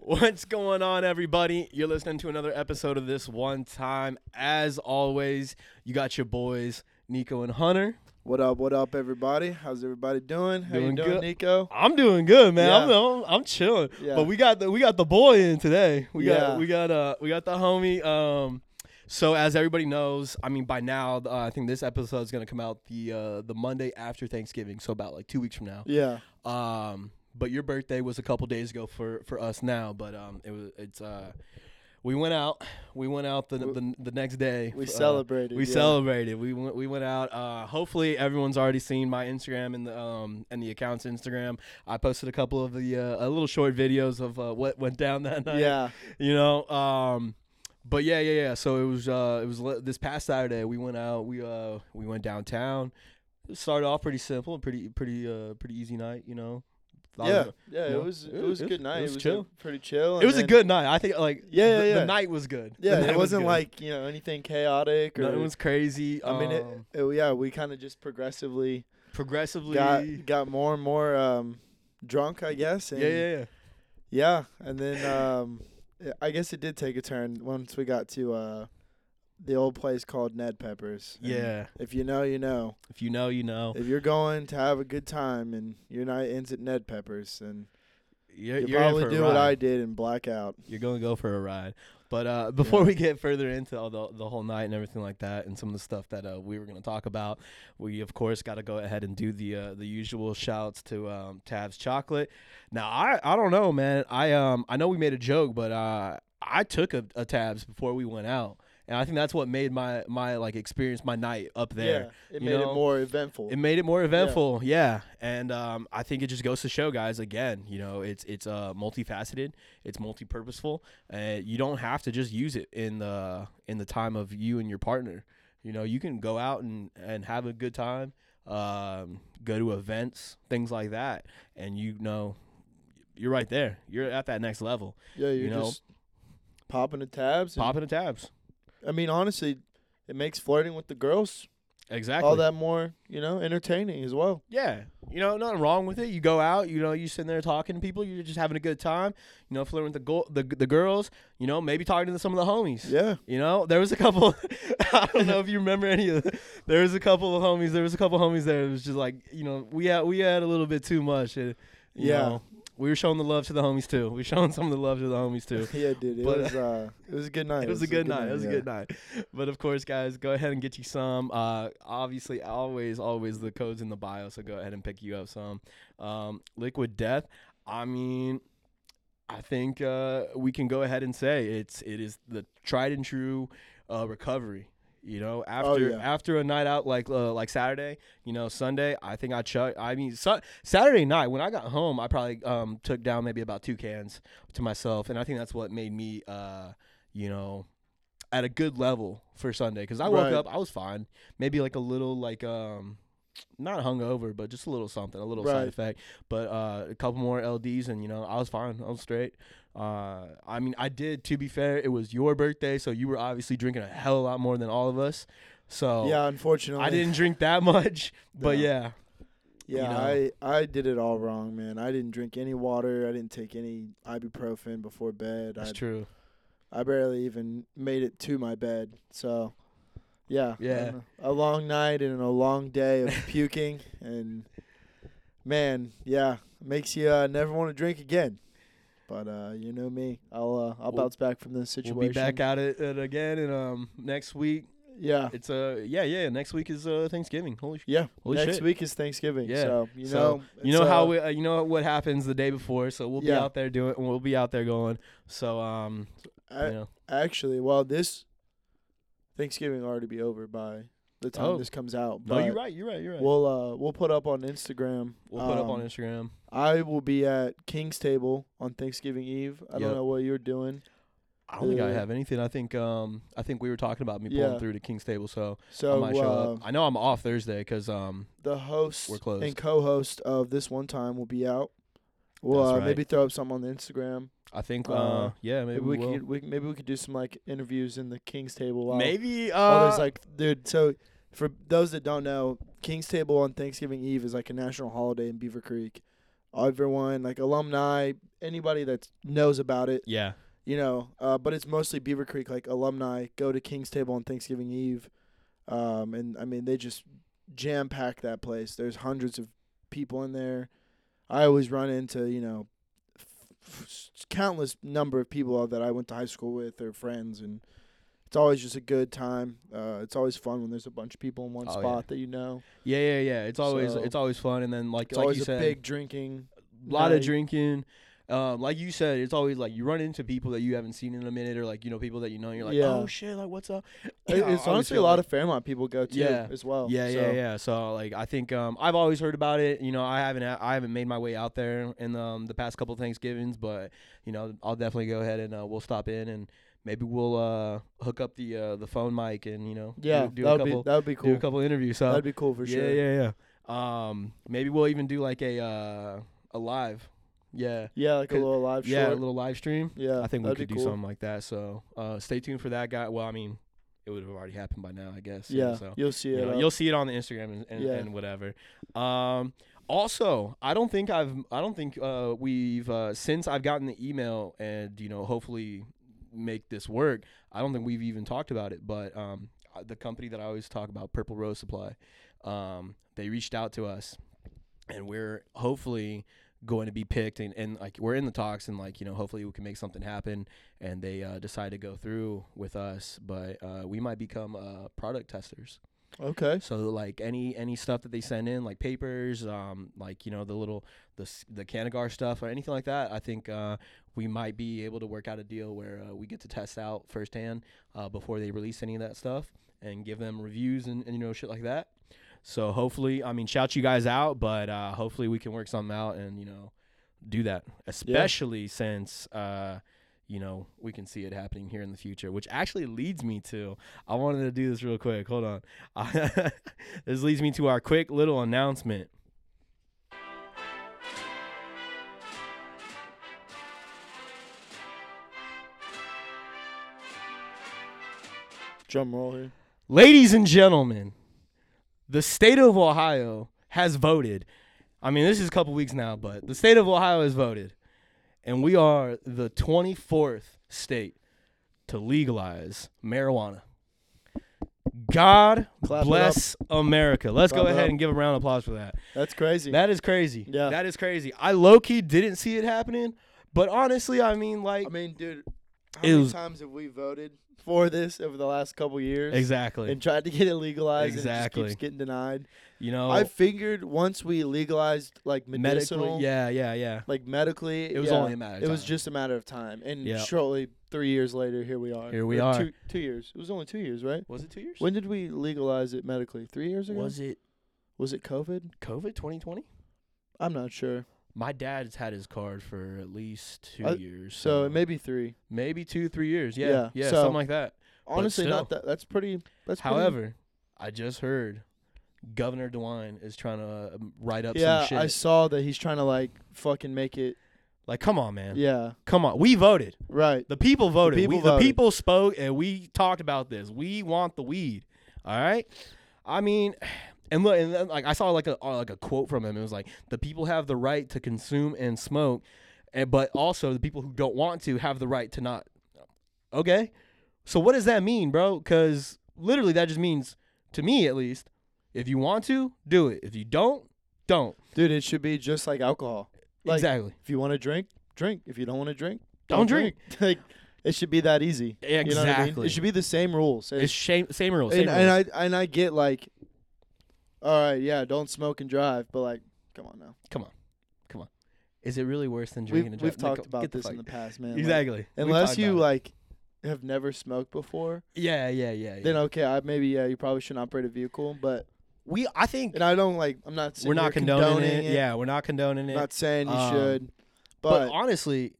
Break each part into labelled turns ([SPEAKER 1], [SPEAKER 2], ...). [SPEAKER 1] What's going on, everybody? You're listening to another episode of This One Time. As always, you got your boys, Nico and Hunter.
[SPEAKER 2] What up? What up, everybody? How's everybody doing? How
[SPEAKER 1] Doing
[SPEAKER 2] you doing,
[SPEAKER 1] good.
[SPEAKER 2] Nico?
[SPEAKER 1] I'm doing good, man. I'm,
[SPEAKER 2] Yeah.
[SPEAKER 1] I'm I'm chilling.
[SPEAKER 2] Yeah.
[SPEAKER 1] But we got the we got the boy in today. We got
[SPEAKER 2] Yeah.
[SPEAKER 1] we got uh we got the homie. Um, so as everybody knows, I mean by now, uh, I think this episode is gonna come out the uh the Monday after Thanksgiving, so about like two weeks from now.
[SPEAKER 2] Yeah,
[SPEAKER 1] Um, but your birthday was a couple days ago for for us now. But um, it was it's uh, we went out. We went out the the, the next day.
[SPEAKER 2] we
[SPEAKER 1] uh,
[SPEAKER 2] celebrated.
[SPEAKER 1] We
[SPEAKER 2] yeah.
[SPEAKER 1] celebrated. We went. We went out. Uh, hopefully, everyone's already seen my Instagram and the um and the account's Instagram. I posted a couple of the uh, a little short videos of uh, what went down that night.
[SPEAKER 2] Yeah,
[SPEAKER 1] You know. Um, but yeah, yeah, yeah. So it was. Uh, it was le- this past Saturday. We went out. We uh we went downtown. It started off pretty simple. Pretty pretty uh pretty easy night. You know. Thought it
[SPEAKER 2] yeah,
[SPEAKER 1] was
[SPEAKER 2] yeah.
[SPEAKER 1] you know,
[SPEAKER 2] It was
[SPEAKER 1] it
[SPEAKER 2] it
[SPEAKER 1] was-
[SPEAKER 2] was a good night. It was,
[SPEAKER 1] chill.
[SPEAKER 2] a pretty chill.
[SPEAKER 1] a- It
[SPEAKER 2] and
[SPEAKER 1] was a
[SPEAKER 2] then-
[SPEAKER 1] good night. I think like
[SPEAKER 2] Yeah,
[SPEAKER 1] the,
[SPEAKER 2] yeah,
[SPEAKER 1] the
[SPEAKER 2] yeah.
[SPEAKER 1] night was good. The
[SPEAKER 2] Yeah,
[SPEAKER 1] night
[SPEAKER 2] it
[SPEAKER 1] was
[SPEAKER 2] wasn't
[SPEAKER 1] good.
[SPEAKER 2] like you know anything chaotic or.
[SPEAKER 1] no, it was crazy.
[SPEAKER 2] I mean, it,
[SPEAKER 1] um,
[SPEAKER 2] it- yeah, we kind of just progressively
[SPEAKER 1] progressively.
[SPEAKER 2] got got more and more um, drunk, I guess. And
[SPEAKER 1] yeah, yeah, yeah.
[SPEAKER 2] yeah, and then um, I guess it did take a turn once we got to uh, the old place called Ned Peppers. And
[SPEAKER 1] Yeah.
[SPEAKER 2] if you know, you know.
[SPEAKER 1] If you know, you know.
[SPEAKER 2] If you're going to have a good time and your night ends at Ned Pepper's, and
[SPEAKER 1] You're,
[SPEAKER 2] you
[SPEAKER 1] you're in
[SPEAKER 2] probably
[SPEAKER 1] for a
[SPEAKER 2] do what
[SPEAKER 1] ride.
[SPEAKER 2] I did and black out.
[SPEAKER 1] You're going to go for a ride. But uh, before
[SPEAKER 2] Yeah.
[SPEAKER 1] we get further into all the, the whole night and everything like that, and some of the stuff that uh, we were going to talk about, we of course got to go ahead and do the uh, the usual shouts to um, Tav's Chocolate. Now I, I don't know, man. I um I know we made a joke, but uh, I took a, a Tabs before we went out, and I think that's what made my my like experience my night up there.
[SPEAKER 2] yeah, it
[SPEAKER 1] you
[SPEAKER 2] made
[SPEAKER 1] know?
[SPEAKER 2] it more eventful.
[SPEAKER 1] It made it more eventful, yeah. And um, I think it just goes to show, guys. Again, you know, it's it's uh, multifaceted, it's multi-purposeful, and you don't have to just use it in the in the time of you and your partner. You know, you can go out and and have a good time, um, go to events, things like that, and you know, you're right there. You're at that next level,
[SPEAKER 2] yeah, you're
[SPEAKER 1] you know,
[SPEAKER 2] just popping the tabs. and-
[SPEAKER 1] popping the tabs.
[SPEAKER 2] I mean, honestly, it makes flirting with the girls
[SPEAKER 1] Exactly.
[SPEAKER 2] all that more, you know, entertaining as well.
[SPEAKER 1] Yeah, you know, nothing wrong with it. You go out, you know, you sitting there talking to people, you're just having a good time, you know, flirting with the go- the the girls, you know, maybe talking to some of the homies.
[SPEAKER 2] Yeah,
[SPEAKER 1] You know, there was a couple. I don't know if you remember any of. The, there was a couple of homies. There was a couple homies there. It was just like you know we had we had a little bit too much. And, you
[SPEAKER 2] Yeah.
[SPEAKER 1] know, we were showing the love to the homies too. We were showing some of the love to the homies too
[SPEAKER 2] yeah, dude. It
[SPEAKER 1] But, uh,
[SPEAKER 2] was uh, it was a good night.
[SPEAKER 1] it was a good night. It was a
[SPEAKER 2] yeah.
[SPEAKER 1] good night. But of course, guys, go ahead and get you some. Uh, obviously, always, always the codes in the bio. So go ahead and pick you up some. Um, Liquid Death. I mean, I think uh, we can go ahead and say it's it is the tried and true uh, recovery. You know, after
[SPEAKER 2] yeah.
[SPEAKER 1] after a night out like uh, like Saturday, you know Sunday, I think I chuck. I mean, su- Saturday night when I got home, I probably um, took down maybe about two cans to myself, and I think that's what made me, uh, you know, at a good level for Sunday because I woke
[SPEAKER 2] Right.
[SPEAKER 1] up, I was fine, maybe like a little like um, not hungover, but just a little something, a little side
[SPEAKER 2] Right.
[SPEAKER 1] effect, but uh, a couple more LDs, and you know, I was fine, I was straight. Uh, I mean, I did. To be fair, it was your birthday, so you were obviously drinking a hell of a lot more than all of us. So
[SPEAKER 2] Yeah, unfortunately,
[SPEAKER 1] Oh. I didn't drink that much, but
[SPEAKER 2] No.
[SPEAKER 1] yeah,
[SPEAKER 2] Yeah,
[SPEAKER 1] know.
[SPEAKER 2] I I did it all wrong, man. I didn't drink any water. I didn't take any ibuprofen before bed.
[SPEAKER 1] that's
[SPEAKER 2] I
[SPEAKER 1] true.
[SPEAKER 2] I barely even made it to my bed. So, yeah,
[SPEAKER 1] Yeah.
[SPEAKER 2] um, a long night and a long day of puking, and man, yeah, makes you uh, never want to drink again. But uh, you know me, I'll uh, I'll
[SPEAKER 1] We'll-
[SPEAKER 2] bounce back from this situation.
[SPEAKER 1] We'll be back at it, it again, and um, next week
[SPEAKER 2] Yeah,
[SPEAKER 1] it's uh, yeah, yeah. Next week is uh, Thanksgiving. Holy, sh-
[SPEAKER 2] yeah.
[SPEAKER 1] holy
[SPEAKER 2] Next
[SPEAKER 1] shit!
[SPEAKER 2] week is Thanksgiving.
[SPEAKER 1] Yeah.
[SPEAKER 2] So you
[SPEAKER 1] So,
[SPEAKER 2] know
[SPEAKER 1] you
[SPEAKER 2] it's,
[SPEAKER 1] know how
[SPEAKER 2] uh,
[SPEAKER 1] we, uh, you know what happens the day before, so we'll be
[SPEAKER 2] Yeah.
[SPEAKER 1] out there doing, we'll be out there going. So um,
[SPEAKER 2] I-
[SPEAKER 1] you know,
[SPEAKER 2] actually well this Thanksgiving will already be over by the time
[SPEAKER 1] Oh.
[SPEAKER 2] this comes out.
[SPEAKER 1] no,
[SPEAKER 2] But
[SPEAKER 1] you're right, you're right, you're right. We'll,
[SPEAKER 2] We'll uh we'll put up on Instagram.
[SPEAKER 1] put up
[SPEAKER 2] um,
[SPEAKER 1] on Instagram.
[SPEAKER 2] I will be at King's Table on Thanksgiving Eve. I
[SPEAKER 1] Yep.
[SPEAKER 2] don't know what you're doing.
[SPEAKER 1] I don't think I
[SPEAKER 2] uh,
[SPEAKER 1] have anything. I think um, I think we were talking about me pulling
[SPEAKER 2] yeah.
[SPEAKER 1] through to King's Table, so I
[SPEAKER 2] So
[SPEAKER 1] might show
[SPEAKER 2] uh,
[SPEAKER 1] up. I know I'm off Thursday because um,
[SPEAKER 2] the host
[SPEAKER 1] We're closed.
[SPEAKER 2] and co-host of this one time will be out. We'll
[SPEAKER 1] That's
[SPEAKER 2] uh,
[SPEAKER 1] right.
[SPEAKER 2] maybe throw up something on the Instagram.
[SPEAKER 1] I think uh,
[SPEAKER 2] Uh,
[SPEAKER 1] yeah, maybe
[SPEAKER 2] Maybe, we,
[SPEAKER 1] we will.
[SPEAKER 2] could we, maybe we could do some like interviews in the King's Table. While
[SPEAKER 1] maybe
[SPEAKER 2] all
[SPEAKER 1] uh,
[SPEAKER 2] those like dude. So for those that don't know, King's Table on Thanksgiving Eve is like a national holiday in Beaver Creek. everyone, like alumni, anybody that knows about it,
[SPEAKER 1] Yeah.
[SPEAKER 2] you know. Uh, but it's mostly Beaver Creek, like alumni go to King's Table on Thanksgiving Eve, um, and I mean they just jam pack that place. There's hundreds of people in there. I always run into you know f- f- countless number of people that I went to high school with or friends, and it's always just a good time. Uh, it's always fun when there's a bunch of people in one
[SPEAKER 1] Oh, yeah.
[SPEAKER 2] spot that you know.
[SPEAKER 1] Yeah, yeah, yeah. It's always
[SPEAKER 2] So-
[SPEAKER 1] it's always fun, and then like
[SPEAKER 2] It's
[SPEAKER 1] like
[SPEAKER 2] always
[SPEAKER 1] you
[SPEAKER 2] a
[SPEAKER 1] said,
[SPEAKER 2] big drinking.
[SPEAKER 1] a lot of
[SPEAKER 2] night.
[SPEAKER 1] drinking. Um, like you said, it's always like you run into people that you haven't seen in a minute, or like you know people that you know, and you're like,
[SPEAKER 2] Yeah.
[SPEAKER 1] oh shit, like what's up?
[SPEAKER 2] It-
[SPEAKER 1] I
[SPEAKER 2] it's
[SPEAKER 1] always
[SPEAKER 2] honestly a
[SPEAKER 1] feel
[SPEAKER 2] lot
[SPEAKER 1] like-
[SPEAKER 2] of Fairmont people go to
[SPEAKER 1] Yeah.
[SPEAKER 2] as well.
[SPEAKER 1] Yeah,
[SPEAKER 2] so.
[SPEAKER 1] yeah, yeah. So like I think um, I've always heard about it. You know, I haven't I haven't made my way out there in um, the past couple Thanksgivings, but you know I'll definitely go ahead and uh, we'll stop in and maybe we'll uh, hook up the uh, the phone mic and you know
[SPEAKER 2] Yeah,
[SPEAKER 1] do, do
[SPEAKER 2] that
[SPEAKER 1] a
[SPEAKER 2] would
[SPEAKER 1] couple
[SPEAKER 2] be that would be
[SPEAKER 1] do
[SPEAKER 2] cool.
[SPEAKER 1] a couple interviews. So
[SPEAKER 2] That'd be cool for
[SPEAKER 1] yeah,
[SPEAKER 2] sure.
[SPEAKER 1] yeah, yeah. Um, maybe we'll even do like a uh, a live. Yeah,
[SPEAKER 2] Yeah, like a
[SPEAKER 1] Could-
[SPEAKER 2] little live
[SPEAKER 1] yeah, a
[SPEAKER 2] short.
[SPEAKER 1] little live stream.
[SPEAKER 2] Yeah,
[SPEAKER 1] I think we
[SPEAKER 2] that'd
[SPEAKER 1] could do
[SPEAKER 2] be cool.
[SPEAKER 1] something like that. So uh, stay tuned for that guy. Well, I mean, it would have already happened by now, I guess.
[SPEAKER 2] Yeah,
[SPEAKER 1] so
[SPEAKER 2] you'll see
[SPEAKER 1] you
[SPEAKER 2] it. uh,
[SPEAKER 1] know,
[SPEAKER 2] up.
[SPEAKER 1] you'll see it on the Instagram and, and,
[SPEAKER 2] Yeah.
[SPEAKER 1] and whatever. Um, also, I don't think I've I don't think uh, we've uh, since I've gotten the email and you know hopefully make this work. I don't think we've even talked about it, but um, uh, the company that I always talk about, Purple Rose Supply, um, they reached out to us, and we're hopefully going to be picked and, and like we're in the talks and like you know hopefully we can make something happen and they uh, decide to go through with us but uh, we might become uh, product testers
[SPEAKER 2] okay.
[SPEAKER 1] so like any any stuff that they send in, like papers, um, like you know the little the s- the Canagar stuff or anything like that, I think uh, we might be able to work out a deal where uh, we get to test out firsthand uh, before they release any of that stuff and give them reviews and, and you know shit like that. So hopefully, I mean, shout you guys out, but uh, hopefully we can work something out and you know do that, especially since. Uh, you know, we can see it happening here in the future, which actually leads me to I wanted to do this real quick. Hold on. this leads me to our quick little announcement.
[SPEAKER 2] Drum roll here.
[SPEAKER 1] Ladies and gentlemen, the state of Ohio has voted. I mean, this is a couple weeks now, but the state of Ohio has voted. And we are the 24th state to legalize marijuana. God
[SPEAKER 2] Clap it up.
[SPEAKER 1] bless America. Let's
[SPEAKER 2] Clap
[SPEAKER 1] go
[SPEAKER 2] it
[SPEAKER 1] ahead
[SPEAKER 2] up.
[SPEAKER 1] and give a round of applause for that.
[SPEAKER 2] That's crazy.
[SPEAKER 1] That is crazy.
[SPEAKER 2] Yeah.
[SPEAKER 1] That is crazy. I low key didn't see it happening, but honestly, I mean, like,
[SPEAKER 2] I mean, dude, how
[SPEAKER 1] It
[SPEAKER 2] many
[SPEAKER 1] was-
[SPEAKER 2] times have we voted for this over the last couple years
[SPEAKER 1] exactly.
[SPEAKER 2] and tried to get it legalized and it
[SPEAKER 1] Exactly.
[SPEAKER 2] just keeps getting denied?
[SPEAKER 1] you know,
[SPEAKER 2] I figured once we legalized like medicinal,
[SPEAKER 1] medically. Yeah, yeah, yeah.
[SPEAKER 2] like medically,
[SPEAKER 1] It was
[SPEAKER 2] yeah,
[SPEAKER 1] only a matter of
[SPEAKER 2] it was
[SPEAKER 1] time.
[SPEAKER 2] just a matter of time, and
[SPEAKER 1] Yeah.
[SPEAKER 2] shortly, three years later, here we are.
[SPEAKER 1] Here we
[SPEAKER 2] Or
[SPEAKER 1] are.
[SPEAKER 2] Two, two years. It was only two years, right?
[SPEAKER 1] Was it two years?
[SPEAKER 2] When did we legalize it medically? Three years ago.
[SPEAKER 1] was it
[SPEAKER 2] Was it COVID?
[SPEAKER 1] COVID 2020?
[SPEAKER 2] I'm not sure.
[SPEAKER 1] My dad's had his card for at least two
[SPEAKER 2] I-
[SPEAKER 1] years.
[SPEAKER 2] Uh, So it may be three.
[SPEAKER 1] maybe two, three years. Yeah,
[SPEAKER 2] Yeah,
[SPEAKER 1] yeah,
[SPEAKER 2] so-
[SPEAKER 1] something like that.
[SPEAKER 2] Honestly, not that. That's pretty. That's pretty-
[SPEAKER 1] However, I just heard Governor DeWine is trying to uh, write up
[SPEAKER 2] yeah,
[SPEAKER 1] some shit.
[SPEAKER 2] I saw that he's trying to like fucking make it.
[SPEAKER 1] like, come on, man.
[SPEAKER 2] Yeah,
[SPEAKER 1] Come on. We voted.
[SPEAKER 2] right.
[SPEAKER 1] The people voted.
[SPEAKER 2] people
[SPEAKER 1] we,
[SPEAKER 2] voted.
[SPEAKER 1] the people spoke, and we talked about this. We want the weed. All right. I mean, and look, and then, like I saw like a uh, like a quote from him. It was like the people have the right to consume and smoke, and, but also the people who don't want to have the right to not. Okay. So what does that mean, bro? Because literally, that just means to me at least, if you want to, do it. If you don't, don't.
[SPEAKER 2] Dude, it should be just like alcohol. Like,
[SPEAKER 1] exactly.
[SPEAKER 2] If you want to drink, drink. If you don't want to drink,
[SPEAKER 1] Don't drink.
[SPEAKER 2] like, it should be that easy. You know what I mean?
[SPEAKER 1] Exactly.
[SPEAKER 2] It should be the same rules.
[SPEAKER 1] It's shame, same rules. Same
[SPEAKER 2] and,
[SPEAKER 1] rules.
[SPEAKER 2] and I and I get like, all right, yeah, don't smoke and drive, but like, come on now.
[SPEAKER 1] Come on, come on. Is it really worse than
[SPEAKER 2] We've,
[SPEAKER 1] drinking and
[SPEAKER 2] we've
[SPEAKER 1] driving? Like,
[SPEAKER 2] talked
[SPEAKER 1] go-
[SPEAKER 2] about
[SPEAKER 1] get the
[SPEAKER 2] this in the
[SPEAKER 1] fuck-
[SPEAKER 2] past, man. Like,
[SPEAKER 1] exactly. We've
[SPEAKER 2] unless
[SPEAKER 1] talked
[SPEAKER 2] you
[SPEAKER 1] about it.
[SPEAKER 2] like have never smoked before,
[SPEAKER 1] yeah, yeah, yeah. yeah.
[SPEAKER 2] then okay, I maybe yeah, you probably shouldn't operate a vehicle, but
[SPEAKER 1] we, I think
[SPEAKER 2] and I don't like I'm not sitting
[SPEAKER 1] we're
[SPEAKER 2] here
[SPEAKER 1] not condoning, it.
[SPEAKER 2] it.
[SPEAKER 1] Yeah, we're not condoning it.
[SPEAKER 2] I'm not saying you
[SPEAKER 1] Um,
[SPEAKER 2] should,
[SPEAKER 1] but,
[SPEAKER 2] but,
[SPEAKER 1] honestly,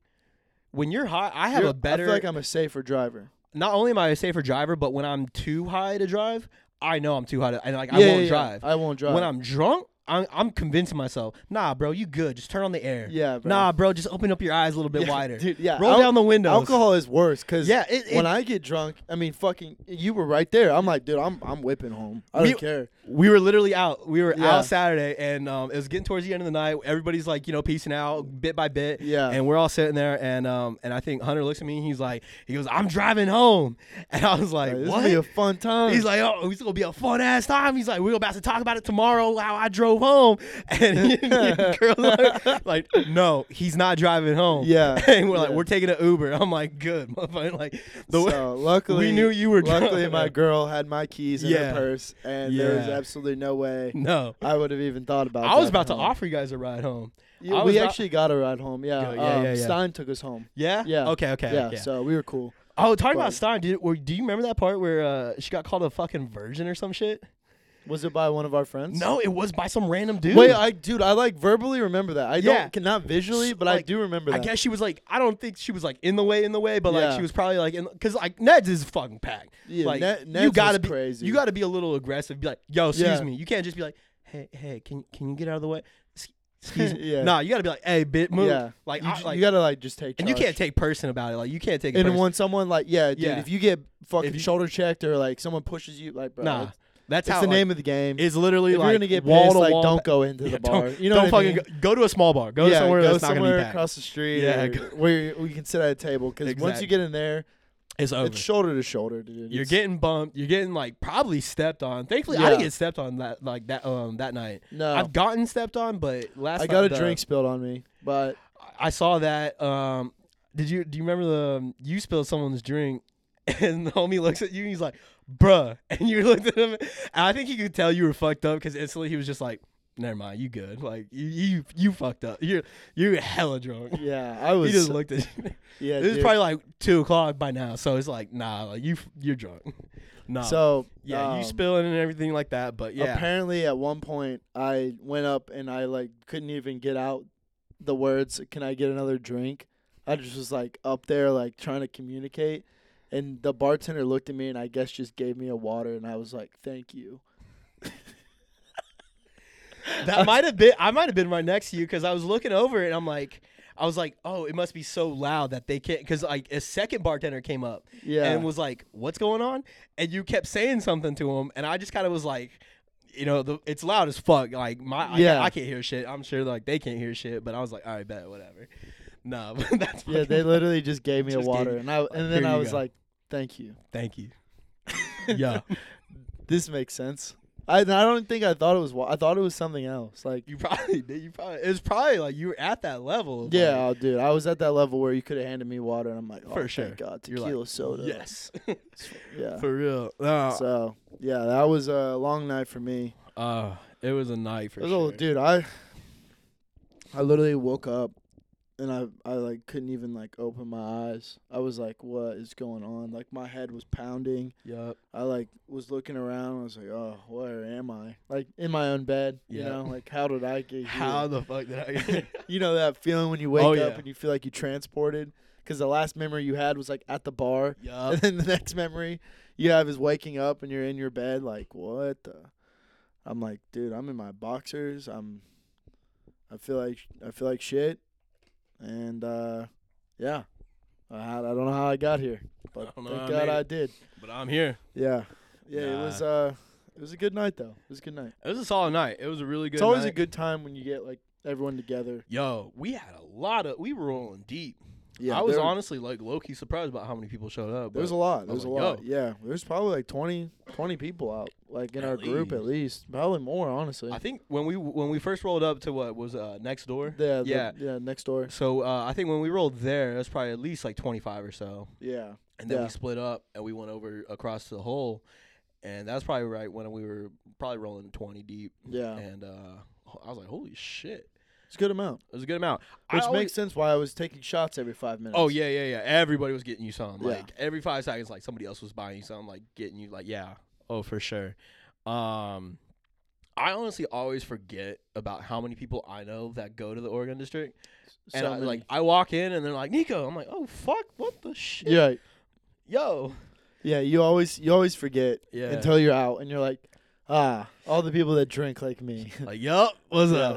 [SPEAKER 1] when you're high, I have
[SPEAKER 2] you're-
[SPEAKER 1] a better.
[SPEAKER 2] feel like I'm a safer driver.
[SPEAKER 1] not only am I a safer driver, but when I'm too high to drive, I know I'm too high to, and like I
[SPEAKER 2] Yeah,
[SPEAKER 1] won't
[SPEAKER 2] yeah, yeah.
[SPEAKER 1] drive.
[SPEAKER 2] I won't drive.
[SPEAKER 1] When I'm drunk, I'm, I'm convincing myself, nah, bro, you good. Just turn on the air.
[SPEAKER 2] Yeah, bro.
[SPEAKER 1] Nah, bro, just open up your eyes a little bit
[SPEAKER 2] Yeah,
[SPEAKER 1] wider.
[SPEAKER 2] dude, yeah.
[SPEAKER 1] Roll
[SPEAKER 2] Al-
[SPEAKER 1] down the windows.
[SPEAKER 2] Alcohol is worse because
[SPEAKER 1] Yeah, it-
[SPEAKER 2] when
[SPEAKER 1] it-
[SPEAKER 2] I get drunk, I mean, fucking, you were right there. I'm like, dude, I'm I'm whipping home. I don't
[SPEAKER 1] We-
[SPEAKER 2] care.
[SPEAKER 1] We were literally out. We were
[SPEAKER 2] Yeah.
[SPEAKER 1] out Saturday, and um, it was getting towards the end of the night. Everybody's like, you know, piecing out bit by bit.
[SPEAKER 2] Yeah.
[SPEAKER 1] And we're all sitting there, and um, and I think Hunter looks at me, and he's like, he goes, "I'm driving home," and I was like,
[SPEAKER 2] Like, this
[SPEAKER 1] "What?"
[SPEAKER 2] will be a fun time.
[SPEAKER 1] He's like, oh, it's gonna be a fun ass time. He's like, we're about to talk about it tomorrow. How I drove home, and he, girl, like, like, no, he's not driving home.
[SPEAKER 2] Yeah,
[SPEAKER 1] and we're like,
[SPEAKER 2] yeah.
[SPEAKER 1] we're taking an Uber. I'm like, good, motherfucker. Like the way-
[SPEAKER 2] so luckily
[SPEAKER 1] we knew you were drunk.
[SPEAKER 2] Luckily, my girl had my keys in
[SPEAKER 1] Yeah.
[SPEAKER 2] her purse, and there was
[SPEAKER 1] Yeah.
[SPEAKER 2] absolutely no way
[SPEAKER 1] no.
[SPEAKER 2] I would have even thought about.
[SPEAKER 1] I was
[SPEAKER 2] driving
[SPEAKER 1] about to
[SPEAKER 2] home.
[SPEAKER 1] offer you guys a ride home.
[SPEAKER 2] Yeah,
[SPEAKER 1] I was
[SPEAKER 2] we
[SPEAKER 1] o-
[SPEAKER 2] actually got a ride home. Yeah,
[SPEAKER 1] Good, yeah,
[SPEAKER 2] um,
[SPEAKER 1] yeah, yeah.
[SPEAKER 2] Stein took us home.
[SPEAKER 1] Yeah.
[SPEAKER 2] Yeah.
[SPEAKER 1] Okay. Okay.
[SPEAKER 2] yeah,
[SPEAKER 1] Yeah.
[SPEAKER 2] so we were cool.
[SPEAKER 1] oh, talking about
[SPEAKER 2] but-
[SPEAKER 1] Stein, did, were, do you remember that part where uh, she got called a fucking virgin or some shit?
[SPEAKER 2] Was it by one of our friends?
[SPEAKER 1] No, it was by some random dude.
[SPEAKER 2] Wait, I dude, I like verbally remember that. I
[SPEAKER 1] Yeah.
[SPEAKER 2] don't cannot visually,
[SPEAKER 1] S-
[SPEAKER 2] but I
[SPEAKER 1] like,
[SPEAKER 2] do remember
[SPEAKER 1] I
[SPEAKER 2] that.
[SPEAKER 1] guess she was like, I don't think she was like in the way, in the way, but
[SPEAKER 2] Yeah.
[SPEAKER 1] like she was probably like, in because like Ned's is fucking packed.
[SPEAKER 2] Yeah,
[SPEAKER 1] like
[SPEAKER 2] Ned-
[SPEAKER 1] you
[SPEAKER 2] Ned's
[SPEAKER 1] gotta
[SPEAKER 2] is
[SPEAKER 1] be
[SPEAKER 2] crazy.
[SPEAKER 1] You gotta be a little aggressive. Be like, yo, excuse
[SPEAKER 2] Yeah.
[SPEAKER 1] me. You can't just be like, hey, hey, can can you get out of the way? Ex- Excuse me.
[SPEAKER 2] Yeah.
[SPEAKER 1] Nah, you gotta be like, hey, bit move.
[SPEAKER 2] Yeah,
[SPEAKER 1] Like,
[SPEAKER 2] you,
[SPEAKER 1] I,
[SPEAKER 2] ju-
[SPEAKER 1] like
[SPEAKER 2] you gotta like just take.
[SPEAKER 1] and you
[SPEAKER 2] charge.
[SPEAKER 1] can't take person about it. Like, you can't take it.
[SPEAKER 2] And
[SPEAKER 1] person.
[SPEAKER 2] when someone like, yeah, dude,
[SPEAKER 1] Yeah.
[SPEAKER 2] if you get fucking
[SPEAKER 1] If you-
[SPEAKER 2] shoulder checked or like someone pushes you, like, bro,
[SPEAKER 1] nah,
[SPEAKER 2] it's,
[SPEAKER 1] that's
[SPEAKER 2] it's
[SPEAKER 1] how
[SPEAKER 2] the
[SPEAKER 1] like,
[SPEAKER 2] name of the game.
[SPEAKER 1] It's literally
[SPEAKER 2] if
[SPEAKER 1] like
[SPEAKER 2] you're gonna get
[SPEAKER 1] wall
[SPEAKER 2] pissed,
[SPEAKER 1] to
[SPEAKER 2] like,
[SPEAKER 1] wall.
[SPEAKER 2] don't go into
[SPEAKER 1] Yeah,
[SPEAKER 2] the bar.
[SPEAKER 1] Don't,
[SPEAKER 2] you know,
[SPEAKER 1] don't
[SPEAKER 2] what I
[SPEAKER 1] fucking
[SPEAKER 2] mean?
[SPEAKER 1] go, go to a small bar. Go
[SPEAKER 2] yeah,
[SPEAKER 1] somewhere
[SPEAKER 2] go
[SPEAKER 1] that's
[SPEAKER 2] somewhere
[SPEAKER 1] not gonna be packed.
[SPEAKER 2] across the street.
[SPEAKER 1] Yeah,
[SPEAKER 2] or
[SPEAKER 1] go-
[SPEAKER 2] where we can sit at a table because once
[SPEAKER 1] Exactly.
[SPEAKER 2] you get in there,
[SPEAKER 1] It's over.
[SPEAKER 2] it's shoulder to shoulder, dude.
[SPEAKER 1] You're
[SPEAKER 2] It's-
[SPEAKER 1] getting bumped. You're getting like probably stepped on. Thankfully, I didn't
[SPEAKER 2] Yeah.
[SPEAKER 1] get stepped on that like that um that night.
[SPEAKER 2] no.
[SPEAKER 1] I've gotten stepped on, but last
[SPEAKER 2] I got
[SPEAKER 1] night,
[SPEAKER 2] a
[SPEAKER 1] the-
[SPEAKER 2] drink spilled on me, but
[SPEAKER 1] I saw that. Um, did you do you remember the um, you spilled someone's drink? And the homie looks at you and he's like, bruh. And you looked at him. And I think he could tell you were fucked up because instantly he was just like, never mind, you good. Like, you you, you fucked up. You're you're hella drunk.
[SPEAKER 2] yeah, I
[SPEAKER 1] He
[SPEAKER 2] was.
[SPEAKER 1] just looked at you.
[SPEAKER 2] yeah,
[SPEAKER 1] It was
[SPEAKER 2] dude.
[SPEAKER 1] probably like two o'clock by now, so it's like nah, like you you're drunk. Nah,
[SPEAKER 2] so.
[SPEAKER 1] yeah,
[SPEAKER 2] um,
[SPEAKER 1] you spilling and everything like that. But yeah,
[SPEAKER 2] Apparently, at one point, I went up and I like couldn't even get out the words. Can I get another drink? I just was like up there, like trying to communicate, and the bartender looked at me and I guess just gave me a water, and I was like, "Thank you."
[SPEAKER 1] that might have been I might have been right next to you because I was looking over and I'm like. I was like, oh, it must be so loud that they can't, because like a second bartender came up
[SPEAKER 2] Yeah.
[SPEAKER 1] and was like, "What's going on?" And you kept saying something to him, and I just kind of was like, you know, the, it's loud as fuck. Like my,
[SPEAKER 2] Yeah.
[SPEAKER 1] I, I can't hear shit. I'm sure like they can't hear shit, but I was like, all right, bet, whatever. No, but that's
[SPEAKER 2] yeah,
[SPEAKER 1] fucking-
[SPEAKER 2] they literally just gave me
[SPEAKER 1] Just
[SPEAKER 2] a
[SPEAKER 1] gave
[SPEAKER 2] water,
[SPEAKER 1] you-
[SPEAKER 2] and I and then
[SPEAKER 1] here
[SPEAKER 2] I
[SPEAKER 1] you
[SPEAKER 2] was
[SPEAKER 1] go.
[SPEAKER 2] like, "Thank you."
[SPEAKER 1] Thank you. yeah,
[SPEAKER 2] This makes sense. I I don't think I thought it was. Wa- I thought it was something else. Like,
[SPEAKER 1] you probably did. You probably it was probably like you were at that level. of,
[SPEAKER 2] yeah, oh, dude, I was at that level where you could have handed me water, and I'm like, oh,
[SPEAKER 1] For
[SPEAKER 2] thank
[SPEAKER 1] sure.
[SPEAKER 2] God,
[SPEAKER 1] You're like,
[SPEAKER 2] tequila soda."
[SPEAKER 1] like, yes,
[SPEAKER 2] Yeah.
[SPEAKER 1] for real. No,
[SPEAKER 2] So yeah, that was a long night for me.
[SPEAKER 1] uh, it was a night for
[SPEAKER 2] It was a
[SPEAKER 1] sure.
[SPEAKER 2] little- dude, I I literally woke up and I I like couldn't even like open my eyes. I was like, what is going on? Like my head was pounding.
[SPEAKER 1] Yup.
[SPEAKER 2] I like was looking around. I was like, oh, where am I? Like in my own bed. You
[SPEAKER 1] Yeah.
[SPEAKER 2] know, like how did I get here?
[SPEAKER 1] How the fuck did I? Get
[SPEAKER 2] you know that feeling when you wake
[SPEAKER 1] Oh,
[SPEAKER 2] up
[SPEAKER 1] yeah.
[SPEAKER 2] and you feel like you transported because the last memory you had was like at the bar.
[SPEAKER 1] yup.
[SPEAKER 2] and then the next memory you have is waking up and you're in your bed like what the i'm like dude i'm in my boxers i'm i feel like i feel like shit and uh yeah i, had- I don't know how i got here but
[SPEAKER 1] I don't
[SPEAKER 2] thank
[SPEAKER 1] know how I
[SPEAKER 2] god
[SPEAKER 1] made
[SPEAKER 2] I,
[SPEAKER 1] it.
[SPEAKER 2] did
[SPEAKER 1] But I'm here.
[SPEAKER 2] yeah yeah it
[SPEAKER 1] Nah.
[SPEAKER 2] was uh it was a good night though it was a good night
[SPEAKER 1] It was a solid night. It was a really good.
[SPEAKER 2] it's always
[SPEAKER 1] night.
[SPEAKER 2] a good time when you get like everyone together
[SPEAKER 1] Yo, we had a lot of. We were rolling deep.
[SPEAKER 2] yeah
[SPEAKER 1] I was
[SPEAKER 2] there,
[SPEAKER 1] honestly like low key surprised about how many people showed up.
[SPEAKER 2] there was
[SPEAKER 1] but
[SPEAKER 2] a lot
[SPEAKER 1] was
[SPEAKER 2] there was a
[SPEAKER 1] like,
[SPEAKER 2] lot
[SPEAKER 1] yo.
[SPEAKER 2] yeah there's probably like 20 20 people out like in
[SPEAKER 1] At
[SPEAKER 2] our group at least probably more honestly
[SPEAKER 1] I think when we when we first rolled up to what was uh next door.
[SPEAKER 2] Yeah, the-
[SPEAKER 1] Yeah.
[SPEAKER 2] yeah, next door.
[SPEAKER 1] So uh, I think when we rolled there, it was probably at least like 25 or so.
[SPEAKER 2] Yeah,
[SPEAKER 1] and then
[SPEAKER 2] Yeah.
[SPEAKER 1] we split up and we went over across the hole and that's probably right when we were probably rolling 20 deep
[SPEAKER 2] yeah,
[SPEAKER 1] and uh ho- i was like holy shit
[SPEAKER 2] it's a good amount,
[SPEAKER 1] it was a good amount I
[SPEAKER 2] which
[SPEAKER 1] always-
[SPEAKER 2] makes sense why I was taking shots every five minutes.
[SPEAKER 1] oh yeah yeah yeah everybody was getting you some
[SPEAKER 2] Yeah.
[SPEAKER 1] like every five seconds like somebody else was buying you some like getting you like yeah oh for sure um i honestly always forget about how many people i know that go to the oregon district
[SPEAKER 2] so
[SPEAKER 1] and I,
[SPEAKER 2] many.
[SPEAKER 1] like i walk in and they're like nico i'm like oh fuck what the shit
[SPEAKER 2] yeah,
[SPEAKER 1] yo
[SPEAKER 2] yeah. You always you always forget
[SPEAKER 1] yeah
[SPEAKER 2] until you're out and you're like, Ah, all the people that drink like me.
[SPEAKER 1] Like, yup, what's
[SPEAKER 2] Yeah.
[SPEAKER 1] up?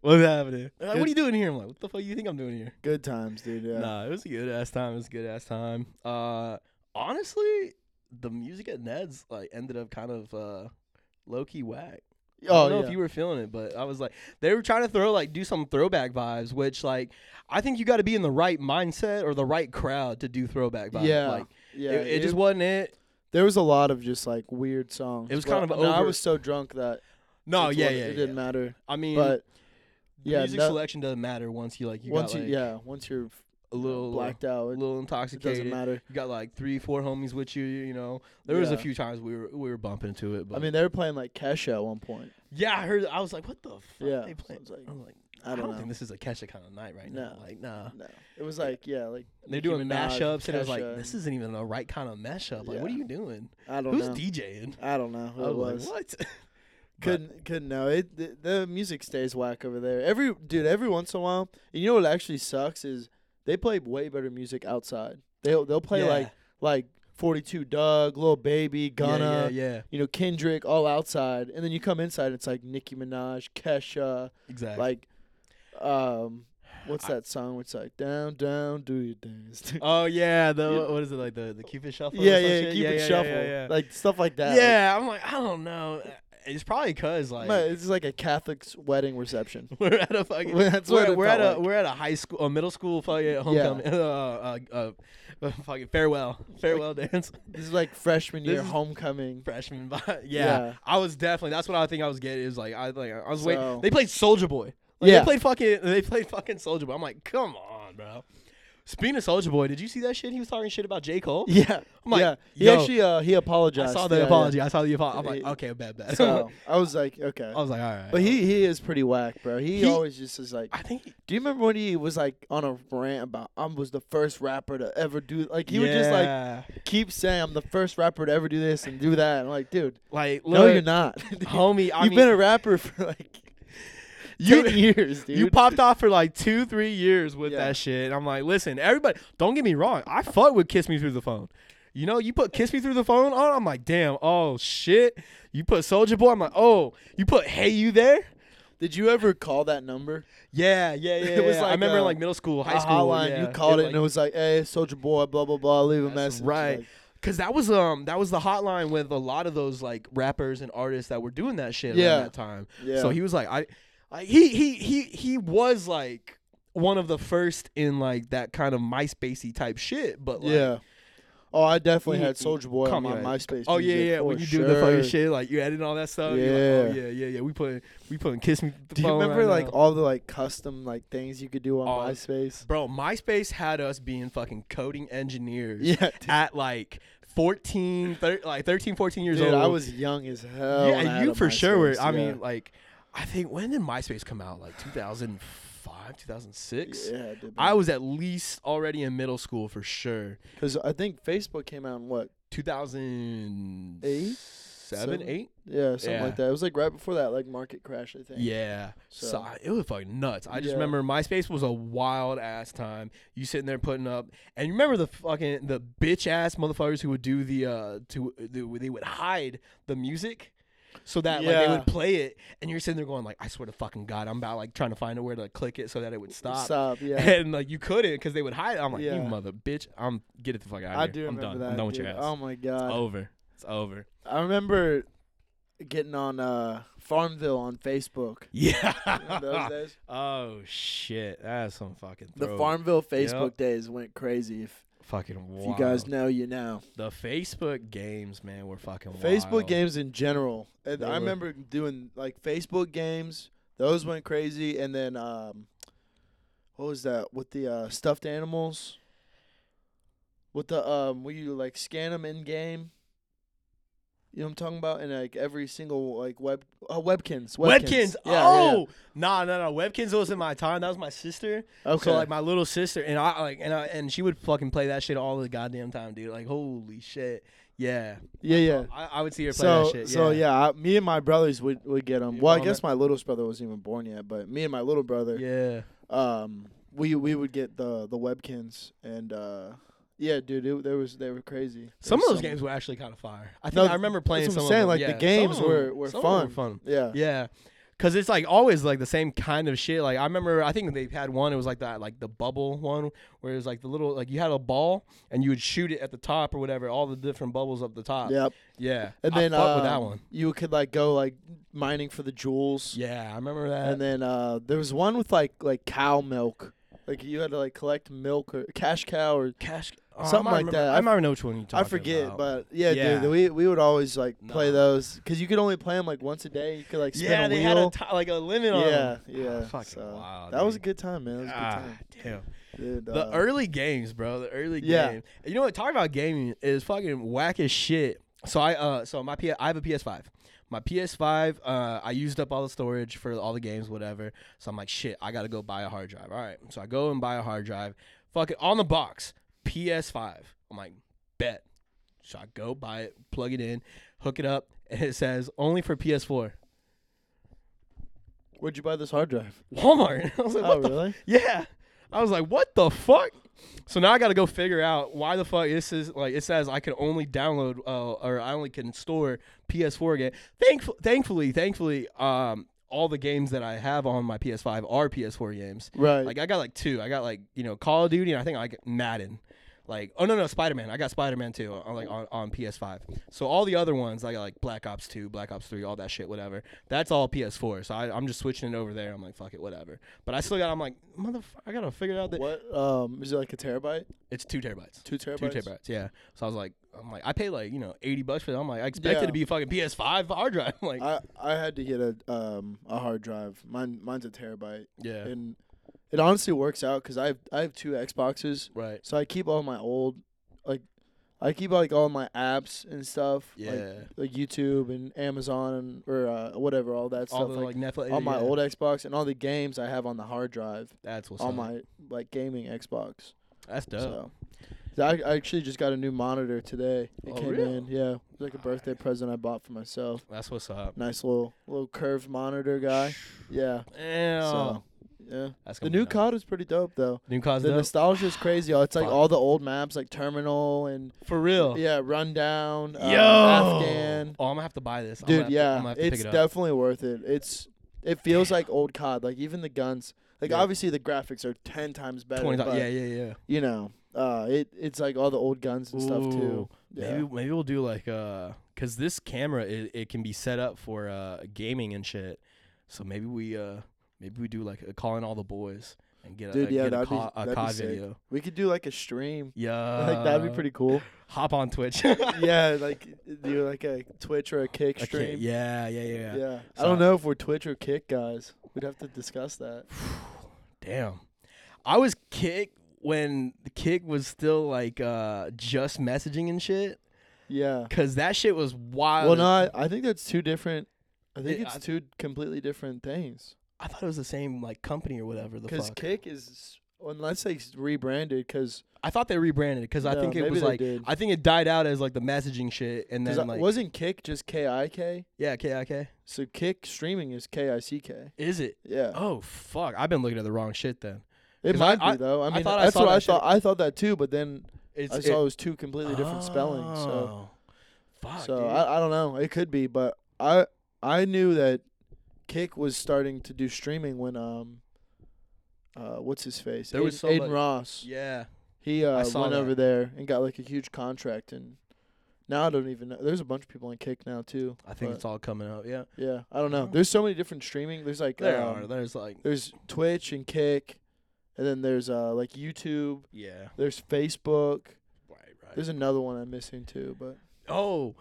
[SPEAKER 1] what's happening? They're like,
[SPEAKER 2] Good-
[SPEAKER 1] what are you doing here? I'm like, what the fuck you think I'm doing here?
[SPEAKER 2] Good times, dude. Yeah.
[SPEAKER 1] Nah, it was a good ass time. It was a good ass time. Uh, honestly, the music at Ned's like ended up kind of uh, low key whack. I
[SPEAKER 2] Oh,
[SPEAKER 1] don't know
[SPEAKER 2] yeah.
[SPEAKER 1] if you were feeling it, but I was like, they were trying to throw like do some throwback vibes, which like I think you got to be in the right mindset or the right crowd to do throwback vibes.
[SPEAKER 2] Yeah.
[SPEAKER 1] like
[SPEAKER 2] yeah.
[SPEAKER 1] it, it just wasn't it.
[SPEAKER 2] there was a lot of just like weird songs.
[SPEAKER 1] It was
[SPEAKER 2] but-
[SPEAKER 1] kind of
[SPEAKER 2] and I
[SPEAKER 1] over-
[SPEAKER 2] was so drunk that
[SPEAKER 1] No,
[SPEAKER 2] it's
[SPEAKER 1] yeah,
[SPEAKER 2] what-
[SPEAKER 1] yeah,
[SPEAKER 2] it
[SPEAKER 1] yeah.
[SPEAKER 2] didn't matter.
[SPEAKER 1] I mean,
[SPEAKER 2] But
[SPEAKER 1] the
[SPEAKER 2] yeah,
[SPEAKER 1] music
[SPEAKER 2] no-
[SPEAKER 1] selection doesn't matter once you like you
[SPEAKER 2] once
[SPEAKER 1] got
[SPEAKER 2] you
[SPEAKER 1] like
[SPEAKER 2] yeah, once you're
[SPEAKER 1] a little
[SPEAKER 2] blacked out,
[SPEAKER 1] a
[SPEAKER 2] it,
[SPEAKER 1] little
[SPEAKER 2] it doesn't
[SPEAKER 1] intoxicated.
[SPEAKER 2] matter.
[SPEAKER 1] You got like three, four homies with you. You know, there was a
[SPEAKER 2] Yeah.
[SPEAKER 1] few times we were we were bumping into it. But
[SPEAKER 2] I mean, they were playing like Kesha at one point.
[SPEAKER 1] yeah, I heard. I was like, what the fuck?
[SPEAKER 2] Yeah,
[SPEAKER 1] they
[SPEAKER 2] so
[SPEAKER 1] playing?
[SPEAKER 2] it's like,
[SPEAKER 1] I'm like,
[SPEAKER 2] I don't, know.
[SPEAKER 1] think this is a Kesha kind of night right now.
[SPEAKER 2] No.
[SPEAKER 1] Like, nah.
[SPEAKER 2] no, it was like yeah, like
[SPEAKER 1] They're
[SPEAKER 2] Nicki
[SPEAKER 1] doing
[SPEAKER 2] Minaj,
[SPEAKER 1] mashups, and it was
[SPEAKER 2] Kesha,
[SPEAKER 1] like, this isn't even the right kind of mashup. Like, what are
[SPEAKER 2] Yeah.
[SPEAKER 1] you doing?
[SPEAKER 2] I don't
[SPEAKER 1] Who's
[SPEAKER 2] know.
[SPEAKER 1] DJing?
[SPEAKER 2] I don't know who
[SPEAKER 1] I
[SPEAKER 2] it
[SPEAKER 1] was like,
[SPEAKER 2] was.
[SPEAKER 1] what? But-
[SPEAKER 2] Couldn't couldn't know it. The, the music stays whack over there. Every dude, every once in a while, and you know what actually sucks is they play way better music outside. They'll they'll play
[SPEAKER 1] Yeah.
[SPEAKER 2] like like Forty Two Doug, Lil Baby,
[SPEAKER 1] Yeah,
[SPEAKER 2] Gunna,
[SPEAKER 1] Yeah, yeah,
[SPEAKER 2] you know Kendrick, all outside, and then you come inside, and it's like Nicki Minaj, Kesha,
[SPEAKER 1] exactly.
[SPEAKER 2] like um, what's
[SPEAKER 1] I-
[SPEAKER 2] that song? It's like down down do your dance.
[SPEAKER 1] oh yeah, the
[SPEAKER 2] You-
[SPEAKER 1] what is it like the the Cupid shuffle? or
[SPEAKER 2] yeah,
[SPEAKER 1] some
[SPEAKER 2] yeah,
[SPEAKER 1] shit?
[SPEAKER 2] keep
[SPEAKER 1] yeah,
[SPEAKER 2] it
[SPEAKER 1] yeah,
[SPEAKER 2] shuffle,
[SPEAKER 1] Yeah, yeah.
[SPEAKER 2] like stuff like that. like,
[SPEAKER 1] Yeah, I'm like, I don't know. It's probably cause like
[SPEAKER 2] Man, it's like a Catholic's wedding reception.
[SPEAKER 1] we're at a fucking
[SPEAKER 2] That's what
[SPEAKER 1] we're,
[SPEAKER 2] it
[SPEAKER 1] we're
[SPEAKER 2] felt
[SPEAKER 1] at a
[SPEAKER 2] like.
[SPEAKER 1] we're at a high school, a middle school fucking homecoming, uh, uh, uh, fucking farewell, farewell dance,
[SPEAKER 2] This is like freshman
[SPEAKER 1] This
[SPEAKER 2] year
[SPEAKER 1] is-
[SPEAKER 2] homecoming.
[SPEAKER 1] freshman. vibe. yeah,
[SPEAKER 2] Yeah.
[SPEAKER 1] I was definitely. That's what I think I was getting. Is like I like I was
[SPEAKER 2] So-
[SPEAKER 1] waiting. They played Soldier Boy. Like,
[SPEAKER 2] Yeah.
[SPEAKER 1] they played fucking. They played fucking Soldier Boy. I'm like, come on, bro. Speaking of Soldier Boy, did you see that shit? He was talking shit about J Cole.
[SPEAKER 2] Yeah,
[SPEAKER 1] I'm like,
[SPEAKER 2] yeah. He
[SPEAKER 1] yo,
[SPEAKER 2] actually uh, he
[SPEAKER 1] I
[SPEAKER 2] apologized.
[SPEAKER 1] saw the
[SPEAKER 2] Yeah, yeah.
[SPEAKER 1] apology. I saw the apology. I'm like,
[SPEAKER 2] Yeah.
[SPEAKER 1] okay, bad, bad.
[SPEAKER 2] So I was like, okay,
[SPEAKER 1] I was like, all right.
[SPEAKER 2] but he he is pretty whack, bro. He,
[SPEAKER 1] Oh, He-
[SPEAKER 2] always just is like.
[SPEAKER 1] I think
[SPEAKER 2] Do you remember when he was like on a rant about I was the first rapper to ever do like he would just like keep saying I'm the first rapper to ever do this and do that. I'm like, dude,
[SPEAKER 1] like
[SPEAKER 2] no,
[SPEAKER 1] look,
[SPEAKER 2] you're not.
[SPEAKER 1] homie. I
[SPEAKER 2] You've
[SPEAKER 1] mean,
[SPEAKER 2] been a rapper for like
[SPEAKER 1] you-
[SPEAKER 2] ten years, dude.
[SPEAKER 1] You popped off for like two, three years with
[SPEAKER 2] Yeah.
[SPEAKER 1] that shit. And I'm like, listen, everybody, don't get me wrong. I fuck with Kiss Me Through the Phone. You know, you put Kiss Me Through the Phone on, I'm like, damn, oh shit. You put Soldier Boy, I'm like, oh, you put Hey You there?
[SPEAKER 2] Did you ever call that number?
[SPEAKER 1] Yeah, yeah, yeah.
[SPEAKER 2] It was
[SPEAKER 1] yeah. I
[SPEAKER 2] like
[SPEAKER 1] remember
[SPEAKER 2] a-
[SPEAKER 1] like uh, middle school, high
[SPEAKER 2] A
[SPEAKER 1] school.
[SPEAKER 2] hotline.
[SPEAKER 1] yeah.
[SPEAKER 2] You called it,
[SPEAKER 1] was
[SPEAKER 2] and it was like, "Hey, Soldier Boy, blah blah blah. Leave a
[SPEAKER 1] That's
[SPEAKER 2] message."
[SPEAKER 1] right.
[SPEAKER 2] Like,
[SPEAKER 1] Cause that was um that was the hotline with a lot of those like rappers and artists that were doing that shit
[SPEAKER 2] Yeah.
[SPEAKER 1] around that time.
[SPEAKER 2] yeah.
[SPEAKER 1] So he was like, I, I he he he he was like one of the first in like that kind of MySpacey type shit. But like,
[SPEAKER 2] yeah. Oh, I definitely
[SPEAKER 1] He-
[SPEAKER 2] had Soldier Boy on
[SPEAKER 1] come
[SPEAKER 2] my
[SPEAKER 1] on.
[SPEAKER 2] MySpace.
[SPEAKER 1] Oh yeah,
[SPEAKER 2] music,
[SPEAKER 1] yeah. When
[SPEAKER 2] for
[SPEAKER 1] you do the fucking
[SPEAKER 2] sure.
[SPEAKER 1] shit, like you edit all that stuff. you're like, oh,
[SPEAKER 2] Yeah.
[SPEAKER 1] yeah, yeah, yeah. We put we putting kiss me.
[SPEAKER 2] Do you remember like
[SPEAKER 1] all-
[SPEAKER 2] all the like custom like things you could do on
[SPEAKER 1] Oh.
[SPEAKER 2] MySpace?
[SPEAKER 1] bro? MySpace had us being fucking coding engineers
[SPEAKER 2] Yeah, dude,
[SPEAKER 1] at like 14, thir- like 13, 14 years
[SPEAKER 2] Dude,
[SPEAKER 1] old.
[SPEAKER 2] I was young as hell. when I
[SPEAKER 1] yeah,
[SPEAKER 2] had
[SPEAKER 1] you
[SPEAKER 2] a
[SPEAKER 1] for sure were.
[SPEAKER 2] MySpace,
[SPEAKER 1] I
[SPEAKER 2] yeah.
[SPEAKER 1] mean, like, I think when did MySpace come out? Like two thousand five, two thousand six.
[SPEAKER 2] yeah, dude,
[SPEAKER 1] I was at least already in middle school for sure.
[SPEAKER 2] because I think Facebook came out in what?
[SPEAKER 1] 2007,
[SPEAKER 2] Eight?
[SPEAKER 1] 7,
[SPEAKER 2] Seven?
[SPEAKER 1] 8?
[SPEAKER 2] Yeah, something
[SPEAKER 1] Yeah.
[SPEAKER 2] like that. It was like right before that like market crash. I think.
[SPEAKER 1] Yeah. So.
[SPEAKER 2] So-
[SPEAKER 1] I- it was fucking nuts. I just
[SPEAKER 2] Yeah.
[SPEAKER 1] remember MySpace was a wild ass time. You sitting there putting up and you remember the fucking the bitch ass motherfuckers who would do the uh to the, they would hide the music. So that like they
[SPEAKER 2] Yeah.
[SPEAKER 1] would play it, and you're sitting there going like, I swear to fucking god, I'm about like trying to find a where to like, click it so that it would stop,
[SPEAKER 2] Stop. Yeah.
[SPEAKER 1] and like you couldn't because they would hide. it. I'm like, you
[SPEAKER 2] Yeah.
[SPEAKER 1] mother bitch, I'm get it the fuck out.
[SPEAKER 2] I
[SPEAKER 1] here.
[SPEAKER 2] do
[SPEAKER 1] I'm
[SPEAKER 2] remember
[SPEAKER 1] done.
[SPEAKER 2] that.
[SPEAKER 1] I'm done with
[SPEAKER 2] dude.
[SPEAKER 1] your ass.
[SPEAKER 2] Oh my god.
[SPEAKER 1] It's over. It's over.
[SPEAKER 2] I remember getting on uh, Farmville on Facebook. Remember those
[SPEAKER 1] Yeah.
[SPEAKER 2] days?
[SPEAKER 1] oh shit, that's some fucking.
[SPEAKER 2] The
[SPEAKER 1] throw.
[SPEAKER 2] Farmville Facebook days went crazy. If,
[SPEAKER 1] Fucking
[SPEAKER 2] if
[SPEAKER 1] wild.
[SPEAKER 2] you guys know, you know.
[SPEAKER 1] the Facebook games, man, were fucking
[SPEAKER 2] Facebook
[SPEAKER 1] wild.
[SPEAKER 2] games in general. And
[SPEAKER 1] They
[SPEAKER 2] I
[SPEAKER 1] were-
[SPEAKER 2] remember doing like Facebook games. Those went crazy, and then um, what was that with the uh, stuffed animals? With the um, where you like scan them in game. You know what I'm talking about? And like every single like web uh, webkins,
[SPEAKER 1] Webkins.
[SPEAKER 2] Yeah, yeah,
[SPEAKER 1] oh, nah, nah, nah. Webkins wasn't my time. That was my sister.
[SPEAKER 2] yeah. okay.
[SPEAKER 1] So like my little sister and I like and I and she would fucking play that shit all the goddamn time, dude. Like holy shit. Yeah.
[SPEAKER 2] yeah, yeah.
[SPEAKER 1] I, I would see her play
[SPEAKER 2] So,
[SPEAKER 1] that shit.
[SPEAKER 2] so
[SPEAKER 1] yeah.
[SPEAKER 2] yeah, I, me and my brothers would, would get them.
[SPEAKER 1] Yeah,
[SPEAKER 2] Well, I
[SPEAKER 1] all
[SPEAKER 2] guess my littlest brother wasn't even born yet, but me and my little brother,
[SPEAKER 1] Yeah.
[SPEAKER 2] um, we we would get the the webkins, and uh, Yeah, dude, it, there was they were crazy. There
[SPEAKER 1] Some of
[SPEAKER 2] was
[SPEAKER 1] those games were actually kind of fire. I think
[SPEAKER 2] No,
[SPEAKER 1] I remember playing
[SPEAKER 2] that's what
[SPEAKER 1] some
[SPEAKER 2] I'm
[SPEAKER 1] of
[SPEAKER 2] saying,
[SPEAKER 1] them.
[SPEAKER 2] like, the
[SPEAKER 1] yeah. Some
[SPEAKER 2] games
[SPEAKER 1] of them-
[SPEAKER 2] were- were
[SPEAKER 1] some of them
[SPEAKER 2] fun.
[SPEAKER 1] fun.
[SPEAKER 2] Yeah.
[SPEAKER 1] Yeah. Cause it's like always like the same kind of shit. Like I remember, I think they've had one. It was like that, like the bubble one, where it was like the little, like you had a ball and you would shoot it at the top or whatever, all the different bubbles up the top.
[SPEAKER 2] Yep.
[SPEAKER 1] yeah.
[SPEAKER 2] And
[SPEAKER 1] I
[SPEAKER 2] then
[SPEAKER 1] fuck with that
[SPEAKER 2] um,
[SPEAKER 1] one.
[SPEAKER 2] You could like go like mining for the jewels.
[SPEAKER 1] Yeah, I remember that.
[SPEAKER 2] And then uh, there was one with like like cow milk. Like you had to like collect milk or cash cow or
[SPEAKER 1] Cash,
[SPEAKER 2] I Something might like
[SPEAKER 1] remember,
[SPEAKER 2] remember- that. I
[SPEAKER 1] I
[SPEAKER 2] I-
[SPEAKER 1] might know which one you
[SPEAKER 2] I
[SPEAKER 1] talking
[SPEAKER 2] forget, but yeah,
[SPEAKER 1] Yeah.
[SPEAKER 2] dude, we we would always like play
[SPEAKER 1] Nah.
[SPEAKER 2] those because you could only play them like once a day. You could like spin
[SPEAKER 1] yeah,
[SPEAKER 2] a
[SPEAKER 1] they
[SPEAKER 2] wheel.
[SPEAKER 1] had a t- like a limit on.
[SPEAKER 2] yeah,
[SPEAKER 1] them.
[SPEAKER 2] yeah.
[SPEAKER 1] Ah, fucking
[SPEAKER 2] so
[SPEAKER 1] wild.
[SPEAKER 2] that was a
[SPEAKER 1] dude.
[SPEAKER 2] good time, man. That was a
[SPEAKER 1] Ah,
[SPEAKER 2] good time.
[SPEAKER 1] damn.
[SPEAKER 2] Dude,
[SPEAKER 1] The
[SPEAKER 2] uh,
[SPEAKER 1] early games, bro. The early
[SPEAKER 2] Yeah.
[SPEAKER 1] games. You know what? Talking about gaming is fucking whack as shit. So I uh so my P- I have a PS5. My PS5, uh, I used up all the storage for all the games, whatever. So I'm like, shit, I gotta go buy a hard drive. All right, so I go and buy a hard drive. Fuck it, on the box, PS5. I'm like, bet. So I go buy it, plug it in, hook it up, and it says only for PS4.
[SPEAKER 2] where'd you buy this hard drive?
[SPEAKER 1] Walmart. I was like, what
[SPEAKER 2] oh,
[SPEAKER 1] the
[SPEAKER 2] really?
[SPEAKER 1] yeah. I was like, what the fuck? So now I got to go figure out why the fuck this is like it says I can only download uh, or I only can store PS4 game. Thankful, thankfully, thankfully, um, all the games that I have on my PS5 are PS4 games.
[SPEAKER 2] Right.
[SPEAKER 1] Like I got like two. I got like you know Call of Duty and I think like Madden. Like oh no no Spider Man. I got Spider Man too on like on, on PS5. So all the other ones I got like Black Ops Two, Black Ops Three, all that shit, whatever. That's all PS4. So I, I'm just switching it over there. I'm like fuck it, whatever. But I still got. I'm like motherfucker. I gotta figure out that
[SPEAKER 2] what? Um, is it like a terabyte?
[SPEAKER 1] it's two terabytes.
[SPEAKER 2] Two terabytes.
[SPEAKER 1] Two terabytes, yeah. So I was like, I'm like, I paid like you know eighty bucks for that. I'm like, I expected
[SPEAKER 2] Yeah.
[SPEAKER 1] to be a fucking PS5 hard drive. I'm like,
[SPEAKER 2] I I had to get a um a hard drive. Mine mine's a terabyte,
[SPEAKER 1] yeah,
[SPEAKER 2] and it honestly works out because I have I have two Xboxes,
[SPEAKER 1] right,
[SPEAKER 2] so I keep all my old like I keep like all my apps and stuff. like-
[SPEAKER 1] Yeah.
[SPEAKER 2] Like, YouTube and Amazon and or uh, whatever, all that
[SPEAKER 1] all
[SPEAKER 2] stuff.
[SPEAKER 1] the like
[SPEAKER 2] like,
[SPEAKER 1] Netflix,
[SPEAKER 2] all my
[SPEAKER 1] yeah,
[SPEAKER 2] old Xbox and all the games I have on the hard drive
[SPEAKER 1] That's what's
[SPEAKER 2] on
[SPEAKER 1] up.
[SPEAKER 2] my like gaming Xbox.
[SPEAKER 1] That's dope.
[SPEAKER 2] So. So I I actually just got a new monitor today.
[SPEAKER 1] Oh,
[SPEAKER 2] It came
[SPEAKER 1] really?
[SPEAKER 2] in, yeah. It was like a
[SPEAKER 1] Nice.
[SPEAKER 2] birthday present I bought for myself.
[SPEAKER 1] That's what's up.
[SPEAKER 2] Nice little little curved monitor guy. Yeah.
[SPEAKER 1] Damn.
[SPEAKER 2] So yeah.
[SPEAKER 1] That's
[SPEAKER 2] The
[SPEAKER 1] gonna be
[SPEAKER 2] new
[SPEAKER 1] dope.
[SPEAKER 2] COD is pretty dope though.
[SPEAKER 1] New cause
[SPEAKER 2] The nostalgia is crazy. It's like
[SPEAKER 1] Fuck.
[SPEAKER 2] all the old maps, like Terminal and
[SPEAKER 1] For real.
[SPEAKER 2] yeah, Rundown, uh,
[SPEAKER 1] Yo.
[SPEAKER 2] Afghan.
[SPEAKER 1] Oh, I'm gonna have to buy this. I'm gonna have
[SPEAKER 2] Dude,
[SPEAKER 1] to- I'm gonna
[SPEAKER 2] yeah,
[SPEAKER 1] have to pick
[SPEAKER 2] it's
[SPEAKER 1] it up.
[SPEAKER 2] definitely worth it. It's it feels like old COD. Like even the guns. Like
[SPEAKER 1] Yeah.
[SPEAKER 2] obviously the graphics are ten times better.
[SPEAKER 1] 20
[SPEAKER 2] but,
[SPEAKER 1] Yeah, yeah, yeah.
[SPEAKER 2] You know, uh, it it's like all the old guns and stuff
[SPEAKER 1] Ooh.
[SPEAKER 2] too. Yeah.
[SPEAKER 1] Maybe maybe we'll do like uh, cause this camera it, it can be set up for uh gaming and shit. So maybe we uh maybe we do like a calling all the boys and get a
[SPEAKER 2] Dude,
[SPEAKER 1] uh,
[SPEAKER 2] yeah,
[SPEAKER 1] get a,
[SPEAKER 2] that'd be-
[SPEAKER 1] co- a
[SPEAKER 2] that'd be
[SPEAKER 1] COD
[SPEAKER 2] sick.
[SPEAKER 1] video.
[SPEAKER 2] We could do like a stream.
[SPEAKER 1] Yeah,
[SPEAKER 2] like that'd be pretty cool.
[SPEAKER 1] Hop on Twitch.
[SPEAKER 2] yeah, like do like a Twitch or a Kick
[SPEAKER 1] Okay,
[SPEAKER 2] stream.
[SPEAKER 1] Yeah, yeah, yeah, yeah.
[SPEAKER 2] Yeah. I
[SPEAKER 1] So-
[SPEAKER 2] don't know if we're Twitch or Kick guys. We'd have to discuss that.
[SPEAKER 1] Damn. I was kick when the kick was still like uh just messaging and shit.
[SPEAKER 2] Yeah.
[SPEAKER 1] Cause that shit was wild.
[SPEAKER 2] Well,
[SPEAKER 1] as-
[SPEAKER 2] no, I, I think that's two different. I think
[SPEAKER 1] Yeah,
[SPEAKER 2] it's
[SPEAKER 1] I-
[SPEAKER 2] two completely different things.
[SPEAKER 1] I thought it was the same like company or whatever. The
[SPEAKER 2] Because
[SPEAKER 1] fuck.
[SPEAKER 2] Kick is unless they s- rebranded. Because
[SPEAKER 1] I thought they rebranded because I
[SPEAKER 2] No,
[SPEAKER 1] think it
[SPEAKER 2] maybe
[SPEAKER 1] was
[SPEAKER 2] they
[SPEAKER 1] like
[SPEAKER 2] did.
[SPEAKER 1] I think it died out as like the messaging shit and then like
[SPEAKER 2] wasn't Kick just K I K?
[SPEAKER 1] yeah KIK.
[SPEAKER 2] So Kick streaming is K I C K.
[SPEAKER 1] Is it?
[SPEAKER 2] Yeah,
[SPEAKER 1] Oh fuck! I've been looking at the wrong shit then.
[SPEAKER 2] it
[SPEAKER 1] 'cause I-
[SPEAKER 2] might
[SPEAKER 1] I-
[SPEAKER 2] be though. I
[SPEAKER 1] I
[SPEAKER 2] mean,
[SPEAKER 1] thought I
[SPEAKER 2] that's
[SPEAKER 1] saw
[SPEAKER 2] what I
[SPEAKER 1] that shit.
[SPEAKER 2] thought. I thought that too, but then
[SPEAKER 1] It's
[SPEAKER 2] I
[SPEAKER 1] it-
[SPEAKER 2] saw it was two completely different spelling. So
[SPEAKER 1] Oh, fuck.
[SPEAKER 2] So
[SPEAKER 1] dude.
[SPEAKER 2] I, I don't know. It could be, but I I knew that Kick was starting to do streaming when um uh what's his face?
[SPEAKER 1] There
[SPEAKER 2] Aiden,
[SPEAKER 1] was so
[SPEAKER 2] Aiden
[SPEAKER 1] much-
[SPEAKER 2] Ross.
[SPEAKER 1] yeah.
[SPEAKER 2] He uh
[SPEAKER 1] saw
[SPEAKER 2] went
[SPEAKER 1] that.
[SPEAKER 2] over there and got like a huge contract and now I don't even know. There's a bunch of people on Kick now too.
[SPEAKER 1] I think
[SPEAKER 2] but,
[SPEAKER 1] it's all coming out. Yeah.
[SPEAKER 2] yeah. I don't know.
[SPEAKER 1] Mhm.
[SPEAKER 2] There's so many different streaming. There's like
[SPEAKER 1] There
[SPEAKER 2] um,
[SPEAKER 1] are. There's like
[SPEAKER 2] there's Twitch and Kick, and then there's uh like YouTube.
[SPEAKER 1] yeah.
[SPEAKER 2] There's Facebook.
[SPEAKER 1] Right. Right.
[SPEAKER 2] There's another one I'm missing too, but
[SPEAKER 1] Oh,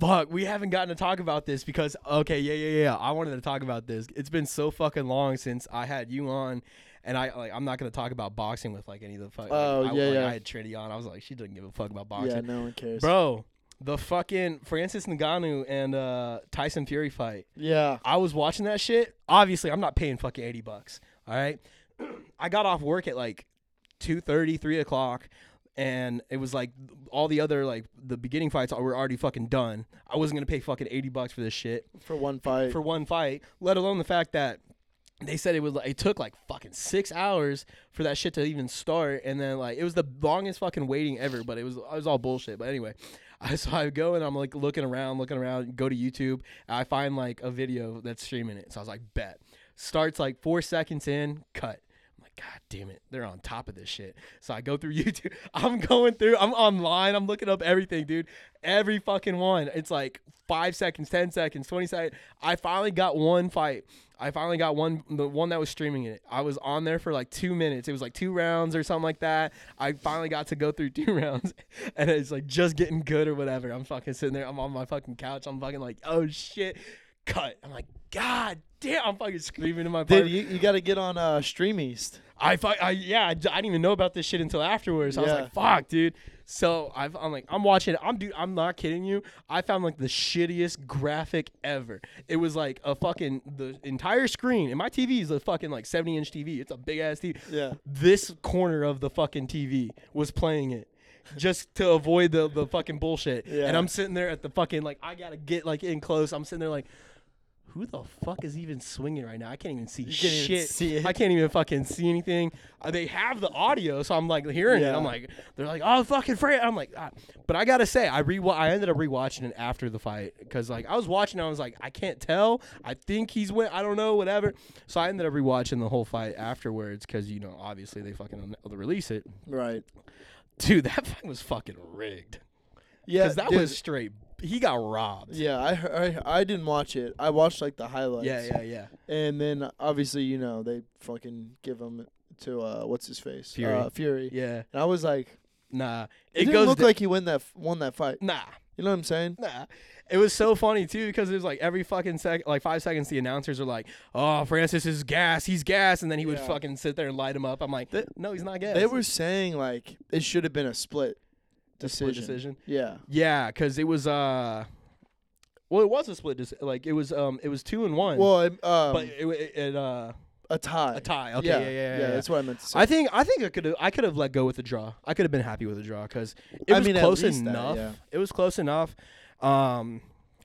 [SPEAKER 1] fuck. We haven't gotten to talk about this because, okay, yeah, yeah, yeah. I wanted to talk about this. It's been so fucking long since I had you on. And I like I'm not gonna talk about boxing with like any of the fuck. like,
[SPEAKER 2] Oh,
[SPEAKER 1] I,
[SPEAKER 2] yeah,
[SPEAKER 1] like,
[SPEAKER 2] yeah.
[SPEAKER 1] I had Trinity on. I was like, she doesn't give a fuck about boxing,
[SPEAKER 2] yeah, no one cares.
[SPEAKER 1] bro. The fucking Francis Ngannou and uh, Tyson Fury fight.
[SPEAKER 2] Yeah.
[SPEAKER 1] I was watching that shit. Obviously, I'm not paying fucking 80 bucks. All right. I got off work at like 2.30, 3 o'clock. And it was like all the other, like the beginning fights were already fucking done. I wasn't going to pay fucking 80 bucks for this shit
[SPEAKER 2] For one fight.
[SPEAKER 1] for one fight, let alone the fact that they said it was like it took like fucking six hours for that shit to even start, and then like it was the longest fucking waiting ever. But it was it was all bullshit. But anyway, I so I go and I'm like looking around, looking around, go to YouTube, and I find like a video that's streaming it. So I was like, bet. Starts like four seconds in, cut. I'm like, God damn it, they're on top of this shit. So I go through YouTube. I'm going through. I'm online. I'm looking up everything, dude. Every fucking one. It's like five seconds, ten seconds, twenty seconds. I finally got one fight. I finally got one. The one that was streaming it. I was on there for like two minutes. It was like two rounds or something like that. I finally got to go through two rounds, and it's like just getting good or whatever. I'm fucking sitting there. I'm on my fucking couch. I'm fucking like, oh shit, cut. I'm like, God damn. I'm fucking screaming in my.
[SPEAKER 2] Dude,
[SPEAKER 1] apartment.
[SPEAKER 2] you, you got to get on uh, Stream East.
[SPEAKER 1] I, fu- I yeah, I, d- I didn't even know about this shit until afterwards. I was
[SPEAKER 2] Yeah.
[SPEAKER 1] like, fuck, dude. So I've, I'm like, I'm watching. I'm dude. I'm not kidding you. I found like the shittiest graphic ever. It was like a fucking the entire screen. And my TV is a fucking like 70 inch TV. It's a big ass TV.
[SPEAKER 2] Yeah.
[SPEAKER 1] This corner of the fucking TV was playing it. Just to avoid the, the fucking bullshit.
[SPEAKER 2] Yeah.
[SPEAKER 1] And I'm sitting there at the fucking like I gotta get like in close. I'm sitting there like, who the fuck is even swinging right now? I can't even see
[SPEAKER 2] can't even
[SPEAKER 1] shit.
[SPEAKER 2] see it.
[SPEAKER 1] I can't even fucking see anything. Uh, they have the audio, so I'm like hearing it.
[SPEAKER 2] Yeah.
[SPEAKER 1] I'm like, they're like, oh fucking Fran. I'm like, ah. but I gotta say, I re I ended up rewatching it after the fight because like I was watching, I was like, I can't tell. I think he's win. I don't know, whatever. So I ended up rewatching the whole fight afterwards because you know obviously they fucking un- release it.
[SPEAKER 2] Right.
[SPEAKER 1] Dude, that fight was fucking rigged
[SPEAKER 2] Yeah.
[SPEAKER 1] because that
[SPEAKER 2] dude,
[SPEAKER 1] was straight. He got robbed.
[SPEAKER 2] Yeah, I, hear- I hear- I didn't watch it. I watched like the highlights.
[SPEAKER 1] Yeah, yeah, yeah.
[SPEAKER 2] And then obviously you know they fucking give him to uh what's his face
[SPEAKER 1] Fury.
[SPEAKER 2] Uh, Fury.
[SPEAKER 1] Yeah,
[SPEAKER 2] And I was like,
[SPEAKER 1] nah.
[SPEAKER 2] it,
[SPEAKER 1] It
[SPEAKER 2] didn't
[SPEAKER 1] goes
[SPEAKER 2] look
[SPEAKER 1] da-
[SPEAKER 2] like he win that f- won that fight.
[SPEAKER 1] nah.
[SPEAKER 2] You know what I'm saying?
[SPEAKER 1] Nah. It was so funny too because it was like every fucking sec, like five seconds, the announcers are like, "Oh, Francis is gas. He's gas," and then he would
[SPEAKER 2] Yeah.
[SPEAKER 1] fucking sit there and light him up. I'm like, "No, he's not gas."
[SPEAKER 2] They were saying like it should have been a split
[SPEAKER 1] A split
[SPEAKER 2] decision.
[SPEAKER 1] decision.
[SPEAKER 2] Yeah.
[SPEAKER 1] Yeah, because it was uh, well, it was a split. Dis- like it was um, it was two and one.
[SPEAKER 2] Well, um,
[SPEAKER 1] but it, it, it uh,
[SPEAKER 2] a tie.
[SPEAKER 1] a tie. Okay,
[SPEAKER 2] yeah,
[SPEAKER 1] yeah, yeah, yeah. yeah.
[SPEAKER 2] That's what I meant to say.
[SPEAKER 1] I think I think I could I could have let go with the draw. I could have been happy with the draw because it
[SPEAKER 2] I
[SPEAKER 1] was
[SPEAKER 2] mean, at
[SPEAKER 1] close
[SPEAKER 2] least that,
[SPEAKER 1] enough.
[SPEAKER 2] yeah.
[SPEAKER 1] It was close enough. Um,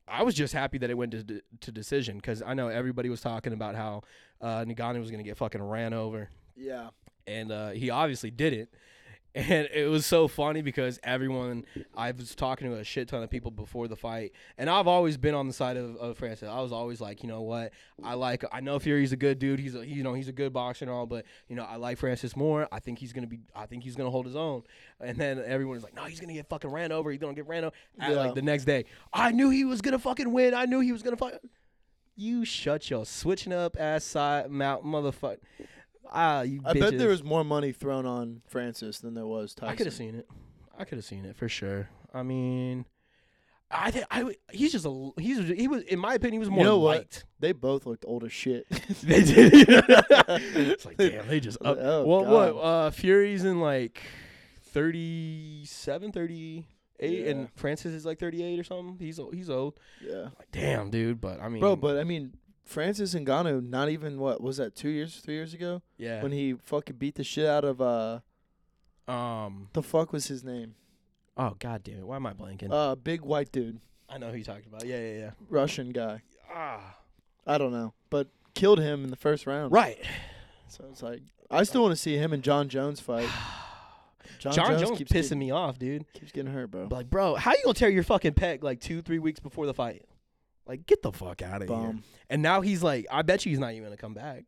[SPEAKER 1] I was just happy that it went to de- to decision because I know everybody was talking about how uh, Nagano was gonna get fucking ran over,
[SPEAKER 2] yeah.
[SPEAKER 1] and uh, he obviously didn't. And it was so funny because everyone I was talking to a shit ton of people before the fight, and I've always been on the side of, of Francis. I was always like, you know what, I like. I know Fury's a good dude. He's a he- you know he's a good boxer and all, but you know I like Francis more. I think he's gonna be. I think he's gonna hold his own. And then everyone was like, no, he's gonna get fucking ran over. He's gonna get ran over. And,
[SPEAKER 2] Yeah.
[SPEAKER 1] Like the next day, I knew he was gonna fucking win. I knew he was gonna fuck. You shut your switching up ass side mouth motherfucker. Ah, you.
[SPEAKER 2] I bet
[SPEAKER 1] bitches.
[SPEAKER 2] there was more money thrown on Francis than there was Tyson.
[SPEAKER 1] I could have seen it. I could have seen it for sure. I mean, I think I would- he's just a he's he was in my opinion he was more
[SPEAKER 2] know what?
[SPEAKER 1] liked.
[SPEAKER 2] They both looked old as shit.
[SPEAKER 1] They did. it's like damn, they just up.
[SPEAKER 2] Oh,
[SPEAKER 1] what
[SPEAKER 2] God.
[SPEAKER 1] what uh Fury's in like 37, 38
[SPEAKER 2] Yeah.
[SPEAKER 1] and Francis is like 38 or something. He's o- he's old.
[SPEAKER 2] yeah.
[SPEAKER 1] Like damn, dude, but I mean
[SPEAKER 2] Bro, but I mean, Francis Ngannou, not even what was that? Two years, three years ago,
[SPEAKER 1] yeah.
[SPEAKER 2] when he fucking beat the shit out of uh,
[SPEAKER 1] um
[SPEAKER 2] the fuck was his name?
[SPEAKER 1] oh god damn it. Why am I blanking?
[SPEAKER 2] Uh, big white dude,
[SPEAKER 1] I know who you're talking about. Yeah, yeah, yeah.
[SPEAKER 2] Russian guy.
[SPEAKER 1] Ah.
[SPEAKER 2] I don't know, but killed him in the first round.
[SPEAKER 1] Right.
[SPEAKER 2] So it's like I still want to see him and John Jones fight.
[SPEAKER 1] John, Jones,
[SPEAKER 2] keeps
[SPEAKER 1] pissing
[SPEAKER 2] getting,
[SPEAKER 1] me off, dude.
[SPEAKER 2] Keeps getting hurt, bro.
[SPEAKER 1] Like, bro, how you gonna tear your fucking pec like two, three weeks before the fight? Like, get the fuck out of here.
[SPEAKER 2] Bum.
[SPEAKER 1] And now he's like, I bet you he's not even gonna come back.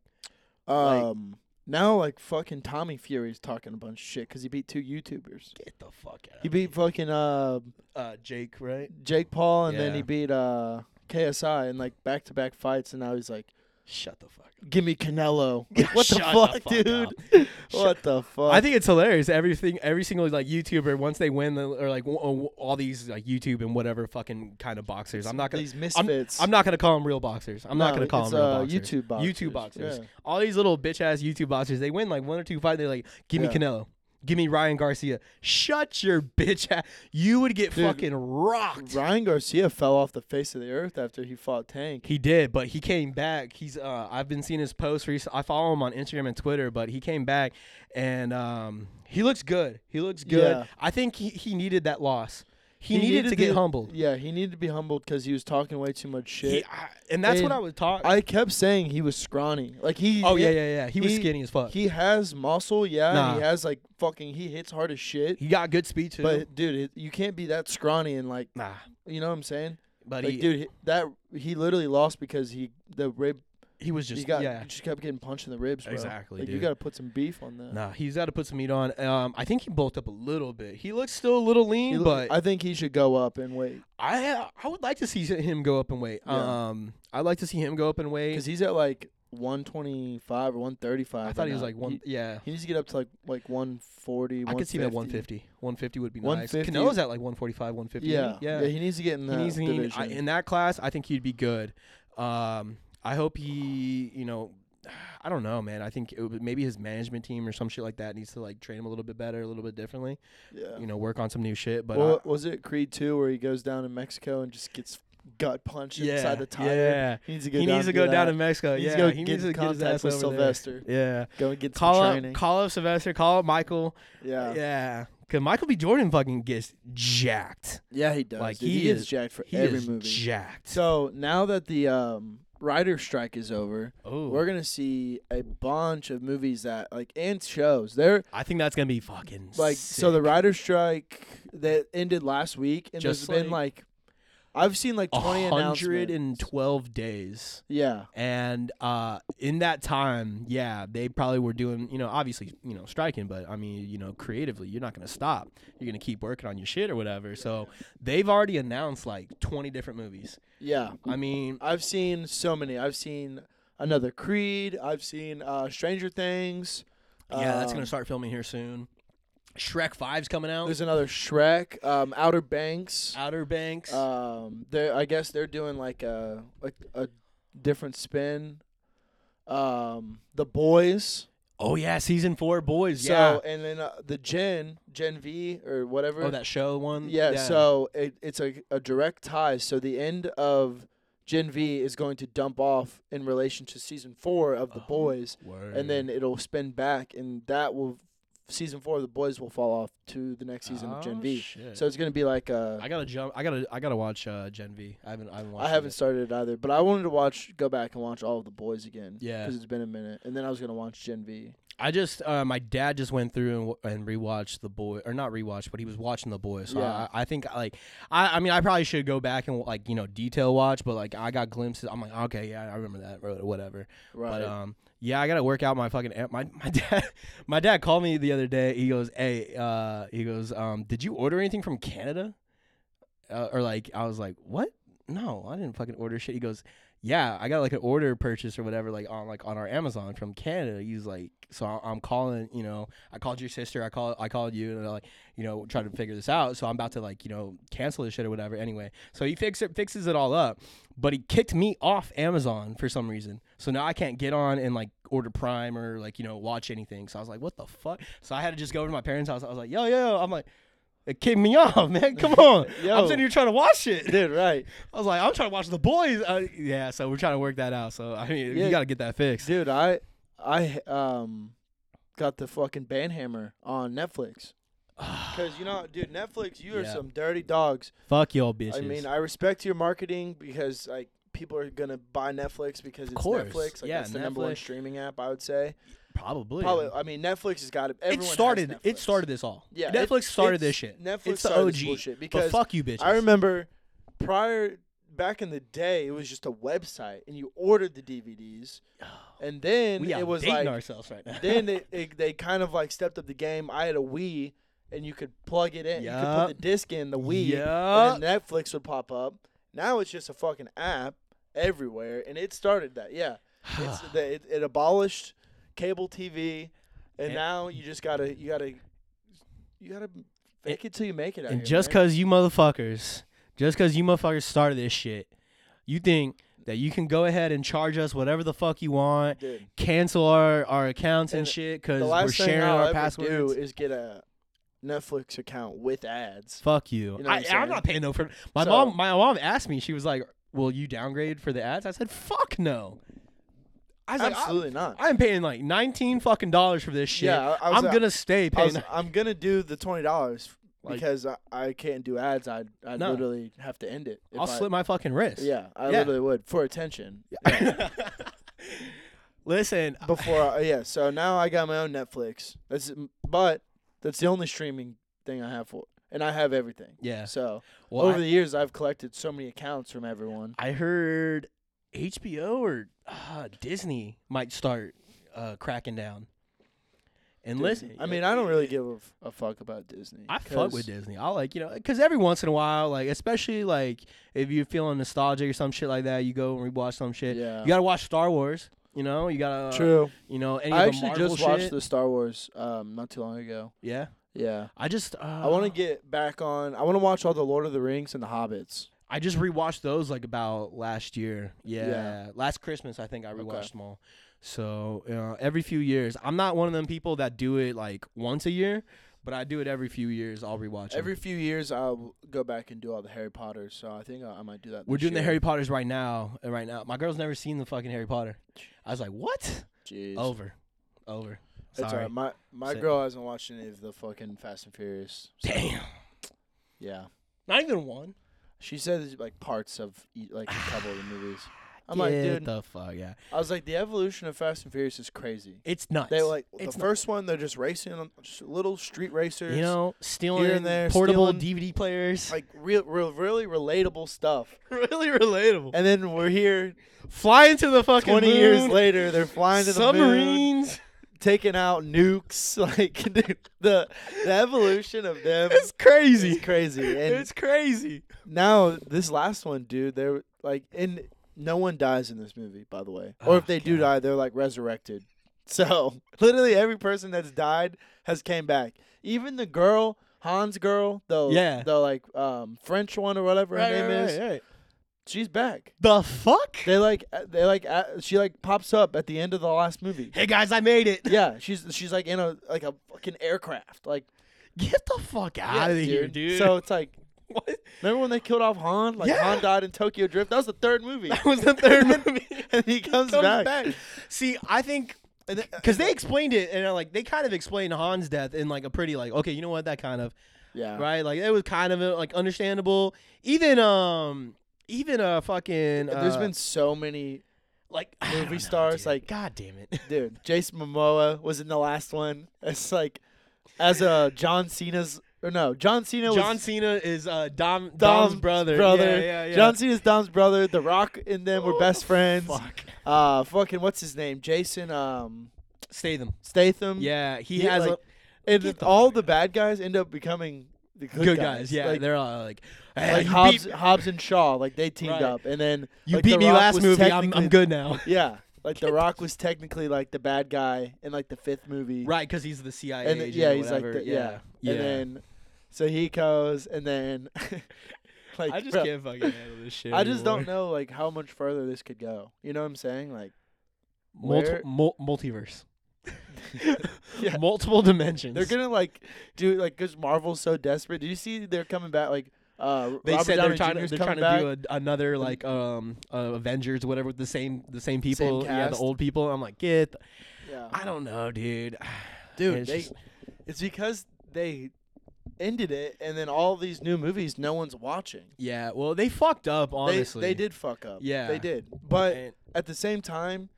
[SPEAKER 1] Like-
[SPEAKER 2] Um, now like fucking Tommy Fury's talking a bunch of shit because he beat two YouTubers.
[SPEAKER 1] Get the fuck out.
[SPEAKER 2] He beat fucking uh
[SPEAKER 1] uh, Jake, right?
[SPEAKER 2] Jake Paul and then
[SPEAKER 1] Yeah.
[SPEAKER 2] he beat uh KSI in like back to back fights, and now he's like,
[SPEAKER 1] Shut the fuck. up.
[SPEAKER 2] "Give me Canelo." what the
[SPEAKER 1] Shut
[SPEAKER 2] fuck,
[SPEAKER 1] fuck
[SPEAKER 2] dude?
[SPEAKER 1] up.
[SPEAKER 2] What the fuck?
[SPEAKER 1] I think it's hilarious. Everything, every single like YouTuber, once they win, the, or like w- w- all these like YouTube and whatever fucking kind of boxers. I'm not gonna.
[SPEAKER 2] these misfits.
[SPEAKER 1] I'm not gonna call them real boxers. I'm not
[SPEAKER 2] No,
[SPEAKER 1] gonna call
[SPEAKER 2] it's,
[SPEAKER 1] them real
[SPEAKER 2] uh,
[SPEAKER 1] boxers.
[SPEAKER 2] YouTube boxers.
[SPEAKER 1] YouTube boxers.
[SPEAKER 2] Yeah.
[SPEAKER 1] All these little bitch ass YouTube boxers. They win like one or two fights. They're like, give me
[SPEAKER 2] Yeah.
[SPEAKER 1] Canelo. Give me Ryan Garcia. Shut your bitch ass. You would get
[SPEAKER 2] Dude,
[SPEAKER 1] fucking rocked.
[SPEAKER 2] Ryan Garcia fell off the face of the earth after he fought Tank.
[SPEAKER 1] He did, but he came back. He's uh, I've been seeing his posts recent. I follow him on Instagram and Twitter, but he came back and um, he looks good. He looks good.
[SPEAKER 2] Yeah.
[SPEAKER 1] I think he, he needed that loss. He, needed, to get
[SPEAKER 2] be-
[SPEAKER 1] humbled.
[SPEAKER 2] Yeah, he needed to be humbled because he was talking way too much shit.
[SPEAKER 1] He, I, and that's what
[SPEAKER 2] And
[SPEAKER 1] I was taught.
[SPEAKER 2] I kept saying he was scrawny. Like he.
[SPEAKER 1] oh yeah, yeah, yeah. He, was
[SPEAKER 2] he-
[SPEAKER 1] skinny as fuck. He,
[SPEAKER 2] He has muscle, yeah. and
[SPEAKER 1] Nah.
[SPEAKER 2] he has like fucking. He hits hard as shit.
[SPEAKER 1] got good speed too.
[SPEAKER 2] but dude, it, you can't be that scrawny and like
[SPEAKER 1] nah,
[SPEAKER 2] you know what I'm saying.
[SPEAKER 1] but
[SPEAKER 2] like
[SPEAKER 1] he
[SPEAKER 2] dude, he, that he literally lost because he the rib
[SPEAKER 1] he was
[SPEAKER 2] he
[SPEAKER 1] just
[SPEAKER 2] got
[SPEAKER 1] yeah.
[SPEAKER 2] just kept getting punched in the ribs, bro.
[SPEAKER 1] Exactly,
[SPEAKER 2] Like you
[SPEAKER 1] dude.
[SPEAKER 2] got to put some beef on that.
[SPEAKER 1] Nah, he's got to put some meat on. Um, I think he bulked up a little bit. He looks still a little
[SPEAKER 2] He
[SPEAKER 1] lean,
[SPEAKER 2] lo-
[SPEAKER 1] but
[SPEAKER 2] I think he should go up and wait
[SPEAKER 1] I I would like to see him go up in weight.
[SPEAKER 2] Yeah.
[SPEAKER 1] Um, I'd like to see him go up in weight.
[SPEAKER 2] because he's at like 125 or 135.
[SPEAKER 1] I
[SPEAKER 2] right
[SPEAKER 1] thought he was
[SPEAKER 2] now.
[SPEAKER 1] like one.
[SPEAKER 2] He,
[SPEAKER 1] yeah,
[SPEAKER 2] he needs to get up to like like 140.
[SPEAKER 1] I could see him at
[SPEAKER 2] 150.
[SPEAKER 1] 150. 150 would be nice.
[SPEAKER 2] 150.
[SPEAKER 1] Canelo's at like 145, 150.
[SPEAKER 2] Yeah.
[SPEAKER 1] yeah.
[SPEAKER 2] he needs to get in
[SPEAKER 1] He
[SPEAKER 2] that
[SPEAKER 1] needs- he-
[SPEAKER 2] division.
[SPEAKER 1] I- in that class, I think he'd be good. Um, I hope he, you know, I don't know, man. I think it would, maybe his management team or some shit like that needs to like train him a little bit better, a little bit differently.
[SPEAKER 2] yeah.
[SPEAKER 1] You know, work on some new shit. But
[SPEAKER 2] well,
[SPEAKER 1] I-
[SPEAKER 2] was it Creed 2 where he goes down in Mexico and just gets gut punched
[SPEAKER 1] yeah,
[SPEAKER 2] inside the tire?
[SPEAKER 1] yeah.
[SPEAKER 2] He needs to go
[SPEAKER 1] He
[SPEAKER 2] down
[SPEAKER 1] needs to
[SPEAKER 2] do
[SPEAKER 1] go
[SPEAKER 2] that.
[SPEAKER 1] down to Mexico.
[SPEAKER 2] He
[SPEAKER 1] yeah,
[SPEAKER 2] needs to go
[SPEAKER 1] he
[SPEAKER 2] get
[SPEAKER 1] needs
[SPEAKER 2] in
[SPEAKER 1] to get his
[SPEAKER 2] contact
[SPEAKER 1] ass
[SPEAKER 2] with
[SPEAKER 1] over there.
[SPEAKER 2] Sylvester.
[SPEAKER 1] Yeah.
[SPEAKER 2] Go and get
[SPEAKER 1] Call
[SPEAKER 2] some
[SPEAKER 1] up,
[SPEAKER 2] training.
[SPEAKER 1] call up Sylvester. Call up Michael.
[SPEAKER 2] yeah. yeah.
[SPEAKER 1] Yeah, because Michael B. Jordan fucking gets jacked.
[SPEAKER 2] he does.
[SPEAKER 1] Like,
[SPEAKER 2] dude.
[SPEAKER 1] he
[SPEAKER 2] he gets
[SPEAKER 1] is-
[SPEAKER 2] jacked for
[SPEAKER 1] He
[SPEAKER 2] every
[SPEAKER 1] is
[SPEAKER 2] movie.
[SPEAKER 1] jacked.
[SPEAKER 2] So now that the um, writer strike is over,
[SPEAKER 1] oh,
[SPEAKER 2] we're gonna see a bunch of movies that like and shows. They're
[SPEAKER 1] I think that's gonna be fucking
[SPEAKER 2] like so the
[SPEAKER 1] sick.
[SPEAKER 2] writers' strike that ended last week, and
[SPEAKER 1] Just
[SPEAKER 2] there's been like I've seen like twenty announcements.
[SPEAKER 1] 112 days.
[SPEAKER 2] Yeah,
[SPEAKER 1] And uh, in that time, yeah, they probably were doing, you know, obviously, you know, striking, but I mean, you know, creatively, you're not going to stop. You're going to keep working on your shit or whatever. So they've already announced like 20 different movies.
[SPEAKER 2] yeah.
[SPEAKER 1] I mean,
[SPEAKER 2] I've seen so many. I've seen another Creed. I've seen uh, Stranger Things.
[SPEAKER 1] yeah, that's
[SPEAKER 2] Um,
[SPEAKER 1] going to start filming here soon. Shrek 5's coming out.
[SPEAKER 2] There's another Shrek. Um, Outer Banks.
[SPEAKER 1] Outer Banks.
[SPEAKER 2] Um, they I guess they're doing like a like a different spin. Um, the boys.
[SPEAKER 1] oh, yeah, season four, boys. yeah.
[SPEAKER 2] So and then uh, the Gen Gen V or whatever.
[SPEAKER 1] Oh, that show one?
[SPEAKER 2] yeah, So it, it's a a direct tie. So the end of Gen V is going to dump off in relation to season four of the
[SPEAKER 1] Oh,
[SPEAKER 2] boys,
[SPEAKER 1] Word.
[SPEAKER 2] and then it'll spin back, and that will season four of the boys will fall off to the next season of Gen
[SPEAKER 1] Oh,
[SPEAKER 2] V.
[SPEAKER 1] shit.
[SPEAKER 2] So it's gonna be like a
[SPEAKER 1] I gotta jump. I gotta. I gotta watch uh, Gen V. I haven't. I haven't watched.
[SPEAKER 2] I
[SPEAKER 1] it
[SPEAKER 2] haven't
[SPEAKER 1] yet.
[SPEAKER 2] started it either, but I wanted to watch, go back and watch all of the boys again.
[SPEAKER 1] Yeah.
[SPEAKER 2] because it's been a minute, and then I was gonna watch Gen V.
[SPEAKER 1] I just. Uh, my dad just went through and, w- and rewatched the boy, or not rewatched, but he was watching the boy. So
[SPEAKER 2] Yeah.
[SPEAKER 1] I, I think like. I. I mean, I probably should go back and like you know detail watch, but like I got glimpses. I'm like, okay, yeah, I remember that or whatever.
[SPEAKER 2] Right.
[SPEAKER 1] But um, yeah, I gotta work out my fucking am- my my dad. My dad called me the other day. He goes, "Hey, uh, he goes, um, did you order anything from Canada?" Uh, or like, I was like, "What? No, I didn't fucking order shit." He goes, "Yeah, I got like an order purchase or whatever, like on like on our Amazon from Canada." He's like, "So I- I'm calling, you know, I called your sister, I call, I called you, and I like, you know, try to figure this out. So I'm about to like, you know, cancel this shit or whatever." Anyway, so he fix it, fixes it all up, but he kicked me off Amazon for some reason. So now I can't get on and like order Prime or like you know watch anything. So I was like, what the fuck? So I had to just go over to my parents' house. I was like, yo yo, yo. I'm like. It kicked me off, man. Come on, I'm
[SPEAKER 2] Yo.
[SPEAKER 1] sitting here trying to watch it.
[SPEAKER 2] dude, right,
[SPEAKER 1] I was like, I'm trying to watch the boys. Uh, yeah, so we're trying to work that out. So I mean,
[SPEAKER 2] Yeah.
[SPEAKER 1] you got to get that fixed.
[SPEAKER 2] dude. I, I um, got the fucking banhammer on Netflix. Cause you know, dude, Netflix, you are
[SPEAKER 1] Yeah.
[SPEAKER 2] some dirty dogs.
[SPEAKER 1] Fuck y'all bitches.
[SPEAKER 2] I mean, I respect your marketing because like people are gonna buy Netflix because it's
[SPEAKER 1] course.
[SPEAKER 2] Netflix. Like
[SPEAKER 1] Yeah,
[SPEAKER 2] that's the number one
[SPEAKER 1] Netflix.
[SPEAKER 2] streaming app, I would say.
[SPEAKER 1] probably.
[SPEAKER 2] Probably, I mean, Netflix has got it.
[SPEAKER 1] it
[SPEAKER 2] Everyone has
[SPEAKER 1] started. It
[SPEAKER 2] Netflix.
[SPEAKER 1] started this all.
[SPEAKER 2] Yeah, it-
[SPEAKER 1] Netflix started
[SPEAKER 2] it's-
[SPEAKER 1] this shit.
[SPEAKER 2] Netflix
[SPEAKER 1] it's the
[SPEAKER 2] started this
[SPEAKER 1] OG.
[SPEAKER 2] bullshit
[SPEAKER 1] But
[SPEAKER 2] because
[SPEAKER 1] fuck you, bitches.
[SPEAKER 2] I remember prior back in the day, it was just a website, and you ordered the DVDs, and then
[SPEAKER 1] Oh. we are
[SPEAKER 2] it was
[SPEAKER 1] dating
[SPEAKER 2] like
[SPEAKER 1] ourselves right now.
[SPEAKER 2] then they, they they kind of like stepped up the game. I had a Wii, and you could plug it in. You could
[SPEAKER 1] Yup.
[SPEAKER 2] put the disc in the Wii,
[SPEAKER 1] Yeah.
[SPEAKER 2] and then Netflix would pop up. Now it's just a fucking app everywhere, and it started that. Yeah, it's, the, it, it abolished cable TV, and,
[SPEAKER 1] And-
[SPEAKER 2] now you just gotta you gotta you gotta fake it, till you make it. Out
[SPEAKER 1] And
[SPEAKER 2] here,
[SPEAKER 1] just
[SPEAKER 2] man.
[SPEAKER 1] because you motherfuckers, just because you motherfuckers started this shit, you think that you can go ahead and charge us whatever the fuck you want,
[SPEAKER 2] Dude,
[SPEAKER 1] cancel our, our accounts and,
[SPEAKER 2] And
[SPEAKER 1] shit because
[SPEAKER 2] the
[SPEAKER 1] we're
[SPEAKER 2] last thing
[SPEAKER 1] sharing
[SPEAKER 2] I'll
[SPEAKER 1] our
[SPEAKER 2] ever
[SPEAKER 1] passwords.
[SPEAKER 2] do is get a Netflix account with ads.
[SPEAKER 1] fuck you.
[SPEAKER 2] You know what
[SPEAKER 1] I,
[SPEAKER 2] I'm
[SPEAKER 1] I'm,
[SPEAKER 2] saying?
[SPEAKER 1] not paying no for. My
[SPEAKER 2] So-
[SPEAKER 1] mom, my mom asked me. She was like, "Will you downgrade for the ads?" I said, "Fuck no." I was
[SPEAKER 2] Absolutely not.
[SPEAKER 1] like, I, am paying like 19 fucking dollars for this shit.
[SPEAKER 2] Yeah, I- I was-
[SPEAKER 1] I'm gonna stay
[SPEAKER 2] I
[SPEAKER 1] paying.
[SPEAKER 2] was, I'm gonna do the twenty dollars
[SPEAKER 1] Like,
[SPEAKER 2] because I, I can't do ads. I'd I'd
[SPEAKER 1] No.
[SPEAKER 2] literally have to end it. if
[SPEAKER 1] I'll
[SPEAKER 2] I-
[SPEAKER 1] slit my fucking wrist.
[SPEAKER 2] Yeah, I
[SPEAKER 1] Yeah.
[SPEAKER 2] literally would for attention.
[SPEAKER 1] Listen, I-
[SPEAKER 2] Before I, yeah, so now I got my own Netflix. That's but that's the only streaming thing I have for, and I have everything.
[SPEAKER 1] yeah.
[SPEAKER 2] So
[SPEAKER 1] Well,
[SPEAKER 2] over
[SPEAKER 1] I,
[SPEAKER 2] the years, I've collected so many accounts from everyone.
[SPEAKER 1] I heard HBO or uh, Disney might start uh, cracking down. And listen,
[SPEAKER 2] Disney. I mean, I don't really give a, f- a fuck about Disney.
[SPEAKER 1] I fuck
[SPEAKER 2] 'cause-
[SPEAKER 1] with Disney. I like, you know, because every once in a while, like, especially like if you're feeling nostalgic or some shit like that, you go and rewatch some shit.
[SPEAKER 2] Yeah,
[SPEAKER 1] You gotta watch Star Wars. You know, you gotta,
[SPEAKER 2] true.
[SPEAKER 1] you know, any of
[SPEAKER 2] I
[SPEAKER 1] the
[SPEAKER 2] actually
[SPEAKER 1] Marvel
[SPEAKER 2] just watched
[SPEAKER 1] shit.
[SPEAKER 2] the Star Wars um not too long ago.
[SPEAKER 1] yeah,
[SPEAKER 2] Yeah,
[SPEAKER 1] I just, uh,
[SPEAKER 2] I want to get back on. I want to watch all the Lord of the Rings and the Hobbits.
[SPEAKER 1] I just rewatched those like about last year. Yeah,
[SPEAKER 2] Yeah.
[SPEAKER 1] last Christmas I think I
[SPEAKER 2] Okay.
[SPEAKER 1] rewatched them all. So uh, every few years, I'm not one of them people that do it like once a year, but I do it every few years. I'll rewatch 'em.
[SPEAKER 2] Every few years, I'll go back and do all the Harry Potter. So I think I, I might do that.
[SPEAKER 1] We're
[SPEAKER 2] this
[SPEAKER 1] doing the
[SPEAKER 2] year.
[SPEAKER 1] Harry Potters right now. And right now, my girl's never seen the fucking Harry Potter. I was like, what?
[SPEAKER 2] Jeez.
[SPEAKER 1] Over, over.
[SPEAKER 2] It's all
[SPEAKER 1] Oh, Sorry.
[SPEAKER 2] right. My my
[SPEAKER 1] Say-
[SPEAKER 2] girl hasn't watched any of the fucking Fast and Furious. so,
[SPEAKER 1] Damn,
[SPEAKER 2] Yeah.
[SPEAKER 1] not even one.
[SPEAKER 2] She said like parts of e- like a couple of the movies. I'm
[SPEAKER 1] Get
[SPEAKER 2] like, dude.
[SPEAKER 1] the fuck yeah.
[SPEAKER 2] I was like, the evolution of Fast and Furious is crazy.
[SPEAKER 1] It's nuts.
[SPEAKER 2] They like
[SPEAKER 1] It's not-
[SPEAKER 2] the first one, they're just racing, on- just little street racers.
[SPEAKER 1] you know, stealing
[SPEAKER 2] there,
[SPEAKER 1] portable
[SPEAKER 2] stealing-
[SPEAKER 1] DVD players.
[SPEAKER 2] like real, real, really relatable stuff.
[SPEAKER 1] really relatable.
[SPEAKER 2] And then we're here,
[SPEAKER 1] Flying to the fucking
[SPEAKER 2] 20 years
[SPEAKER 1] moon.
[SPEAKER 2] later, they're flying to the moon,
[SPEAKER 1] submarines.
[SPEAKER 2] taking out nukes. Like dude, the the evolution of them
[SPEAKER 1] It's crazy.
[SPEAKER 2] is crazy. And
[SPEAKER 1] it's crazy.
[SPEAKER 2] now this last one, dude, they're like, and no one dies in this movie, by the way. Or
[SPEAKER 1] Oh,
[SPEAKER 2] if they do
[SPEAKER 1] God.
[SPEAKER 2] die, they're like resurrected. So literally every person that's died has came back. Even the girl, Han's girl, the
[SPEAKER 1] Yeah.
[SPEAKER 2] the like um French one or whatever her name is, she's back.
[SPEAKER 1] The fuck?
[SPEAKER 2] They like uh, they like she like pops up at the end of the last movie.
[SPEAKER 1] Hey guys, I made it.
[SPEAKER 2] Yeah, she's she's like in a like a fucking aircraft. Like
[SPEAKER 1] Get the fuck out
[SPEAKER 2] yeah,
[SPEAKER 1] of here, dude.
[SPEAKER 2] So it's like
[SPEAKER 1] what?
[SPEAKER 2] remember when they killed off Han? Like
[SPEAKER 1] Yeah.
[SPEAKER 2] Han died in Tokyo Drift. That was the third movie.
[SPEAKER 1] that was the third movie.
[SPEAKER 2] and he comes, back.
[SPEAKER 1] See, I think
[SPEAKER 2] And then-
[SPEAKER 1] because they explained it and uh, like they kind of explained Han's death in like a pretty like okay, you know what? That kind of
[SPEAKER 2] yeah,
[SPEAKER 1] right. Like it was kind of uh, like understandable. Even um. Even uh, fucking uh,
[SPEAKER 2] There's been so many,
[SPEAKER 1] like I don't
[SPEAKER 2] movie
[SPEAKER 1] know,
[SPEAKER 2] stars,
[SPEAKER 1] dude.
[SPEAKER 2] like-
[SPEAKER 1] God damn it!
[SPEAKER 2] dude. Jason Momoa was in the last one. It's like as a John Cena's or no, John Cena was
[SPEAKER 1] John Cena is uh, Dom
[SPEAKER 2] Dom's
[SPEAKER 1] Dom's brother.
[SPEAKER 2] brother.
[SPEAKER 1] Yeah, yeah, yeah.
[SPEAKER 2] John Cena's Dom's brother. The Rock and them were
[SPEAKER 1] Oh,
[SPEAKER 2] best friends.
[SPEAKER 1] Fuck.
[SPEAKER 2] Uh, fucking what's his name? Jason um
[SPEAKER 1] Statham.
[SPEAKER 2] Statham.
[SPEAKER 1] Yeah, he,
[SPEAKER 2] He,
[SPEAKER 1] has uh,
[SPEAKER 2] like,
[SPEAKER 1] a,
[SPEAKER 2] and
[SPEAKER 1] Get the
[SPEAKER 2] all
[SPEAKER 1] fuck
[SPEAKER 2] the
[SPEAKER 1] out.
[SPEAKER 2] bad guys end up becoming the good,
[SPEAKER 1] good guys. Yeah,
[SPEAKER 2] like,
[SPEAKER 1] they're all like, "Hey,
[SPEAKER 2] like
[SPEAKER 1] you
[SPEAKER 2] Hobbs,
[SPEAKER 1] beat,
[SPEAKER 2] Hobbs and Shaw. Like they teamed
[SPEAKER 1] Right.
[SPEAKER 2] up, and then
[SPEAKER 1] you
[SPEAKER 2] like,
[SPEAKER 1] beat
[SPEAKER 2] The
[SPEAKER 1] me
[SPEAKER 2] Rock
[SPEAKER 1] last
[SPEAKER 2] was
[SPEAKER 1] movie. I'm, I'm
[SPEAKER 2] technically-
[SPEAKER 1] good now.
[SPEAKER 2] Yeah, like The Rock was technically like the bad guy in like the fifth movie.
[SPEAKER 1] Right, because he's the CIA
[SPEAKER 2] And then-
[SPEAKER 1] agent.
[SPEAKER 2] yeah,
[SPEAKER 1] or
[SPEAKER 2] he's like
[SPEAKER 1] whatever.
[SPEAKER 2] the- yeah.
[SPEAKER 1] yeah.
[SPEAKER 2] And then so he goes, and then like
[SPEAKER 1] I just
[SPEAKER 2] bro,
[SPEAKER 1] can't fucking handle this shit.
[SPEAKER 2] I just don't
[SPEAKER 1] anymore.
[SPEAKER 2] know like how much further this could go. You know what I'm saying? Like
[SPEAKER 1] Multi-
[SPEAKER 2] where-
[SPEAKER 1] mul- multiverse.
[SPEAKER 2] Yeah.
[SPEAKER 1] Multiple dimensions.
[SPEAKER 2] they're gonna like do like because Marvel's so desperate. Do you see they're coming back? Like uh,
[SPEAKER 1] They
[SPEAKER 2] Robert
[SPEAKER 1] said
[SPEAKER 2] Downey
[SPEAKER 1] they're trying to
[SPEAKER 2] Jr.'s
[SPEAKER 1] they're
[SPEAKER 2] coming
[SPEAKER 1] trying
[SPEAKER 2] back.
[SPEAKER 1] to do a, another like um uh, Avengers whatever with the same the same people yeah the
[SPEAKER 2] cast.
[SPEAKER 1] old people I'm like get the-
[SPEAKER 2] yeah.
[SPEAKER 1] I don't know dude
[SPEAKER 2] Dude,
[SPEAKER 1] It's
[SPEAKER 2] they-
[SPEAKER 1] just-
[SPEAKER 2] It's because they ended it, and then all these new movies, no one's watching.
[SPEAKER 1] yeah well they fucked up
[SPEAKER 2] They-
[SPEAKER 1] honestly
[SPEAKER 2] they, did fuck up.
[SPEAKER 1] Yeah.
[SPEAKER 2] they did. But
[SPEAKER 1] And-
[SPEAKER 2] at the same time,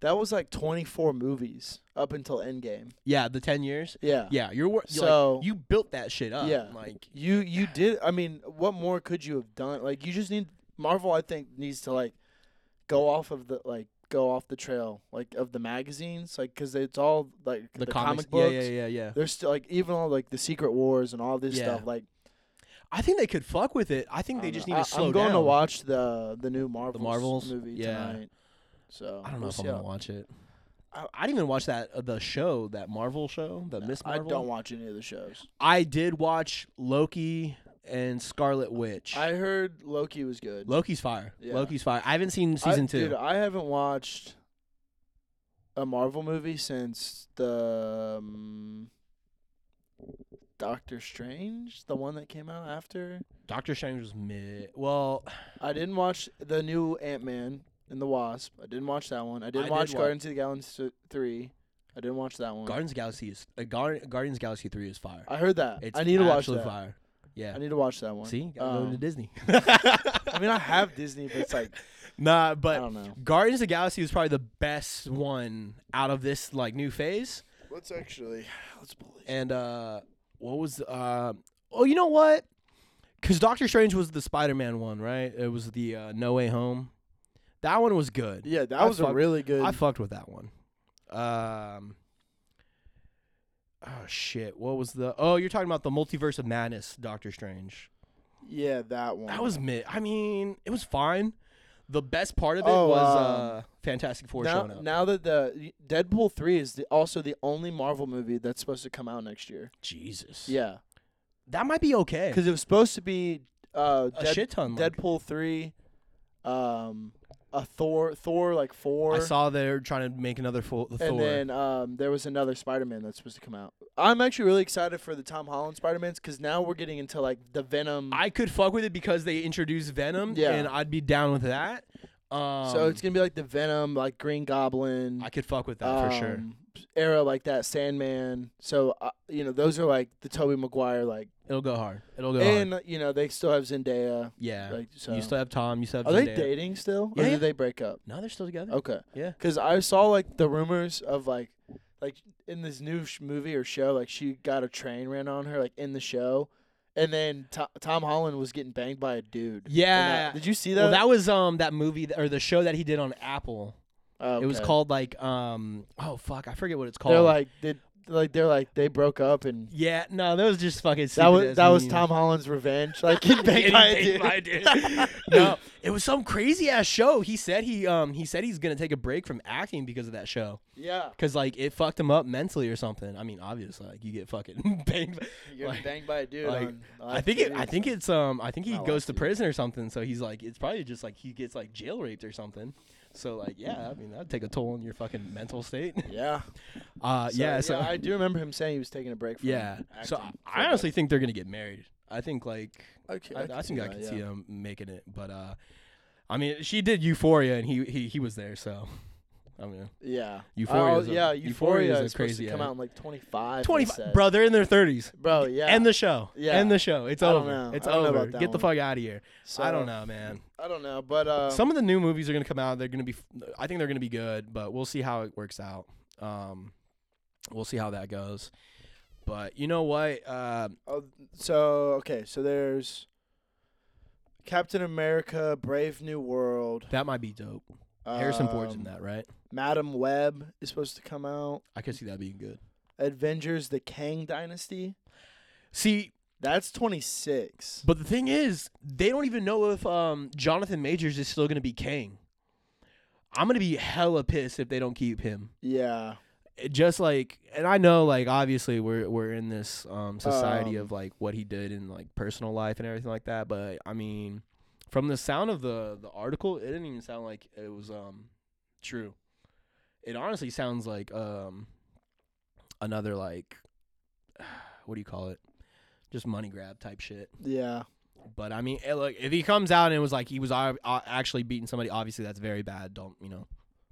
[SPEAKER 2] that was like 24 movies up until Endgame.
[SPEAKER 1] yeah the ten years
[SPEAKER 2] Yeah,
[SPEAKER 1] Yeah, you're wor- so
[SPEAKER 2] So-
[SPEAKER 1] like, you built that shit up.
[SPEAKER 2] Yeah.
[SPEAKER 1] like
[SPEAKER 2] You you did. I mean, what more could you have done? Like, you just need Marvel. I think needs to like go off of the like go off the trail like of the magazines, like because it's all like
[SPEAKER 1] the, comics.
[SPEAKER 2] comic books.
[SPEAKER 1] Yeah, yeah, yeah, yeah.
[SPEAKER 2] There's still like even all like the Secret Wars and all this
[SPEAKER 1] Yeah.
[SPEAKER 2] stuff. Like,
[SPEAKER 1] I think they could fuck with it. I think they
[SPEAKER 2] don't
[SPEAKER 1] just
[SPEAKER 2] know.
[SPEAKER 1] need to
[SPEAKER 2] I-
[SPEAKER 1] slow
[SPEAKER 2] I'm going
[SPEAKER 1] down.
[SPEAKER 2] to watch the the new Marvel
[SPEAKER 1] Marvels?
[SPEAKER 2] movie
[SPEAKER 1] Yeah.
[SPEAKER 2] tonight. So
[SPEAKER 1] I don't know
[SPEAKER 2] we'll
[SPEAKER 1] if I'm
[SPEAKER 2] see
[SPEAKER 1] gonna
[SPEAKER 2] how-
[SPEAKER 1] watch it. I, I didn't even watch that uh, the show that Marvel show the Miss
[SPEAKER 2] I
[SPEAKER 1] Marvel.
[SPEAKER 2] don't watch any of the shows.
[SPEAKER 1] I did watch Loki and Scarlet Witch.
[SPEAKER 2] I heard Loki was good.
[SPEAKER 1] Loki's fire.
[SPEAKER 2] Yeah.
[SPEAKER 1] Loki's fire. I haven't seen season
[SPEAKER 2] I, uh,
[SPEAKER 1] two.
[SPEAKER 2] Dude, I haven't watched a Marvel movie since the um, Doctor Strange, the one that came out after.
[SPEAKER 1] Doctor Strange was mid. Well,
[SPEAKER 2] I didn't watch the new Ant Man and the Wasp. I didn't watch that one. I didn't
[SPEAKER 1] I did
[SPEAKER 2] watch
[SPEAKER 1] wa-
[SPEAKER 2] Guardians of the Galaxy three. I I didn't watch that one.
[SPEAKER 1] Guardians of the Galaxy is uh, Gar- Guardians of the Galaxy three is fire.
[SPEAKER 2] I heard that.
[SPEAKER 1] It's
[SPEAKER 2] I need to watch
[SPEAKER 1] absolute
[SPEAKER 2] that.
[SPEAKER 1] fire. Yeah.
[SPEAKER 2] I need to watch that one.
[SPEAKER 1] See, gotta go
[SPEAKER 2] Um,
[SPEAKER 1] to Disney.
[SPEAKER 2] I mean, I have Disney, but it's like
[SPEAKER 1] nah,
[SPEAKER 2] I
[SPEAKER 1] but
[SPEAKER 2] don't know.
[SPEAKER 1] Guardians of the Galaxy was probably the best one out of this like new phase.
[SPEAKER 2] Let's actually let's believe.
[SPEAKER 1] And uh what was uh oh you know what? Because Doctor Strange was the Spider Man one, right? It was the uh, No Way Home. That one was good.
[SPEAKER 2] Yeah, that
[SPEAKER 1] I
[SPEAKER 2] was a
[SPEAKER 1] fuck-
[SPEAKER 2] really good.
[SPEAKER 1] I fucked with that one. Um. Oh shit! What was the? Oh, you're talking about the multiverse of madness, Doctor Strange.
[SPEAKER 2] yeah, that one.
[SPEAKER 1] That was mid. I mean, it was fine. The best part of it
[SPEAKER 2] Oh,
[SPEAKER 1] was
[SPEAKER 2] um,
[SPEAKER 1] uh, Fantastic Four
[SPEAKER 2] now,
[SPEAKER 1] showing up.
[SPEAKER 2] now that the Deadpool three is the, also the only Marvel movie that's supposed to come out next year.
[SPEAKER 1] Jesus.
[SPEAKER 2] Yeah,
[SPEAKER 1] That might be okay.
[SPEAKER 2] because it was supposed to be uh,
[SPEAKER 1] A
[SPEAKER 2] Dead-
[SPEAKER 1] shit ton. like-
[SPEAKER 2] Deadpool three, um, a Thor Thor like four.
[SPEAKER 1] I saw they're trying to make another full Thor.
[SPEAKER 2] And then um, there was another Spider-Man that's supposed to come out. I'm actually really excited for the Tom Holland Spider-Mans because now we're getting into like the Venom.
[SPEAKER 1] I could fuck with it because they introduced Venom,
[SPEAKER 2] Yeah.
[SPEAKER 1] and I'd be down with that. Um,
[SPEAKER 2] so it's gonna be like the Venom, like Green Goblin.
[SPEAKER 1] I could fuck with that for sure.
[SPEAKER 2] um, Era like that Sandman. So uh, you know those are like the Tobey Maguire like,
[SPEAKER 1] It'll go hard. It'll go hard.
[SPEAKER 2] and you know they still have Zendaya.
[SPEAKER 1] Yeah.
[SPEAKER 2] Like so.
[SPEAKER 1] You still have Tom. You still have.
[SPEAKER 2] are they
[SPEAKER 1] Zendaya.
[SPEAKER 2] dating still,
[SPEAKER 1] Yeah,
[SPEAKER 2] or
[SPEAKER 1] yeah.
[SPEAKER 2] did they break up?
[SPEAKER 1] No, they're still together.
[SPEAKER 2] Okay.
[SPEAKER 1] Yeah.
[SPEAKER 2] Because I saw like the rumors of like, like in this new sh- movie or show, like she got a train ran on her like in the show, and then To- Tom Holland was getting banged by a dude. in that-
[SPEAKER 1] Yeah.
[SPEAKER 2] uh, Did you see that?
[SPEAKER 1] Well, that was um that movie th- or the show that he did on Apple.
[SPEAKER 2] Oh,
[SPEAKER 1] It was
[SPEAKER 2] okay.
[SPEAKER 1] called like um oh fuck I forget what it's called.
[SPEAKER 2] They're like did like they're like they broke up and
[SPEAKER 1] yeah no that was just fucking
[SPEAKER 2] that
[SPEAKER 1] stupid
[SPEAKER 2] was
[SPEAKER 1] ass
[SPEAKER 2] that was
[SPEAKER 1] memes.
[SPEAKER 2] Tom Holland's revenge. Like getting
[SPEAKER 1] Getting
[SPEAKER 2] banged by a
[SPEAKER 1] banged
[SPEAKER 2] dude.
[SPEAKER 1] by a dude. no it was some crazy ass show. He said he um he said he's gonna take a break from acting because of that show
[SPEAKER 2] Yeah.
[SPEAKER 1] because like it fucked him up mentally or something. I mean obviously like you get fucking banged.
[SPEAKER 2] You're
[SPEAKER 1] Like-
[SPEAKER 2] banged by a dude.
[SPEAKER 1] like,
[SPEAKER 2] on,
[SPEAKER 1] I think it I think it's um I think he
[SPEAKER 2] Not
[SPEAKER 1] goes
[SPEAKER 2] last
[SPEAKER 1] to
[SPEAKER 2] year.
[SPEAKER 1] prison or something. So he's like it's probably just like he gets like jail raped or something. So like yeah I mean that'd take a toll on your fucking mental state.
[SPEAKER 2] Yeah.
[SPEAKER 1] Uh,
[SPEAKER 2] So,
[SPEAKER 1] yeah, so
[SPEAKER 2] I do remember him saying he was taking a break from
[SPEAKER 1] yeah. So
[SPEAKER 2] acting for
[SPEAKER 1] I
[SPEAKER 2] a
[SPEAKER 1] honestly think they're gonna get married. I think like
[SPEAKER 2] bit. Okay,
[SPEAKER 1] I, I,
[SPEAKER 2] can
[SPEAKER 1] think
[SPEAKER 2] see
[SPEAKER 1] I
[SPEAKER 2] that,
[SPEAKER 1] can
[SPEAKER 2] yeah.
[SPEAKER 1] see them making it, but uh, I mean she did Euphoria and he he, he was there, so I mean
[SPEAKER 2] Yeah.
[SPEAKER 1] Euphoria
[SPEAKER 2] Oh,
[SPEAKER 1] is a-
[SPEAKER 2] yeah,
[SPEAKER 1] Euphoria
[SPEAKER 2] Euphoria
[SPEAKER 1] is
[SPEAKER 2] is,
[SPEAKER 1] a
[SPEAKER 2] supposed
[SPEAKER 1] crazy
[SPEAKER 2] to come
[SPEAKER 1] ad.
[SPEAKER 2] out in like 25. they
[SPEAKER 1] twenty
[SPEAKER 2] said.
[SPEAKER 1] five bro they're in their thirties.
[SPEAKER 2] Bro, yeah.
[SPEAKER 1] End the show.
[SPEAKER 2] Yeah.
[SPEAKER 1] End the show. It's
[SPEAKER 2] I don't
[SPEAKER 1] over.
[SPEAKER 2] know.
[SPEAKER 1] It's
[SPEAKER 2] I don't know
[SPEAKER 1] over.
[SPEAKER 2] about that
[SPEAKER 1] Get the
[SPEAKER 2] one.
[SPEAKER 1] fuck out of here.
[SPEAKER 2] So,
[SPEAKER 1] I don't know, man.
[SPEAKER 2] I don't know, but uh,
[SPEAKER 1] Some of the new movies are gonna come out. They're gonna be. f- I think they're gonna be good, but we'll see how it works out. Um, we'll see how that goes. But you know what? Uh,
[SPEAKER 2] oh, so okay, so there's Captain America, Brave New World.
[SPEAKER 1] that might be dope. Harrison Ford's in
[SPEAKER 2] um,
[SPEAKER 1] that, right?
[SPEAKER 2] Madam Web is supposed to come out.
[SPEAKER 1] I could see that being good.
[SPEAKER 2] Avengers: The Kang Dynasty.
[SPEAKER 1] See,
[SPEAKER 2] That's 26.
[SPEAKER 1] but the thing is, they don't even know if um, Jonathan Majors is still going to be Kang. I'm going to be hella pissed if they don't keep him.
[SPEAKER 2] Yeah.
[SPEAKER 1] It just like, and I know, like, obviously we're we're in this um, society
[SPEAKER 2] Um,
[SPEAKER 1] of like what he did in like personal life and everything like that. But I mean, from the sound of the the article, it didn't even sound like it was um true. It honestly sounds like um another like what do you call it? Just money grab type shit.
[SPEAKER 2] Yeah.
[SPEAKER 1] But I mean, eh, look, if he comes out and it was like he was uh, uh, actually beating somebody, obviously that's very bad. Don't you know?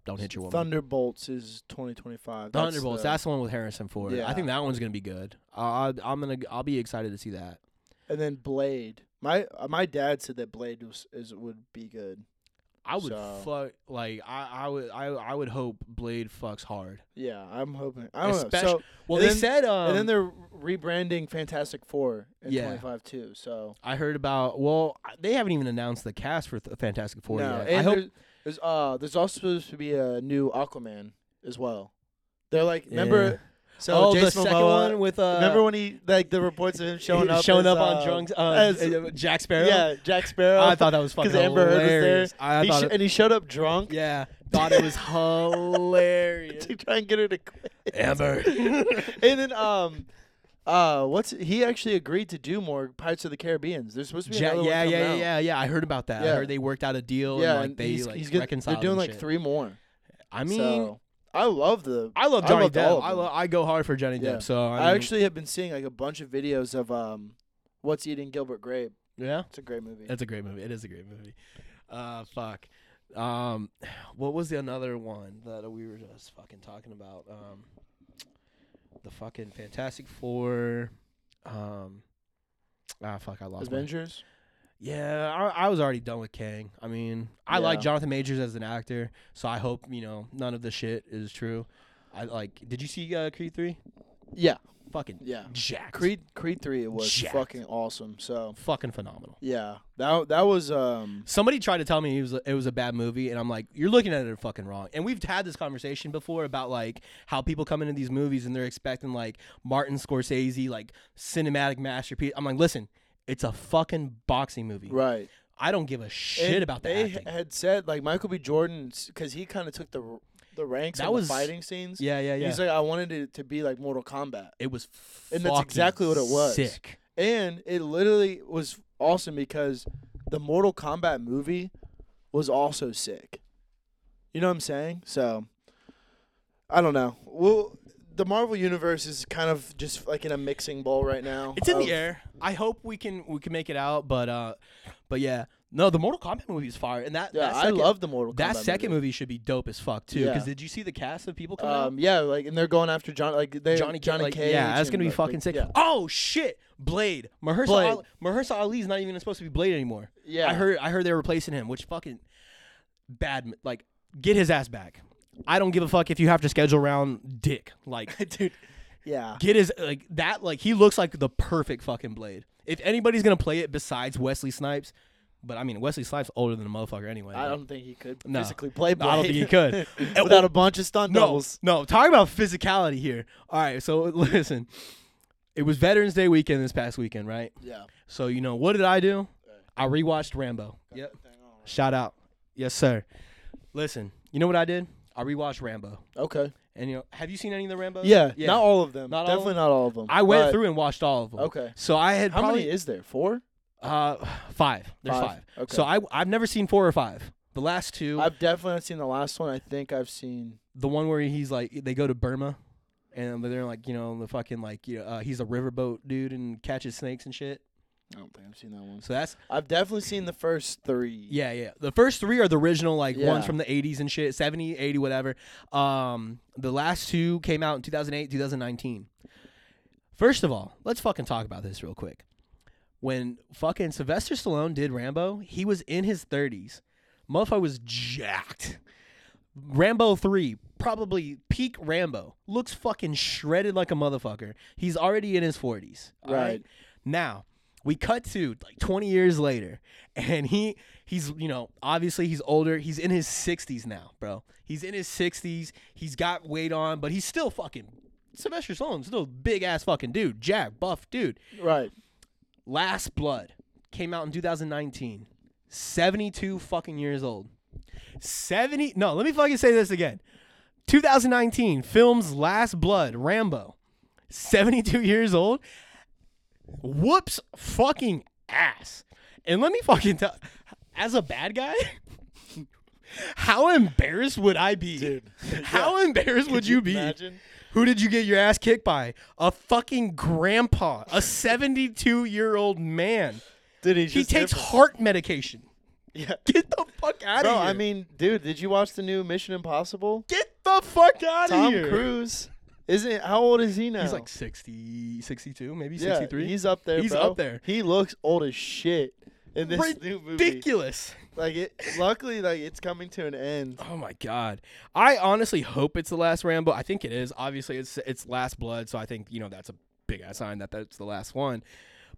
[SPEAKER 1] Don't hit your woman.
[SPEAKER 2] Thunderbolts is 2025. That's
[SPEAKER 1] Thunderbolts.
[SPEAKER 2] the-
[SPEAKER 1] That's the one with Harrison Ford. I think that one's gonna be good. I, I, I'm gonna. I'll be excited to see that.
[SPEAKER 2] and then Blade. My uh, my dad said that Blade was, is would be good.
[SPEAKER 1] I would
[SPEAKER 2] So-
[SPEAKER 1] fuck like I, I would I, I would hope Blade fucks hard.
[SPEAKER 2] Yeah, I'm hoping. I don't
[SPEAKER 1] Especi-
[SPEAKER 2] know. So,
[SPEAKER 1] Well,
[SPEAKER 2] And
[SPEAKER 1] they
[SPEAKER 2] then-
[SPEAKER 1] said. Um,
[SPEAKER 2] and then they're rebranding Fantastic Four in
[SPEAKER 1] Yeah.
[SPEAKER 2] 25 too. So
[SPEAKER 1] I heard about. Well, I- they haven't even announced the cast for th- Fantastic Four
[SPEAKER 2] no,
[SPEAKER 1] yet.
[SPEAKER 2] and
[SPEAKER 1] I hope.
[SPEAKER 2] there's, there's uh there's also supposed to be a new Aquaman as well. They're like remember so
[SPEAKER 1] oh, the
[SPEAKER 2] Jason
[SPEAKER 1] second
[SPEAKER 2] Momoa-
[SPEAKER 1] one with uh.
[SPEAKER 2] remember when he like the reports of him showing up
[SPEAKER 1] showing
[SPEAKER 2] as,
[SPEAKER 1] up on
[SPEAKER 2] uh,
[SPEAKER 1] drunks. Uh,
[SPEAKER 2] as-
[SPEAKER 1] uh, Jack Sparrow.
[SPEAKER 2] yeah Jack Sparrow
[SPEAKER 1] I thought that was fucking
[SPEAKER 2] because Amber Heard was there
[SPEAKER 1] hilarious. I
[SPEAKER 2] he
[SPEAKER 1] thought
[SPEAKER 2] sho-
[SPEAKER 1] it-
[SPEAKER 2] and he showed up drunk
[SPEAKER 1] yeah, thought it was hilarious.
[SPEAKER 2] to try and get her to quit
[SPEAKER 1] Amber.
[SPEAKER 2] and then um uh what's he actually agreed to do more Pirates of the Caribbeans there's supposed to be
[SPEAKER 1] Ja-
[SPEAKER 2] another
[SPEAKER 1] yeah, yeah,
[SPEAKER 2] one coming
[SPEAKER 1] yeah,
[SPEAKER 2] out.
[SPEAKER 1] yeah, yeah. I heard about that. I
[SPEAKER 2] Yeah.
[SPEAKER 1] heard they worked out a deal.
[SPEAKER 2] yeah,
[SPEAKER 1] and, like
[SPEAKER 2] and
[SPEAKER 1] they
[SPEAKER 2] he's,
[SPEAKER 1] like
[SPEAKER 2] he's gonna-
[SPEAKER 1] reconciled.
[SPEAKER 2] They're doing
[SPEAKER 1] and
[SPEAKER 2] like
[SPEAKER 1] shit.
[SPEAKER 2] three more.
[SPEAKER 1] I mean,
[SPEAKER 2] so, I love the.
[SPEAKER 1] I love
[SPEAKER 2] I
[SPEAKER 1] Johnny
[SPEAKER 2] loved all
[SPEAKER 1] Depp.
[SPEAKER 2] of
[SPEAKER 1] I,
[SPEAKER 2] them.
[SPEAKER 1] lo- I go hard for Johnny
[SPEAKER 2] Yeah.
[SPEAKER 1] Depp. So I,
[SPEAKER 2] I,
[SPEAKER 1] mean,
[SPEAKER 2] actually have been seeing like a bunch of videos of um, what's eating Gilbert Grape.
[SPEAKER 1] yeah,
[SPEAKER 2] It's a great movie.
[SPEAKER 1] that's a great movie. It is a great movie. Uh, fuck. Um, what was the another one that we were just fucking talking about? Um, the fucking Fantastic Four. Um, ah, fuck, I lost. my-
[SPEAKER 2] Avengers.
[SPEAKER 1] Yeah, I, I was already done with Kang. I mean, I like
[SPEAKER 2] Yeah.
[SPEAKER 1] Jonathan Majors as an actor, so I hope you know none of the shit is true. I like. Did you see uh, Creed three?
[SPEAKER 2] Yeah,
[SPEAKER 1] Fucking
[SPEAKER 2] yeah.
[SPEAKER 1] jacked.
[SPEAKER 2] Creed, Creed three. It was
[SPEAKER 1] Jacked.
[SPEAKER 2] fucking awesome. So
[SPEAKER 1] fucking phenomenal.
[SPEAKER 2] yeah, that that was um.
[SPEAKER 1] Somebody tried to tell me it was it was a bad movie, and I'm like, you're looking at it fucking wrong. And we've had this conversation before about like how people come into these movies and they're expecting like Martin Scorsese like cinematic masterpiece. I'm like, listen, it's a fucking boxing movie.
[SPEAKER 2] Right.
[SPEAKER 1] I don't give a shit
[SPEAKER 2] And
[SPEAKER 1] about the
[SPEAKER 2] They
[SPEAKER 1] acting.
[SPEAKER 2] had said like Michael B. Jordan because he kind of took the r- the ranks
[SPEAKER 1] That
[SPEAKER 2] on
[SPEAKER 1] was-
[SPEAKER 2] the fighting scenes.
[SPEAKER 1] yeah, yeah, yeah.
[SPEAKER 2] He's like, I wanted it to be like Mortal Kombat,
[SPEAKER 1] it was,
[SPEAKER 2] And that's
[SPEAKER 1] fucking
[SPEAKER 2] exactly what it was.
[SPEAKER 1] Sick.
[SPEAKER 2] and it literally was awesome because the Mortal Kombat movie was also sick. You know what I'm saying? So I don't know. Well, the Marvel universe is kind of just like in a mixing bowl right now.
[SPEAKER 1] It's in
[SPEAKER 2] of-
[SPEAKER 1] the air. I hope we can we can make it out, but uh, but yeah, no, the Mortal Kombat movie is fire, and that
[SPEAKER 2] Yeah,
[SPEAKER 1] that
[SPEAKER 2] I
[SPEAKER 1] second,
[SPEAKER 2] love the Mortal
[SPEAKER 1] that
[SPEAKER 2] Kombat
[SPEAKER 1] second
[SPEAKER 2] movie.
[SPEAKER 1] movie. should be dope as fuck too. Because
[SPEAKER 2] Yeah.
[SPEAKER 1] did you see the cast of people coming out?
[SPEAKER 2] Um, yeah, like and they're going after John, like they
[SPEAKER 1] Johnny, Johnny
[SPEAKER 2] Johnny
[SPEAKER 1] like,
[SPEAKER 2] Cage.
[SPEAKER 1] Yeah, that's
[SPEAKER 2] and,
[SPEAKER 1] gonna be
[SPEAKER 2] like,
[SPEAKER 1] fucking
[SPEAKER 2] like,
[SPEAKER 1] sick.
[SPEAKER 2] Yeah,
[SPEAKER 1] Oh shit, Blade. Mahershala,
[SPEAKER 2] Blade.
[SPEAKER 1] Ali, Mahershala Ali's not even supposed to be Blade anymore.
[SPEAKER 2] Yeah.
[SPEAKER 1] I heard. I heard they're replacing him, which fucking bad. m- Like, get his ass back. I don't give a fuck if you have to schedule around Dick. Like,
[SPEAKER 2] dude. Yeah,
[SPEAKER 1] get his like that. Like, he looks like the perfect fucking Blade. If anybody's gonna play it besides Wesley Snipes, but I mean Wesley Snipes older than a motherfucker anyway.
[SPEAKER 2] I
[SPEAKER 1] like,
[SPEAKER 2] don't think he could
[SPEAKER 1] No.
[SPEAKER 2] physically play.
[SPEAKER 1] No, I don't think he
[SPEAKER 2] Blade
[SPEAKER 1] could. And-
[SPEAKER 2] without a bunch of stunt
[SPEAKER 1] no,
[SPEAKER 2] doubles.
[SPEAKER 1] No, talking about physicality here. All right, so listen. It was Veterans Day weekend this past weekend, right?
[SPEAKER 2] Yeah.
[SPEAKER 1] So you know what did I do? I rewatched Rambo. Yep. Shout out. Yes, sir. Listen, you know what I did? I rewatched Rambo.
[SPEAKER 2] Okay.
[SPEAKER 1] And you know, have you seen any of the Rambo?
[SPEAKER 2] Yeah, not all of them.
[SPEAKER 1] Uh, Not all of
[SPEAKER 2] Definitely not all of them.
[SPEAKER 1] I went
[SPEAKER 2] but-
[SPEAKER 1] through and watched all of them.
[SPEAKER 2] Okay.
[SPEAKER 1] So I had
[SPEAKER 2] How
[SPEAKER 1] probably
[SPEAKER 2] many is there? Four.
[SPEAKER 1] uh five. There's five.
[SPEAKER 2] Five. Okay.
[SPEAKER 1] So I I've never seen four or five. The last two,
[SPEAKER 2] I've definitely not seen the last one. I think I've seen.
[SPEAKER 1] the one where he's like they go to Burma, and they're like you know the fucking like you know, uh, he's a riverboat dude and catches snakes and shit.
[SPEAKER 2] I don't think I've seen that one.
[SPEAKER 1] So that's
[SPEAKER 2] I've definitely seen the first three.
[SPEAKER 1] Yeah, yeah. The first three are the original, like ones
[SPEAKER 2] Yeah.
[SPEAKER 1] from the 80s and shit, 70, 80, whatever. Um, the last two came out in 2008, 2019. First of all, let's fucking talk about this real quick. When fucking Sylvester Stallone did Rambo, he was in his 30s. Motherfucker was jacked. Rambo 3, probably peak Rambo, looks fucking shredded like a motherfucker. He's already in his 40s. all
[SPEAKER 2] Right.
[SPEAKER 1] Now, we cut to like 20 years later and he he's you know obviously he's older he's in his 60s now bro he's in his 60s he's got weight on but he's still fucking Sylvester Stallone still a big ass fucking dude jack buff dude
[SPEAKER 2] Right.
[SPEAKER 1] Last Blood came out in 2019 72 fucking years old 70 no let me fucking say this again 2019 films Last Blood Rambo 72 years old whoops fucking ass. And let me fucking tell, as a bad guy, how embarrassed would I be?
[SPEAKER 2] Dude,
[SPEAKER 1] How embarrassed would you, be?
[SPEAKER 2] imagine?
[SPEAKER 1] Who did you get your ass kicked by? A fucking grandpa, a 72 year old man.
[SPEAKER 2] Did
[SPEAKER 1] He takes heart medication.
[SPEAKER 2] Yeah.
[SPEAKER 1] Get the fuck out
[SPEAKER 2] Bro,
[SPEAKER 1] of here.
[SPEAKER 2] I mean, dude, did you watch the new Mission Impossible?
[SPEAKER 1] get the fuck out of
[SPEAKER 2] Tom
[SPEAKER 1] here.
[SPEAKER 2] Cruise. Isn't how old is he now?
[SPEAKER 1] He's like 60, 62, maybe
[SPEAKER 2] Yeah,
[SPEAKER 1] 63.
[SPEAKER 2] He's up there.
[SPEAKER 1] He's
[SPEAKER 2] bro.
[SPEAKER 1] up there.
[SPEAKER 2] He looks old as shit in this new movie.
[SPEAKER 1] ridiculous.
[SPEAKER 2] Like it. Luckily, like it's coming to an end.
[SPEAKER 1] Oh my god. I honestly hope it's the last Rambo. I think it is. Obviously it's it's last blood, so I think, you know, that's a big ass sign that that's the last one.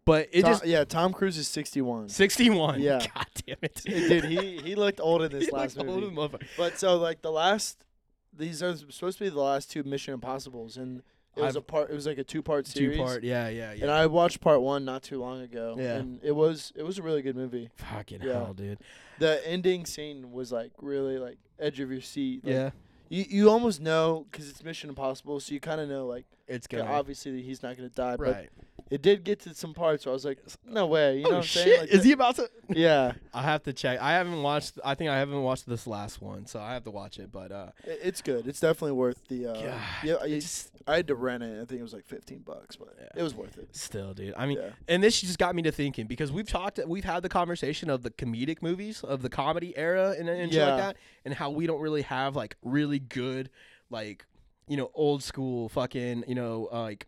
[SPEAKER 1] But it
[SPEAKER 2] Tom-
[SPEAKER 1] just
[SPEAKER 2] yeah, Tom Cruise is 61.
[SPEAKER 1] 61.
[SPEAKER 2] Yeah.
[SPEAKER 1] God damn it.
[SPEAKER 2] Dude, he he looked old in this
[SPEAKER 1] He looks
[SPEAKER 2] last movie.
[SPEAKER 1] old as a motherfucker.
[SPEAKER 2] But so like the last, these are supposed to be the last two Mission Impossibles, and it was
[SPEAKER 1] I've-
[SPEAKER 2] a part. It was like a two part
[SPEAKER 1] Two
[SPEAKER 2] series.
[SPEAKER 1] part. Yeah, yeah, yeah.
[SPEAKER 2] And I watched part one not too long ago.
[SPEAKER 1] Yeah.
[SPEAKER 2] And it was it was a really good movie.
[SPEAKER 1] Fucking
[SPEAKER 2] Yeah.
[SPEAKER 1] hell, dude.
[SPEAKER 2] The ending scene was like really like edge of your seat. Like,
[SPEAKER 1] yeah.
[SPEAKER 2] You you almost know because it's Mission Impossible, so you kind of know like
[SPEAKER 1] It's
[SPEAKER 2] okay,
[SPEAKER 1] going to
[SPEAKER 2] obviously he's not gonna die.
[SPEAKER 1] Right.
[SPEAKER 2] But it did get to some parts where I was like, no way. You know
[SPEAKER 1] Oh
[SPEAKER 2] what I'm
[SPEAKER 1] shit.
[SPEAKER 2] saying? Like,
[SPEAKER 1] is
[SPEAKER 2] the-
[SPEAKER 1] he about to
[SPEAKER 2] Yeah.
[SPEAKER 1] I have to check. I haven't watched I think I haven't watched this last one, so I have to watch it, but uh
[SPEAKER 2] i- It's good. It's definitely worth the. Uh,
[SPEAKER 1] God,
[SPEAKER 2] yeah, I,
[SPEAKER 1] it just-
[SPEAKER 2] I had to rent it. I think it was like fifteen bucks, but
[SPEAKER 1] Yeah.
[SPEAKER 2] it was worth it.
[SPEAKER 1] Still, dude. I mean,
[SPEAKER 2] Yeah.
[SPEAKER 1] and this just got me to thinking because we've talked, we've had the conversation of the comedic movies of the comedy era and, and shit like
[SPEAKER 2] Yeah.
[SPEAKER 1] that, and how we don't really have like really good, like you know old school fucking you know uh, like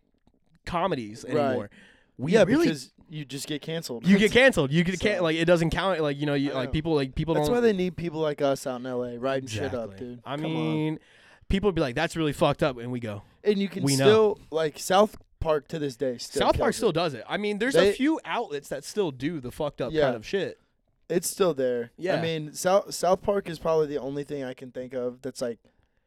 [SPEAKER 1] comedies
[SPEAKER 2] Right.
[SPEAKER 1] anymore. We
[SPEAKER 2] yeah,
[SPEAKER 1] really
[SPEAKER 2] because you just get canceled.
[SPEAKER 1] you get canceled. You get
[SPEAKER 2] So-
[SPEAKER 1] can like it doesn't count. Like you know you
[SPEAKER 2] I
[SPEAKER 1] like
[SPEAKER 2] know.
[SPEAKER 1] people like people
[SPEAKER 2] That's
[SPEAKER 1] don't.
[SPEAKER 2] why they need people like us out in L.A. riding shit up,
[SPEAKER 1] Exactly.
[SPEAKER 2] dude.
[SPEAKER 1] I
[SPEAKER 2] Come on.
[SPEAKER 1] mean, people would be like, "That's really fucked up," and we go.
[SPEAKER 2] and you can
[SPEAKER 1] we know.
[SPEAKER 2] still like South Park to this day. Still
[SPEAKER 1] South Park
[SPEAKER 2] kills it.
[SPEAKER 1] still does it. I mean, there's
[SPEAKER 2] They-
[SPEAKER 1] a few outlets that still do the fucked up
[SPEAKER 2] Yeah.
[SPEAKER 1] kind of shit.
[SPEAKER 2] It's still there. I
[SPEAKER 1] Yeah.
[SPEAKER 2] mean, South South Park is probably the only thing I can think of that's like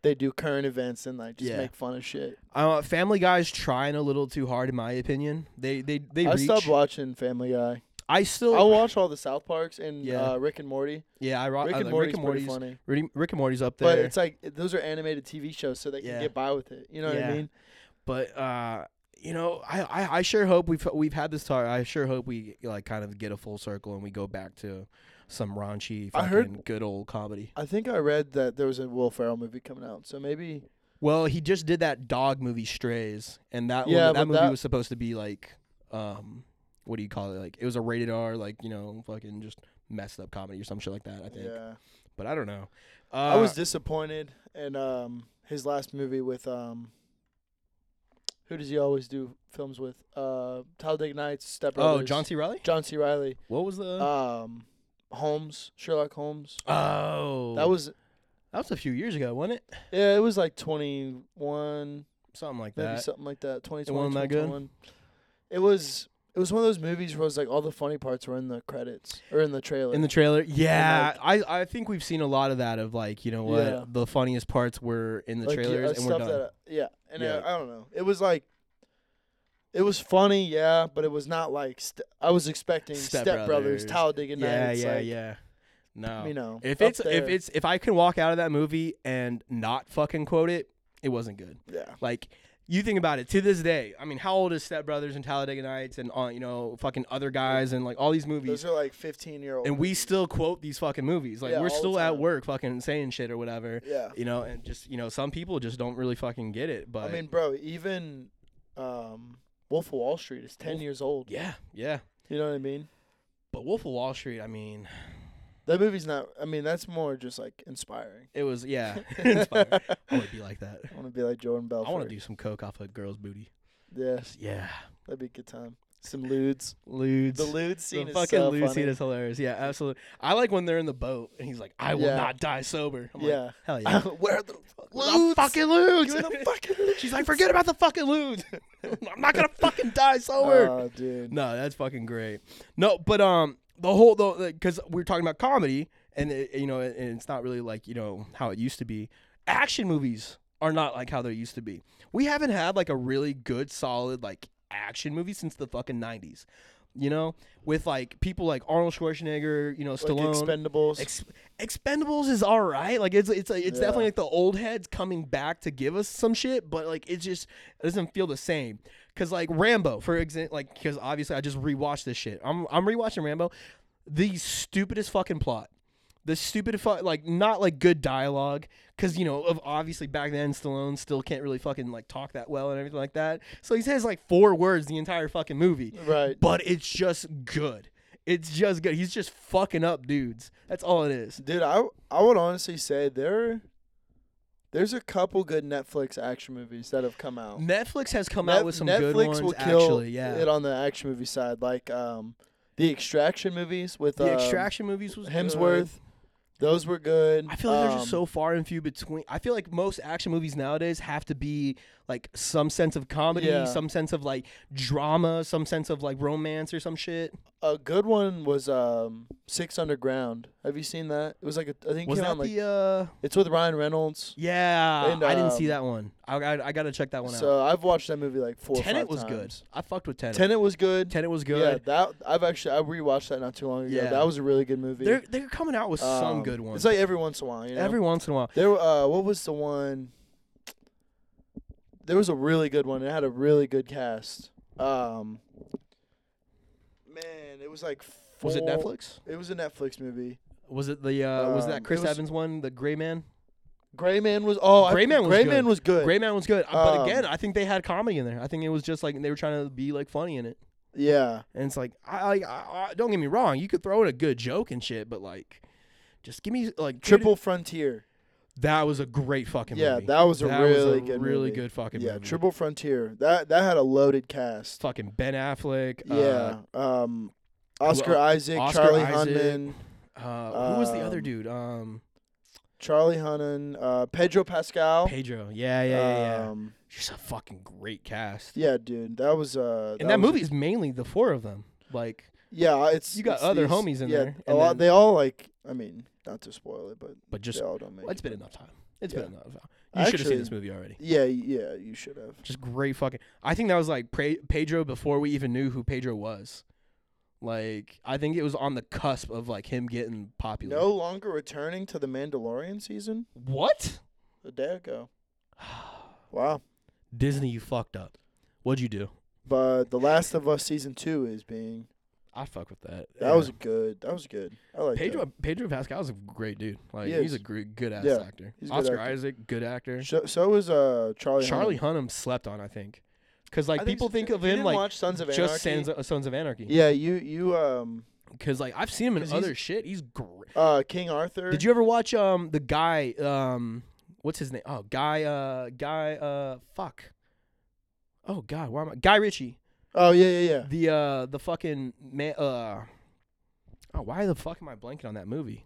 [SPEAKER 2] they do current events and like just
[SPEAKER 1] Yeah.
[SPEAKER 2] make fun of shit.
[SPEAKER 1] Uh, Family Guy's trying a little too hard, in my opinion. They they they
[SPEAKER 2] I
[SPEAKER 1] reach.
[SPEAKER 2] stopped watching Family Guy.
[SPEAKER 1] I still
[SPEAKER 2] I'll watch all the South Parks and
[SPEAKER 1] Yeah.
[SPEAKER 2] uh, Rick and Morty.
[SPEAKER 1] yeah. I ro-
[SPEAKER 2] Rick
[SPEAKER 1] I
[SPEAKER 2] and
[SPEAKER 1] like
[SPEAKER 2] Morty's
[SPEAKER 1] Rick and
[SPEAKER 2] pretty
[SPEAKER 1] Morty's
[SPEAKER 2] funny,
[SPEAKER 1] Rick- Rick and Morty's up
[SPEAKER 2] but
[SPEAKER 1] there,
[SPEAKER 2] it's like those are animated TV shows, so they can
[SPEAKER 1] Yeah.
[SPEAKER 2] get by with it. You know what I
[SPEAKER 1] Yeah.
[SPEAKER 2] mean?
[SPEAKER 1] but uh, you know, I, I I sure hope we've we've had this talk. I sure hope we like kind of get a full circle and we go back to some raunchy,
[SPEAKER 2] I
[SPEAKER 1] fucking
[SPEAKER 2] heard-
[SPEAKER 1] good old comedy.
[SPEAKER 2] I think I read that there was a Will Ferrell movie coming out, so maybe
[SPEAKER 1] Well, he just did that dog movie Strays, and that
[SPEAKER 2] Yeah,
[SPEAKER 1] one,
[SPEAKER 2] but
[SPEAKER 1] that movie
[SPEAKER 2] that-
[SPEAKER 1] was supposed to be like, um, what do you call it? Like it was a rated R, like you know, fucking just messed up comedy or some shit like that. I think,
[SPEAKER 2] yeah.
[SPEAKER 1] but I don't know. Uh,
[SPEAKER 2] I was disappointed in um his last movie with um. Who does he always do films with? Uh, Talladega Nights, Step
[SPEAKER 1] oh
[SPEAKER 2] Brothers.
[SPEAKER 1] John Uh. C. Riley.
[SPEAKER 2] John C. Riley.
[SPEAKER 1] What was the?
[SPEAKER 2] um Holmes, Sherlock Holmes.
[SPEAKER 1] oh,
[SPEAKER 2] That was
[SPEAKER 1] that was a few years ago, wasn't it?
[SPEAKER 2] yeah, it was like 21,
[SPEAKER 1] Something like
[SPEAKER 2] maybe
[SPEAKER 1] that.
[SPEAKER 2] something like that. 2020,
[SPEAKER 1] wasn't that good?
[SPEAKER 2] 2021. It was it was one of those movies where it was like all the funny parts were in the credits or in the trailer.
[SPEAKER 1] In the trailer, yeah,
[SPEAKER 2] like-
[SPEAKER 1] I I think we've seen a lot of that of like you know what
[SPEAKER 2] Yeah.
[SPEAKER 1] the funniest parts were in the
[SPEAKER 2] Like, yeah,
[SPEAKER 1] trailers
[SPEAKER 2] uh,
[SPEAKER 1] and we're done.
[SPEAKER 2] That, yeah, and uh,
[SPEAKER 1] Yeah.
[SPEAKER 2] I, don't know. It was like it was funny, yeah, but it was not like st- I was expecting Step,
[SPEAKER 1] Step Brothers.
[SPEAKER 2] Brothers, Talladega
[SPEAKER 1] yeah,
[SPEAKER 2] Nights.
[SPEAKER 1] yeah,
[SPEAKER 2] like,
[SPEAKER 1] yeah. No,
[SPEAKER 2] You know,
[SPEAKER 1] If
[SPEAKER 2] up
[SPEAKER 1] it's if
[SPEAKER 2] there.
[SPEAKER 1] it's if I can walk out of that movie and not fucking quote it, it wasn't good.
[SPEAKER 2] yeah,
[SPEAKER 1] Like you think about it to this day. I mean, how old is Step Brothers and Talladega Nights and uh, you know fucking other guys and like all these movies,
[SPEAKER 2] those are like 15 year old.
[SPEAKER 1] and we still quote these fucking movies. Like
[SPEAKER 2] Yeah, all
[SPEAKER 1] we're
[SPEAKER 2] the
[SPEAKER 1] still at
[SPEAKER 2] time.
[SPEAKER 1] work fucking saying shit or whatever.
[SPEAKER 2] yeah.
[SPEAKER 1] You know, and just you know some people just don't really fucking get it. But
[SPEAKER 2] I mean, bro, even um, Wolf of Wall Street is 10
[SPEAKER 1] Wolf-
[SPEAKER 2] years old.
[SPEAKER 1] yeah, yeah.
[SPEAKER 2] You know what I mean?
[SPEAKER 1] But Wolf of Wall Street, I mean,
[SPEAKER 2] That movie's not. I mean, that's more just like inspiring.
[SPEAKER 1] it was yeah. inspiring.
[SPEAKER 2] I
[SPEAKER 1] I want to be like that.
[SPEAKER 2] want to be like Jordan Belfort.
[SPEAKER 1] I want to do some coke off a girl's booty.
[SPEAKER 2] Yeah,
[SPEAKER 1] Yeah,
[SPEAKER 2] that'd be a good time. Some lewds.
[SPEAKER 1] ludes.
[SPEAKER 2] The lewd scene
[SPEAKER 1] the
[SPEAKER 2] is
[SPEAKER 1] fucking
[SPEAKER 2] so
[SPEAKER 1] Lucy
[SPEAKER 2] funny.
[SPEAKER 1] is hilarious. Yeah, absolutely. I like when they're in the boat and he's like, "I will
[SPEAKER 2] Yeah.
[SPEAKER 1] not die sober." I'm like,
[SPEAKER 2] yeah.
[SPEAKER 1] hell yeah.
[SPEAKER 2] Where are the
[SPEAKER 1] The
[SPEAKER 2] lewds?
[SPEAKER 1] fucking ludes.
[SPEAKER 2] Give me the fucking lewds.
[SPEAKER 1] She's like, "Forget about the fucking ludes. I'm not gonna fucking die sober."
[SPEAKER 2] Oh, dude.
[SPEAKER 1] no, that's fucking great. No, but um, the whole though, because we're talking about comedy, and it, you know, and it's not really like you know how it used to be. Action movies are not like how they used to be. We haven't had like a really good, solid like action movie since the fucking nineties. You know, with like people like Arnold Schwarzenegger, you know,
[SPEAKER 2] Like
[SPEAKER 1] Stallone.
[SPEAKER 2] Expendables.
[SPEAKER 1] Ex- Expendables is all right. Like it's it's it's
[SPEAKER 2] Yeah.
[SPEAKER 1] definitely like the old heads coming back to give us some shit, but like it just it doesn't feel the same. Cause like Rambo, for example, like because obviously I just rewatched this shit. I'm I'm rewatching Rambo. The stupidest fucking plot. The stupid fu- like not like good dialogue because you know of obviously back then Stallone still can't really fucking like talk that well and everything like that. So he says like four words the entire fucking movie
[SPEAKER 2] right.
[SPEAKER 1] but it's just good. It's just good. He's just fucking up dudes. That's all it is.
[SPEAKER 2] Dude, I I would honestly say there. There's a couple good Netflix action movies that have come out.
[SPEAKER 1] Netflix has come
[SPEAKER 2] Net-
[SPEAKER 1] out with some good ones. actually, yeah.
[SPEAKER 2] it on the action movie side, like um, the Extraction movies with
[SPEAKER 1] the
[SPEAKER 2] um,
[SPEAKER 1] Extraction movies was
[SPEAKER 2] Hemsworth. Those were good.
[SPEAKER 1] good. I feel like they're
[SPEAKER 2] Um,
[SPEAKER 1] just so far and few between. I feel like most action movies nowadays have to be like some sense of comedy,
[SPEAKER 2] Yeah.
[SPEAKER 1] some sense of like drama, some sense of like romance or some shit.
[SPEAKER 2] a good one was um, Six Underground. Have you seen that? It was like a, I think it
[SPEAKER 1] Was
[SPEAKER 2] came out
[SPEAKER 1] that
[SPEAKER 2] like
[SPEAKER 1] the? uh
[SPEAKER 2] it's with Ryan Reynolds.
[SPEAKER 1] Yeah,
[SPEAKER 2] And,
[SPEAKER 1] I didn't see
[SPEAKER 2] um,
[SPEAKER 1] that one. I I, I gotta check that one out.
[SPEAKER 2] So I've watched that movie like four. or
[SPEAKER 1] Tenet
[SPEAKER 2] five
[SPEAKER 1] was good.
[SPEAKER 2] times.
[SPEAKER 1] I fucked with Tenet. Tenet,
[SPEAKER 2] Tenet was good.
[SPEAKER 1] was
[SPEAKER 2] Yeah,
[SPEAKER 1] good.
[SPEAKER 2] that I've actually I rewatched that not too long ago.
[SPEAKER 1] Yeah.
[SPEAKER 2] That was a really good movie.
[SPEAKER 1] They're they're coming out with some
[SPEAKER 2] Um,
[SPEAKER 1] good ones.
[SPEAKER 2] It's like every once in a while, you know.
[SPEAKER 1] Every once in a while.
[SPEAKER 2] There, uh, what was the one? There was a really good one. It had a really good cast. Um, man, it was like four,
[SPEAKER 1] Was it Netflix?
[SPEAKER 2] It was a Netflix movie.
[SPEAKER 1] Was it the uh, was
[SPEAKER 2] Um,
[SPEAKER 1] that
[SPEAKER 2] it
[SPEAKER 1] Chris
[SPEAKER 2] was-
[SPEAKER 1] Evans one, the Gray Man?
[SPEAKER 2] Gray Man was oh,
[SPEAKER 1] Gray
[SPEAKER 2] I,
[SPEAKER 1] Man was
[SPEAKER 2] Gray
[SPEAKER 1] good.
[SPEAKER 2] Man was good.
[SPEAKER 1] Gray Man was good, Uh, but
[SPEAKER 2] Um,
[SPEAKER 1] again, I think they had comedy in there. I think it was just like they were trying to be like funny in it,
[SPEAKER 2] yeah,
[SPEAKER 1] and it's like I, I, I I- don't get me wrong, you could throw in a good joke and shit, but like just give me like treat it-
[SPEAKER 2] Triple Frontier.
[SPEAKER 1] That was a great fucking
[SPEAKER 2] yeah,
[SPEAKER 1] movie.
[SPEAKER 2] that was a
[SPEAKER 1] That
[SPEAKER 2] really
[SPEAKER 1] was a
[SPEAKER 2] good,
[SPEAKER 1] really
[SPEAKER 2] movie.
[SPEAKER 1] good fucking
[SPEAKER 2] yeah,
[SPEAKER 1] movie.
[SPEAKER 2] Triple Frontier. That that had a loaded cast.
[SPEAKER 1] fucking Ben Affleck.
[SPEAKER 2] yeah, um, Oscar
[SPEAKER 1] well,
[SPEAKER 2] Isaac,
[SPEAKER 1] uh, Oscar
[SPEAKER 2] Charlie
[SPEAKER 1] Isaac.
[SPEAKER 2] Hunnam,
[SPEAKER 1] Uh, uh, who was the other
[SPEAKER 2] Um,
[SPEAKER 1] dude? Um,
[SPEAKER 2] Charlie Hunnam, uh, Pedro Pascal.
[SPEAKER 1] Pedro. Yeah, yeah, yeah. yeah.
[SPEAKER 2] Um,
[SPEAKER 1] Just a fucking great cast.
[SPEAKER 2] yeah, dude, that was uh,
[SPEAKER 1] and that
[SPEAKER 2] was-
[SPEAKER 1] movie is mainly the four of them. Like,
[SPEAKER 2] Yeah, it's
[SPEAKER 1] You got
[SPEAKER 2] it's
[SPEAKER 1] other
[SPEAKER 2] these-
[SPEAKER 1] homies in
[SPEAKER 2] yeah,
[SPEAKER 1] there,
[SPEAKER 2] A
[SPEAKER 1] and
[SPEAKER 2] lot,
[SPEAKER 1] then-
[SPEAKER 2] they all like. I mean, not to spoil it, but
[SPEAKER 1] but just
[SPEAKER 2] they all don't make.
[SPEAKER 1] it's
[SPEAKER 2] it.
[SPEAKER 1] been enough time. It's
[SPEAKER 2] Yeah.
[SPEAKER 1] been enough time. You should have
[SPEAKER 2] Actually-
[SPEAKER 1] seen this movie already.
[SPEAKER 2] Yeah, yeah, you should have.
[SPEAKER 1] Just great fucking. I think that was like Pre- Pedro before we even knew who Pedro was. Like, I think it was on the cusp of like him getting popular.
[SPEAKER 2] No longer returning to the Mandalorian season
[SPEAKER 1] What?
[SPEAKER 2] a day ago. Wow.
[SPEAKER 1] Disney, you fucked up. What'd you do?
[SPEAKER 2] But The Last of Us season two is being
[SPEAKER 1] I fuck with that.
[SPEAKER 2] that
[SPEAKER 1] Yeah.
[SPEAKER 2] was good. That was good. I like
[SPEAKER 1] Pedro Pedro Pascal is a great dude. Like
[SPEAKER 2] He
[SPEAKER 1] he's a
[SPEAKER 2] is.
[SPEAKER 1] great, good ass
[SPEAKER 2] Yeah,
[SPEAKER 1] actor.
[SPEAKER 2] he's a good
[SPEAKER 1] Oscar
[SPEAKER 2] actor.
[SPEAKER 1] Isaac, good actor.
[SPEAKER 2] That. So, so was uh Charlie.
[SPEAKER 1] Charlie
[SPEAKER 2] Hunnam.
[SPEAKER 1] Hunnam slept on, I think, because like
[SPEAKER 2] I
[SPEAKER 1] people
[SPEAKER 2] so-
[SPEAKER 1] think of
[SPEAKER 2] you
[SPEAKER 1] him
[SPEAKER 2] didn't
[SPEAKER 1] like
[SPEAKER 2] watch Sons of
[SPEAKER 1] just
[SPEAKER 2] Anarchy?
[SPEAKER 1] Sons of, Sons of Anarchy.
[SPEAKER 2] Yeah, you you um
[SPEAKER 1] Because like I've seen him in
[SPEAKER 2] 'Cause he's-
[SPEAKER 1] other shit. He's great.
[SPEAKER 2] uh King Arthur.
[SPEAKER 1] Did you ever watch um the guy um what's his name? Oh, guy uh guy uh fuck. Oh God, why am I Guy Ritchie?
[SPEAKER 2] Oh yeah yeah yeah.
[SPEAKER 1] The uh the fucking man uh oh why the fuck am I blanking on that movie?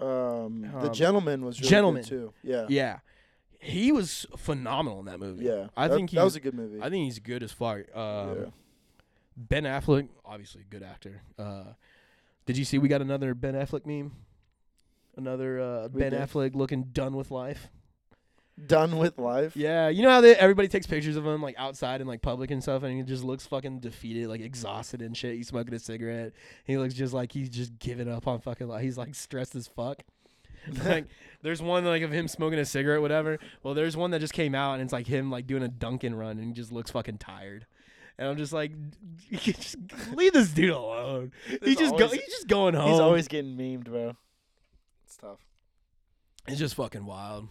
[SPEAKER 2] Um, the
[SPEAKER 1] Um,
[SPEAKER 2] gentleman was really
[SPEAKER 1] Gentleman.
[SPEAKER 2] good too. Yeah.
[SPEAKER 1] Yeah. He was phenomenal in that movie.
[SPEAKER 2] Yeah.
[SPEAKER 1] I
[SPEAKER 2] that,
[SPEAKER 1] think he
[SPEAKER 2] that was a good movie.
[SPEAKER 1] I think he's good as fuck. Um,
[SPEAKER 2] Yeah.
[SPEAKER 1] Ben Affleck, obviously good actor. Uh, did you see we got another Ben Affleck meme? Another uh,
[SPEAKER 2] We
[SPEAKER 1] Ben
[SPEAKER 2] did.
[SPEAKER 1] Affleck looking done with life.
[SPEAKER 2] Done with life.
[SPEAKER 1] Yeah, you know how they, everybody takes pictures of him like outside and like public and stuff, and he just looks fucking defeated, like exhausted and shit. He's smoking a cigarette. He looks just like he's just giving up on fucking life. He's like stressed as fuck. like there's one like of him smoking a cigarette, whatever. Well, there's one that just came out and it's like him like doing a Dunkin' run and he just looks fucking tired. And I'm just like, just leave this dude alone. He
[SPEAKER 2] There's
[SPEAKER 1] just go,
[SPEAKER 2] always-
[SPEAKER 1] he's just going home.
[SPEAKER 2] He's always getting memed, bro. It's tough.
[SPEAKER 1] It's just fucking wild.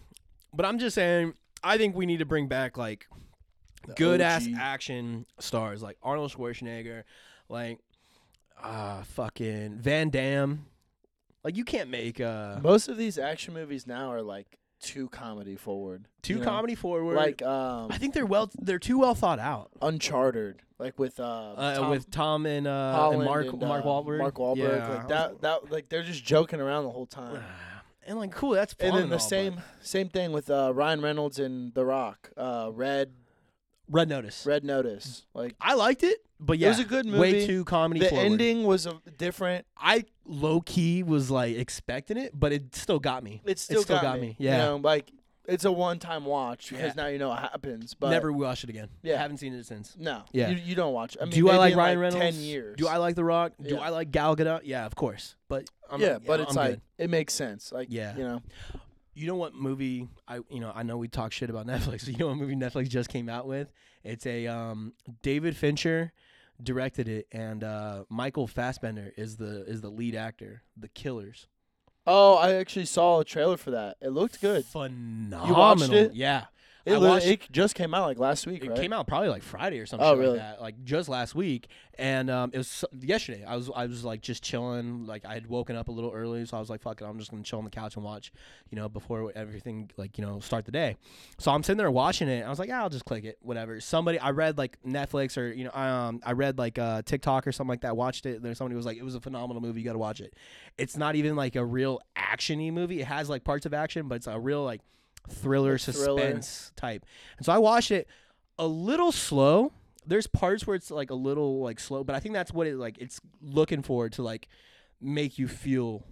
[SPEAKER 1] But I'm just saying, I think we need to bring back like
[SPEAKER 2] The
[SPEAKER 1] good ass
[SPEAKER 2] OG.
[SPEAKER 1] action stars like Arnold Schwarzenegger, like uh fucking Van Damme. Like you can't make uh
[SPEAKER 2] Most of these action movies now are like too comedy forward.
[SPEAKER 1] two
[SPEAKER 2] you know?
[SPEAKER 1] comedy forward.
[SPEAKER 2] Like um
[SPEAKER 1] I think they're well they're too well thought out.
[SPEAKER 2] Uncharted, like with uh,
[SPEAKER 1] Uh,
[SPEAKER 2] Tom
[SPEAKER 1] with Tom and uh
[SPEAKER 2] Holland
[SPEAKER 1] and Mark
[SPEAKER 2] and,
[SPEAKER 1] Mark
[SPEAKER 2] uh,
[SPEAKER 1] Wahlberg.
[SPEAKER 2] Mark Wahlberg,
[SPEAKER 1] Yeah.
[SPEAKER 2] like that that like they're just joking around the whole time.
[SPEAKER 1] And like cool, that's fun
[SPEAKER 2] And then the
[SPEAKER 1] all, but-
[SPEAKER 2] same same thing with uh, Ryan Reynolds and The Rock, uh, Red
[SPEAKER 1] Red Notice.
[SPEAKER 2] Red Notice. Like
[SPEAKER 1] I liked it, but yeah,
[SPEAKER 2] it was a good movie.
[SPEAKER 1] way too comedy
[SPEAKER 2] the
[SPEAKER 1] forward.
[SPEAKER 2] ending was a different.
[SPEAKER 1] I low key was like expecting it, but it still got me.
[SPEAKER 2] It still,
[SPEAKER 1] still got me, yeah.
[SPEAKER 2] you know, like it's a one time watch because
[SPEAKER 1] Yeah.
[SPEAKER 2] now you know what happens. But
[SPEAKER 1] Never watched it again.
[SPEAKER 2] Yeah.
[SPEAKER 1] haven't seen it since.
[SPEAKER 2] no,
[SPEAKER 1] Yeah.
[SPEAKER 2] you, you don't watch. I mean,
[SPEAKER 1] Do I
[SPEAKER 2] maybe
[SPEAKER 1] like
[SPEAKER 2] in,
[SPEAKER 1] Ryan Reynolds?
[SPEAKER 2] Ten years.
[SPEAKER 1] Do I like The Rock? Do
[SPEAKER 2] Yeah.
[SPEAKER 1] I like Gal Gadot? Yeah, of course. But I'm,
[SPEAKER 2] yeah, but
[SPEAKER 1] I'm
[SPEAKER 2] it's like
[SPEAKER 1] good.
[SPEAKER 2] it makes sense. Like
[SPEAKER 1] Yeah.
[SPEAKER 2] you know,
[SPEAKER 1] you know what movie I you know I know we talk shit about Netflix. But you know what movie Netflix just came out with? It's a um, David Fincher directed it, and uh, Michael Fassbender is the is the lead actor. The Killers.
[SPEAKER 2] Oh, I actually saw a trailer for that. It looked good.
[SPEAKER 1] Phenomenal.
[SPEAKER 2] it?
[SPEAKER 1] Yeah.
[SPEAKER 2] It,
[SPEAKER 1] I
[SPEAKER 2] li-
[SPEAKER 1] watched-
[SPEAKER 2] it just came out like last week,
[SPEAKER 1] It
[SPEAKER 2] right?
[SPEAKER 1] came out probably like Friday or something
[SPEAKER 2] Oh,
[SPEAKER 1] like
[SPEAKER 2] really?
[SPEAKER 1] that, like just last week. And um, it was so- yesterday. I was I was like just chilling. Like I had woken up a little early, so I was like, "Fuck it, I'm just gonna chill on the couch and watch," you know, before everything like you know start the day. So I'm sitting there watching it. And I was like, "Yeah, I'll just click it, whatever." Somebody I read like Netflix or you know um I read like uh, TikTok or something like that. Watched it. And then somebody was like, "It was a phenomenal movie. You gotta watch it." It's not even like a real actiony movie. It has like parts of action, but it's a real like thriller,
[SPEAKER 2] thriller.
[SPEAKER 1] suspense type. And so I watched it a little slow. There's parts where it's like a little like slow, but I think that's what it like it's looking for to like make you feel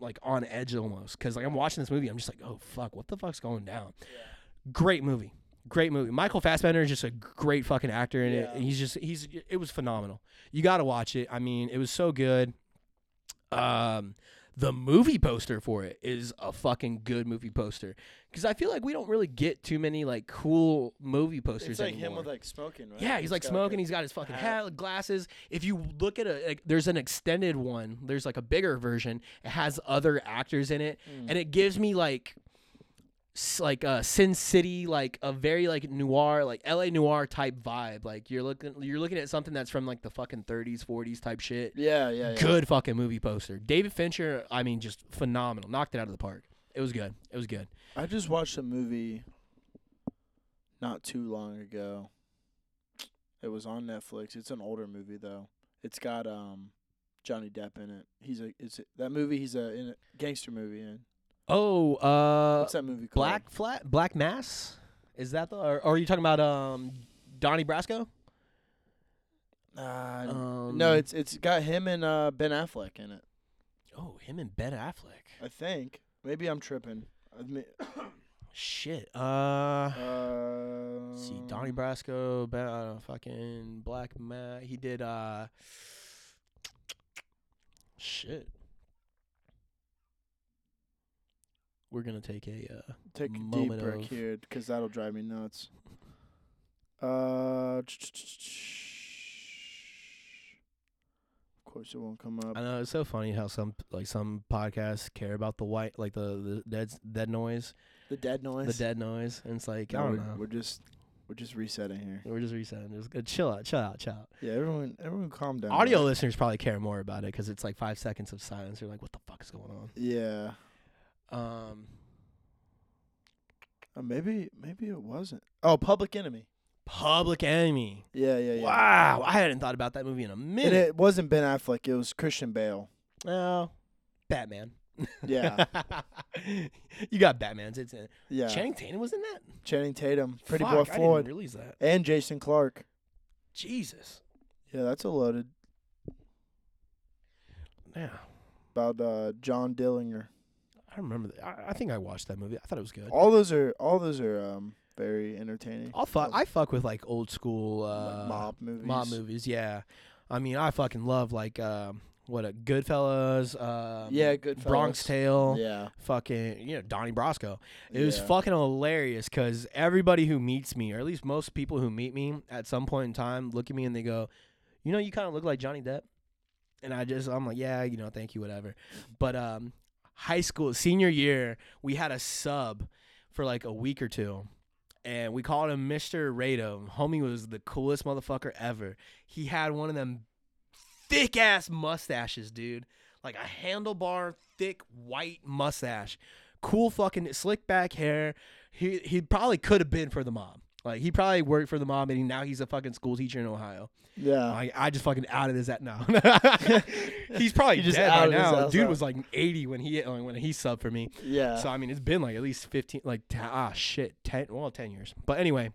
[SPEAKER 1] like on edge almost cuz like I'm watching this movie I'm just like oh fuck what the fuck's going down. Great movie. Great movie. Michael Fassbender is just a great fucking actor in it.
[SPEAKER 2] Yeah.
[SPEAKER 1] And he's just he's it was phenomenal. You got to watch it. I mean, it was so good. Um the movie poster for it is a fucking good movie poster because I feel like we don't really get too many like cool movie posters
[SPEAKER 2] It's like
[SPEAKER 1] anymore.
[SPEAKER 2] him with like smoking, right?
[SPEAKER 1] yeah, he's like
[SPEAKER 2] got,
[SPEAKER 1] smoking.
[SPEAKER 2] a-
[SPEAKER 1] He's got his fucking
[SPEAKER 2] hat.
[SPEAKER 1] hat, glasses. If you look at a, like, there's an extended one. There's like a bigger version. It has other actors in it,
[SPEAKER 2] Hmm.
[SPEAKER 1] and it gives me like, s- like uh, Sin City, like a very like noir, like L.A. noir type vibe. Like you're looking, you're looking at something that's from like the fucking 30s, 40s type shit.
[SPEAKER 2] yeah, yeah, yeah.
[SPEAKER 1] Good fucking movie poster. David Fincher, I mean, just phenomenal. Knocked it out of the park. It was good. It was good.
[SPEAKER 2] I just watched a movie not too long ago. It was on Netflix. It's an older movie though. It's got um Johnny Depp in it. He's a it's a, that movie. He's a in a gangster movie in.
[SPEAKER 1] Oh, uh,
[SPEAKER 2] What's that movie called?
[SPEAKER 1] Black Flat, Black Mass. Is that the? Or, or are you talking about um, Donnie Brasco?
[SPEAKER 2] Uh,
[SPEAKER 1] Um,
[SPEAKER 2] no, it's it's got him and uh, Ben Affleck in it.
[SPEAKER 1] oh him and Ben Affleck.
[SPEAKER 2] I think maybe I'm tripping. I mean,
[SPEAKER 1] Shit. Uh,
[SPEAKER 2] uh,
[SPEAKER 1] let's see Donnie Brasco, Ben, uh, fucking Black Mass. He did. uh Shit. We're gonna take a. Uh,
[SPEAKER 2] Take a deep
[SPEAKER 1] moment
[SPEAKER 2] break
[SPEAKER 1] of-
[SPEAKER 2] here because that'll drive me nuts. Uh, of course it won't come up.
[SPEAKER 1] I know it's so funny how some like some podcasts care about the white like the the dead dead noise,
[SPEAKER 2] The dead noise.
[SPEAKER 1] the dead noise, and it's like
[SPEAKER 2] No,
[SPEAKER 1] I don't
[SPEAKER 2] we're,
[SPEAKER 1] know.
[SPEAKER 2] we're just we're just resetting here.
[SPEAKER 1] We're just resetting. Just good. Chill out. Chill out. Chill out.
[SPEAKER 2] Yeah, everyone everyone calm down.
[SPEAKER 1] Audio
[SPEAKER 2] right?
[SPEAKER 1] listeners probably care more about it because it's like five seconds of silence. You're like, what the fuck is going on?
[SPEAKER 2] Yeah.
[SPEAKER 1] Um,
[SPEAKER 2] Uh, maybe maybe it wasn't. Oh, Public Enemy.
[SPEAKER 1] Public Enemy.
[SPEAKER 2] Yeah, yeah, yeah.
[SPEAKER 1] Wow, I hadn't thought about that movie in a
[SPEAKER 2] And
[SPEAKER 1] minute.
[SPEAKER 2] it wasn't Ben Affleck. It was Christian Bale.
[SPEAKER 1] Oh, Batman.
[SPEAKER 2] Yeah,
[SPEAKER 1] you got Batman's. It's in it.
[SPEAKER 2] yeah.
[SPEAKER 1] Channing Tatum was in that.
[SPEAKER 2] Channing Tatum, Pretty
[SPEAKER 1] Fuck,
[SPEAKER 2] Boy
[SPEAKER 1] I
[SPEAKER 2] Floyd,
[SPEAKER 1] didn't realize that.
[SPEAKER 2] and Jason Clark.
[SPEAKER 1] Jesus.
[SPEAKER 2] Yeah, that's a loaded.
[SPEAKER 1] Yeah.
[SPEAKER 2] About uh, John Dillinger.
[SPEAKER 1] I remember that. I, I think I watched that movie. I thought it was good.
[SPEAKER 2] All those are all those are um, very entertaining.
[SPEAKER 1] I'll fuck. I fuck with like old school
[SPEAKER 2] Like
[SPEAKER 1] uh,
[SPEAKER 2] mob movies.
[SPEAKER 1] mob movies. Yeah, I mean, I fucking love like um, what a Goodfellas. Um,
[SPEAKER 2] Yeah, Goodfellas.
[SPEAKER 1] Bronx Tale.
[SPEAKER 2] Yeah.
[SPEAKER 1] Fucking, you know, Donnie Brasco. It was
[SPEAKER 2] yeah.
[SPEAKER 1] fucking hilarious because everybody who meets me, or at least most people who meet me at some point in time, look at me and they go, You know, you kind of look like Johnny Depp. And I just, I'm like, Yeah, you know, thank you, whatever. But um, high school, senior year, we had a sub for like a week or two. And we called him Mr. Rado. Homie was the coolest motherfucker ever. He had one of them thick ass mustaches, dude. Like a handlebar thick white mustache. Cool fucking slick back hair. He he probably could have been for the mob. Like he probably worked for the mob and he, now he's a fucking school teacher in Ohio.
[SPEAKER 2] Yeah.
[SPEAKER 1] Like I just fucking outed his at now. he's probably
[SPEAKER 2] You just
[SPEAKER 1] dead by
[SPEAKER 2] outed his
[SPEAKER 1] now.
[SPEAKER 2] ass
[SPEAKER 1] Dude
[SPEAKER 2] out.
[SPEAKER 1] was like 80 when he when he subbed for me.
[SPEAKER 2] yeah. Oh,
[SPEAKER 1] So I mean, it's been like at least fifteen, like t- ah shit, ten, well, ten years. But anyway,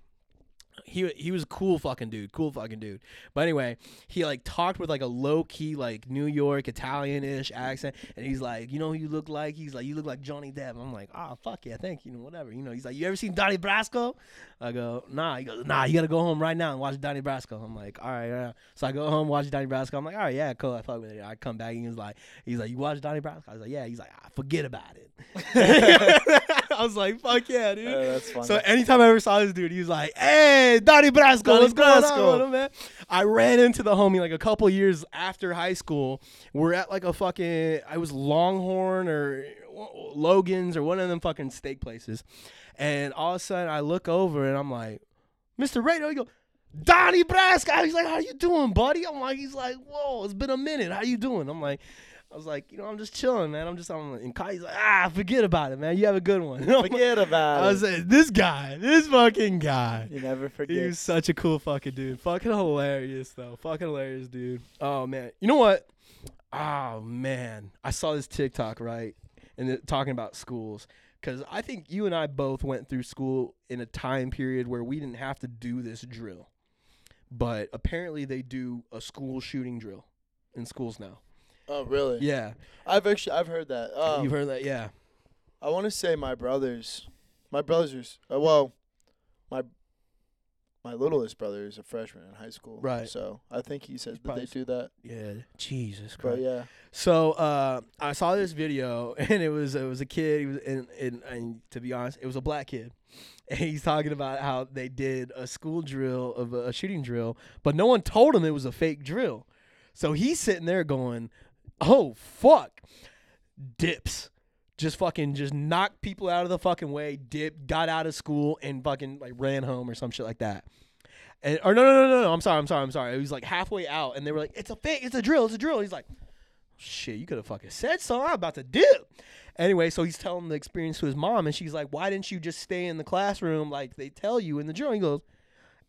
[SPEAKER 1] he he was a cool fucking dude, cool fucking dude. But anyway, he like talked with like a low key like New York Italian ish accent, and he's like, you know, who you look like. He's like, you look like Johnny Depp. I'm like, ah, fuck yeah, thank you, whatever. You know, he's like, you ever seen Donnie Brasco? I go, nah. He goes, nah. You gotta go home right now and watch Donnie Brasco. I'm like, all right. Yeah. So I go home, watch Donnie Brasco. I'm like, all right, yeah, cool. I fuck with it. I come back and he was like, he's like, you watch Donnie Brasco? I was like, yeah. He's like, ah, forget about it. I was like, fuck yeah, dude.
[SPEAKER 2] Oh, that's funny.
[SPEAKER 1] So anytime I ever saw this dude, he was like, "Hey, Donnie Brasco,
[SPEAKER 2] Donnie
[SPEAKER 1] what's going
[SPEAKER 2] Brasco."
[SPEAKER 1] on with him, man?" I ran into the homie like a couple years after high school. We're at like a fucking, I was Longhorn or Logan's or one of them fucking steak places, and all of a sudden I look over and I'm like, "Mr. Rado," he go. Donnie Brasco, he's like, "How you doing, buddy?" I'm like, "He's like, whoa, it's been a minute. How you doing?" I'm like, "I was like, you know, I'm just chilling, man. I'm just I'm in." college." He's like, "Ah, forget about it, man. You have a good one." I'm like,
[SPEAKER 2] Forget about
[SPEAKER 1] I was
[SPEAKER 2] it.
[SPEAKER 1] like, this guy, this fucking guy.
[SPEAKER 2] You never
[SPEAKER 1] He
[SPEAKER 2] forget.
[SPEAKER 1] was such a cool fucking dude. Fucking hilarious though. Fucking hilarious dude. Oh man. You know what? Oh man. I saw this TikTok right, and it, talking about schools because I think you and I both went through school in a time period where we didn't have to do this drill, but apparently they do a school shooting drill in schools now.
[SPEAKER 2] Oh, really?
[SPEAKER 1] Yeah,
[SPEAKER 2] I've actually I've heard that. Um,
[SPEAKER 1] you've heard that. Yeah.
[SPEAKER 2] I want to say my brothers, my brothers are s- uh, well, my my littlest brother is a freshman in high school,
[SPEAKER 1] Right.
[SPEAKER 2] So I think he says that
[SPEAKER 1] probably
[SPEAKER 2] they
[SPEAKER 1] s-
[SPEAKER 2] do that.
[SPEAKER 1] Yeah. Jesus Christ.
[SPEAKER 2] But yeah,
[SPEAKER 1] So uh, I saw this video, and it was it was a kid. He was and, and and to be honest, it was a black kid, and he's talking about how they did a school drill of a, a shooting drill, but no one told him it was a fake drill. So he's sitting there going, "Oh fuck, dips." Just fucking, just knocked people out of the fucking way. Dipped, got out of school, and fucking like ran home or some shit like that. And or no, no, no, no, no. I'm sorry, I'm sorry, I'm sorry. He was like halfway out, and they were like, "It's a fake, it's a drill, it's a drill." He's like, shit, you could have fucking said so. I'm about to dip. Anyway, so he's telling the experience to his mom, and she's like, why didn't you just stay in the classroom like they tell you in the drill? He goes,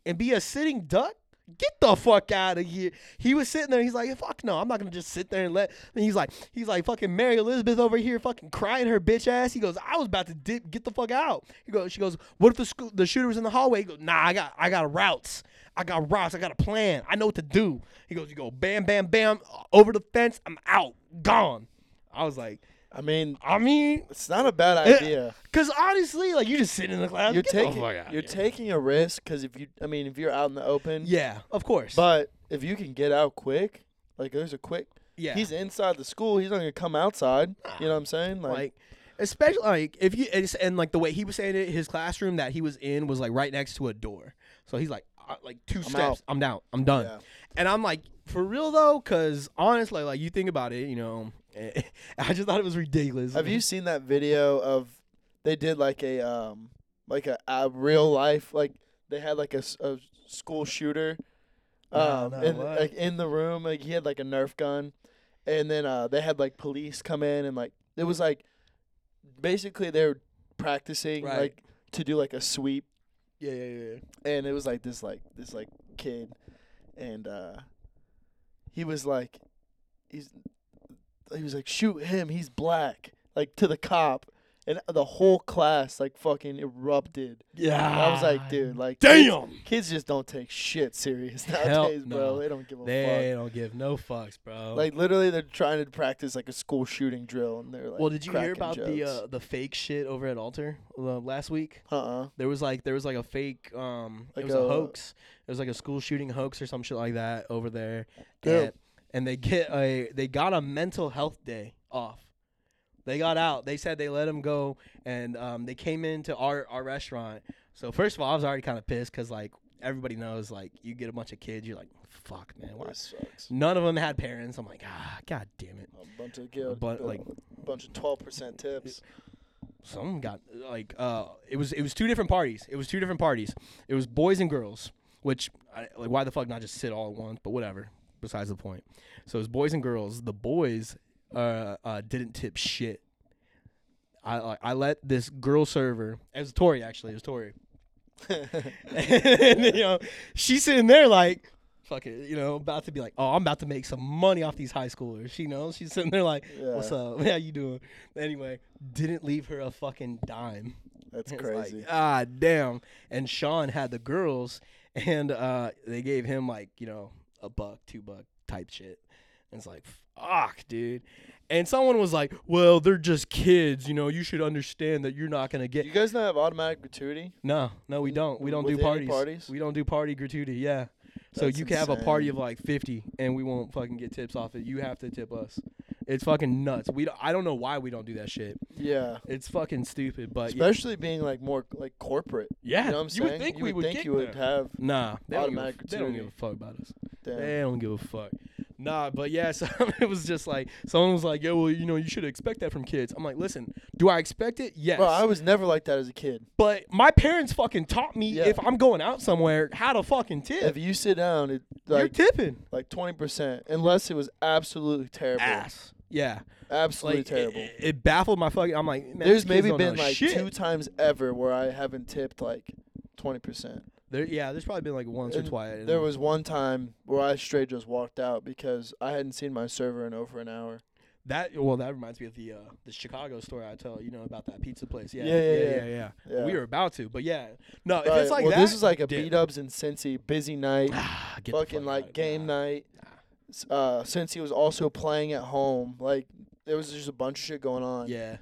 [SPEAKER 1] and be a sitting duck? Get the fuck out of here. He was sitting there. He's like, fuck no, I'm not gonna just sit there and let. And he's like, he's like, fucking Mary Elizabeth over here, fucking crying her bitch ass. He goes, I was about to dip, get the fuck out. He goes, she goes, what if the school, the shooter was in the hallway? He goes, nah, I got, I got routes. I got routes. I got a plan. I know what to do. He goes, you go, bam, bam, bam, over the fence. I'm out, gone. I was like,
[SPEAKER 2] I mean,
[SPEAKER 1] I mean,
[SPEAKER 2] it's not a bad
[SPEAKER 1] Eh,
[SPEAKER 2] idea.
[SPEAKER 1] cause honestly, like you just sitting in the class,
[SPEAKER 2] You're
[SPEAKER 1] get the
[SPEAKER 2] taking
[SPEAKER 1] fuck out of
[SPEAKER 2] you're
[SPEAKER 1] here.
[SPEAKER 2] taking a risk because if you, I mean, if you're out in the open,
[SPEAKER 1] yeah, of course,
[SPEAKER 2] But if you can get out quick, like there's a quick.
[SPEAKER 1] yeah, Ah,
[SPEAKER 2] He's inside the school. He's not gonna come outside. You know what I'm saying? Like,
[SPEAKER 1] like especially like if you it's- and like the way he was saying it his classroom that he was in was like right next to a door so he's like uh, like 2 steps
[SPEAKER 2] out.
[SPEAKER 1] i'm down i'm done
[SPEAKER 2] Yeah.
[SPEAKER 1] and i'm like for real though because honestly like you think about it you know i just thought it was ridiculous
[SPEAKER 2] have you seen that video of they did like a um like a, a real life like they had like a, s- a school shooter
[SPEAKER 1] No,
[SPEAKER 2] um
[SPEAKER 1] no,
[SPEAKER 2] in,
[SPEAKER 1] what?
[SPEAKER 2] like in the room like he had like a Nerf gun, and then uh they had like police come in and like it was like basically they were practicing
[SPEAKER 1] Right.
[SPEAKER 2] like to do like a sweep
[SPEAKER 1] yeah yeah yeah
[SPEAKER 2] and it was like this like this like kid and uh he was like he's he was like shoot him he's black like to the cop and the whole class like fucking erupted
[SPEAKER 1] yeah
[SPEAKER 2] i was like dude like kids,
[SPEAKER 1] Ah, damn
[SPEAKER 2] kids just don't take shit serious
[SPEAKER 1] Hell
[SPEAKER 2] nowadays bro
[SPEAKER 1] no.
[SPEAKER 2] they don't give a
[SPEAKER 1] they
[SPEAKER 2] fuck
[SPEAKER 1] don't give no fucks bro
[SPEAKER 2] like literally they're trying to practice like a school shooting drill and they're like
[SPEAKER 1] well did you hear
[SPEAKER 2] cracking
[SPEAKER 1] about the
[SPEAKER 2] jokes.
[SPEAKER 1] uh, the fake shit over at altar uh, last week
[SPEAKER 2] uh-uh
[SPEAKER 1] There was like there was like a fake um
[SPEAKER 2] Like
[SPEAKER 1] it was a,
[SPEAKER 2] a-
[SPEAKER 1] hoax. It was like a school shooting hoax or some shit like that over there.
[SPEAKER 2] Damn.
[SPEAKER 1] And, and they get a they got a mental health day off. They got out. They said they let them go and um they came into our our restaurant. So first of all, I was already kind of pissed cuz like everybody knows like you get a bunch of kids, you're like fuck man. why-
[SPEAKER 2] this sucks
[SPEAKER 1] None of them had parents. I'm like ah god damn it.
[SPEAKER 2] a bunch of guilt,
[SPEAKER 1] But,
[SPEAKER 2] a
[SPEAKER 1] like-
[SPEAKER 2] bunch of 12% tips
[SPEAKER 1] some got like uh it was it was two different parties it was two different parties it was boys and girls which I, like why the fuck not just sit all at once but whatever besides the point so it was boys and girls the boys uh, uh didn't tip shit i like i let this girl server it was tori actually it was tori and you know she's sitting there like fuck it you know about to be like oh i'm about to make some money off these high schoolers she knows she's sitting there like what's
[SPEAKER 2] Yeah.
[SPEAKER 1] up how you doing anyway didn't leave her a fucking dime
[SPEAKER 2] That's
[SPEAKER 1] It's like,
[SPEAKER 2] crazy.
[SPEAKER 1] ah damn and sean had the girls and uh they gave him like you know a buck two buck type shit and it's like fuck dude and someone was like well they're just kids you know you should understand that you're not gonna get
[SPEAKER 2] you guys not have automatic gratuity?
[SPEAKER 1] no, no, we don't. We don't
[SPEAKER 2] With
[SPEAKER 1] do
[SPEAKER 2] any
[SPEAKER 1] parties.
[SPEAKER 2] parties?
[SPEAKER 1] We don't do party gratuity. Yeah. so
[SPEAKER 2] That's
[SPEAKER 1] you can have a party
[SPEAKER 2] insane.
[SPEAKER 1] of like fifty, and we won't fucking get tips off it. You have to tip us. It's fucking nuts. We don't, I don't know why we don't do that shit.
[SPEAKER 2] Yeah.
[SPEAKER 1] It's fucking stupid. But yeah,
[SPEAKER 2] Especially being like more like corporate.
[SPEAKER 1] yeah,
[SPEAKER 2] You know what I'm saying?
[SPEAKER 1] would think
[SPEAKER 2] you
[SPEAKER 1] we
[SPEAKER 2] would think
[SPEAKER 1] get
[SPEAKER 2] you would
[SPEAKER 1] there.
[SPEAKER 2] have.
[SPEAKER 1] Nah, they don't, give a,
[SPEAKER 2] automatic
[SPEAKER 1] they don't give a
[SPEAKER 2] gratuity.
[SPEAKER 1] fuck about us.
[SPEAKER 2] Damn.
[SPEAKER 1] They don't give a fuck. Nah, but yeah, so it was just like someone was like, "Yo, well, you know, you should expect that from kids." I'm like, "Listen, do I expect it? Yes."
[SPEAKER 2] Bro, I was never like that as a kid.
[SPEAKER 1] but my parents fucking taught me
[SPEAKER 2] Yeah.
[SPEAKER 1] if I'm going out somewhere how to fucking tip.
[SPEAKER 2] If you sit down, it like
[SPEAKER 1] You're tipping.
[SPEAKER 2] like twenty percent, unless it was absolutely terrible,
[SPEAKER 1] ass. Yeah,
[SPEAKER 2] absolutely
[SPEAKER 1] like it-
[SPEAKER 2] terrible.
[SPEAKER 1] It, it baffled my fucking. I'm like, man, these
[SPEAKER 2] There's
[SPEAKER 1] kids
[SPEAKER 2] maybe
[SPEAKER 1] don't
[SPEAKER 2] been
[SPEAKER 1] know
[SPEAKER 2] like
[SPEAKER 1] shit.
[SPEAKER 2] two times ever where I haven't tipped like twenty percent.
[SPEAKER 1] There, yeah, there's probably been like once or
[SPEAKER 2] And
[SPEAKER 1] twice.
[SPEAKER 2] There was one time where I straight just walked out because I hadn't seen my server in over an hour.
[SPEAKER 1] that. Well, that reminds me of the uh, the Chicago story I tell you know about that pizza place. Yeah,
[SPEAKER 2] Yeah, yeah,
[SPEAKER 1] yeah,
[SPEAKER 2] yeah.
[SPEAKER 1] yeah,
[SPEAKER 2] Yeah.
[SPEAKER 1] We were about to, but yeah, no, if
[SPEAKER 2] Right,
[SPEAKER 1] it's like
[SPEAKER 2] well,
[SPEAKER 1] that,
[SPEAKER 2] this is like a
[SPEAKER 1] dip.
[SPEAKER 2] beat ups and Cincy busy night.
[SPEAKER 1] Ah, get the
[SPEAKER 2] fucking
[SPEAKER 1] fuck
[SPEAKER 2] like
[SPEAKER 1] outta
[SPEAKER 2] game
[SPEAKER 1] here.
[SPEAKER 2] night. S- Uh, since he was also playing at home, like there was just a bunch of shit going on.
[SPEAKER 1] Yeah,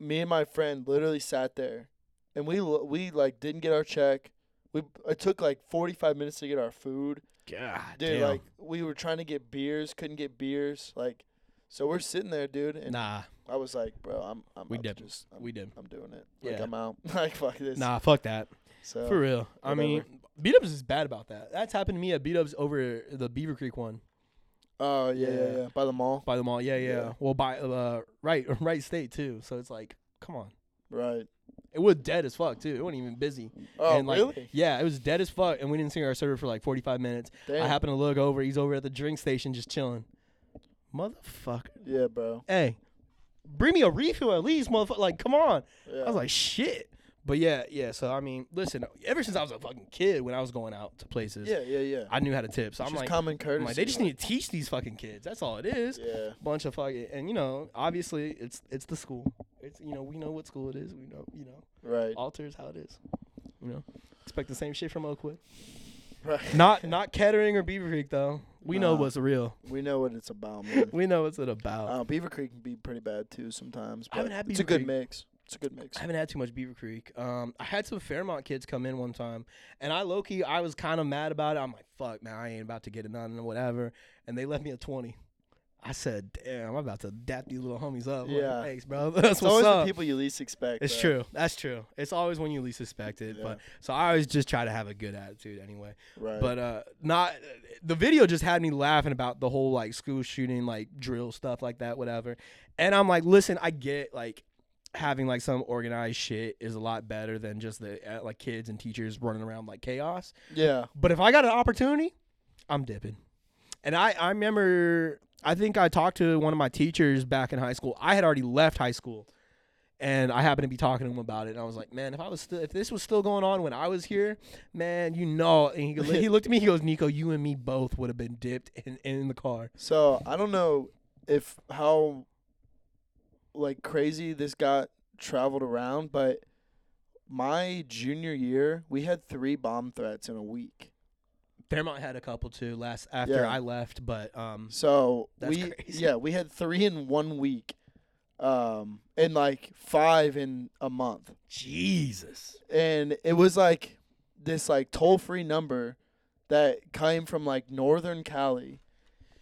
[SPEAKER 2] Me and my friend literally sat there, and we l- we like didn't get our check. We it took like forty five minutes to get our food.
[SPEAKER 1] God,
[SPEAKER 2] Dude,
[SPEAKER 1] damn.
[SPEAKER 2] like we were trying to get beers, couldn't get beers. Like, so we're sitting there, dude, and
[SPEAKER 1] nah,
[SPEAKER 2] I was like, bro, I'm I'm
[SPEAKER 1] We
[SPEAKER 2] up to
[SPEAKER 1] dip.
[SPEAKER 2] just I'm,
[SPEAKER 1] we did.
[SPEAKER 2] I'm doing it. Like
[SPEAKER 1] Yeah.
[SPEAKER 2] I'm out. like fuck this.
[SPEAKER 1] Nah, fuck that.
[SPEAKER 2] So
[SPEAKER 1] For real. I
[SPEAKER 2] whatever.
[SPEAKER 1] mean, beat ups is bad about that. That's happened to me at beat ups over the Beaver Creek one.
[SPEAKER 2] oh yeah, yeah,
[SPEAKER 1] Yeah.
[SPEAKER 2] yeah. By the mall,
[SPEAKER 1] By the mall, yeah, yeah.
[SPEAKER 2] Yeah.
[SPEAKER 1] Well, by uh, right, right state too. So it's like, come on.
[SPEAKER 2] right?
[SPEAKER 1] It was dead as fuck too. It wasn't even busy.
[SPEAKER 2] Oh
[SPEAKER 1] and like,
[SPEAKER 2] really?
[SPEAKER 1] Yeah, it was dead as fuck, and we didn't see our server for like 45 minutes.
[SPEAKER 2] Damn.
[SPEAKER 1] I happened to look over. He's over at the drink station just chilling. motherfucker.
[SPEAKER 2] Yeah, bro.
[SPEAKER 1] Hey, bring me a refill at least, motherfucker. Like, come on.
[SPEAKER 2] Yeah.
[SPEAKER 1] I was like, shit. But yeah, yeah. So I mean, listen. Ever since I was a fucking kid, when I was going out to places,
[SPEAKER 2] yeah, yeah, yeah.
[SPEAKER 1] I knew how to tip. So
[SPEAKER 2] It's
[SPEAKER 1] I'm
[SPEAKER 2] just
[SPEAKER 1] like,
[SPEAKER 2] common courtesy.
[SPEAKER 1] I'm like, they just need to teach these fucking kids. That's all it is.
[SPEAKER 2] Yeah.
[SPEAKER 1] Bunch of fucking, and you know, obviously, it's it's the school. It's you know, we know what school it is. We know, you know,
[SPEAKER 2] Right.
[SPEAKER 1] alters how it is. You know, expect the same shit from Oakwood.
[SPEAKER 2] Right.
[SPEAKER 1] Not not Kettering or Beaver Creek though. We know
[SPEAKER 2] Nah.
[SPEAKER 1] what's real.
[SPEAKER 2] We know what it's about, man.
[SPEAKER 1] We know what's it about.
[SPEAKER 2] Uh, Beaver Creek can be pretty bad too sometimes.
[SPEAKER 1] I haven't
[SPEAKER 2] but
[SPEAKER 1] had
[SPEAKER 2] It's a
[SPEAKER 1] Beaver
[SPEAKER 2] good
[SPEAKER 1] Creek.
[SPEAKER 2] mix. It's a good mix.
[SPEAKER 1] I haven't had too much Beaver Creek. Um, I had some Fairmont kids come in one time, and I low key I was kind of mad about it. I'm like, fuck, man, I ain't about to get it none and whatever. And they left me a twenty. I said, damn, I'm about to dap these little homies up. Like,
[SPEAKER 2] Yeah.
[SPEAKER 1] thanks, bro. That's
[SPEAKER 2] It's always
[SPEAKER 1] what's
[SPEAKER 2] the
[SPEAKER 1] up.
[SPEAKER 2] people you least expect.
[SPEAKER 1] It's
[SPEAKER 2] bro.
[SPEAKER 1] true. That's true. It's always when you least expect it.
[SPEAKER 2] Yeah.
[SPEAKER 1] But so I always just try to have a good attitude anyway.
[SPEAKER 2] Right.
[SPEAKER 1] But uh, not the video just had me laughing about the whole like school shooting, like drill stuff like that, whatever. And I'm like, listen, I get like having like some organized shit is a lot better than just the uh, like kids and teachers running around like chaos.
[SPEAKER 2] yeah.
[SPEAKER 1] But if I got an opportunity, I'm dipping. And I I remember I think I talked to one of my teachers back in high school. I had already left high school. And I happened to be talking to him about it, and I was like, "Man, if I was still, if this was still going on when I was here, man, you know." And he, go- he looked at me, he goes, "Nico, you and me both would have been dipped in, in the car."
[SPEAKER 2] So I don't know if how like crazy this got traveled around, but my junior year we had three bomb threats in a week.
[SPEAKER 1] Fairmont had a couple too last after
[SPEAKER 2] Yeah.
[SPEAKER 1] I left, but um,
[SPEAKER 2] So
[SPEAKER 1] That's
[SPEAKER 2] we
[SPEAKER 1] crazy.
[SPEAKER 2] yeah we had three in one week, um, and like five in a month.
[SPEAKER 1] Jesus,
[SPEAKER 2] and it was like this like toll free number that came from like northern Cali,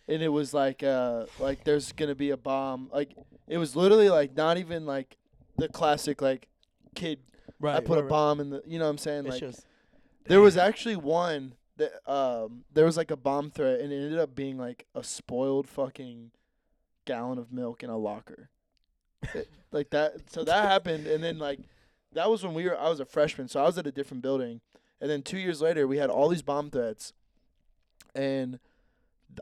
[SPEAKER 2] and it was like uh like there's gonna be a bomb like it was literally like not even like the classic like kid
[SPEAKER 1] right?
[SPEAKER 2] I put
[SPEAKER 1] right,
[SPEAKER 2] a bomb in the you know what I'm saying
[SPEAKER 1] right. It's
[SPEAKER 2] like
[SPEAKER 1] just-
[SPEAKER 2] there was actually one that um there was like a bomb threat and it ended up being like a spoiled fucking gallon of milk in a locker. It- like that so that happened and then like that was when we were I was a freshman, so I was at a different building. And then two years later we had all these bomb threats and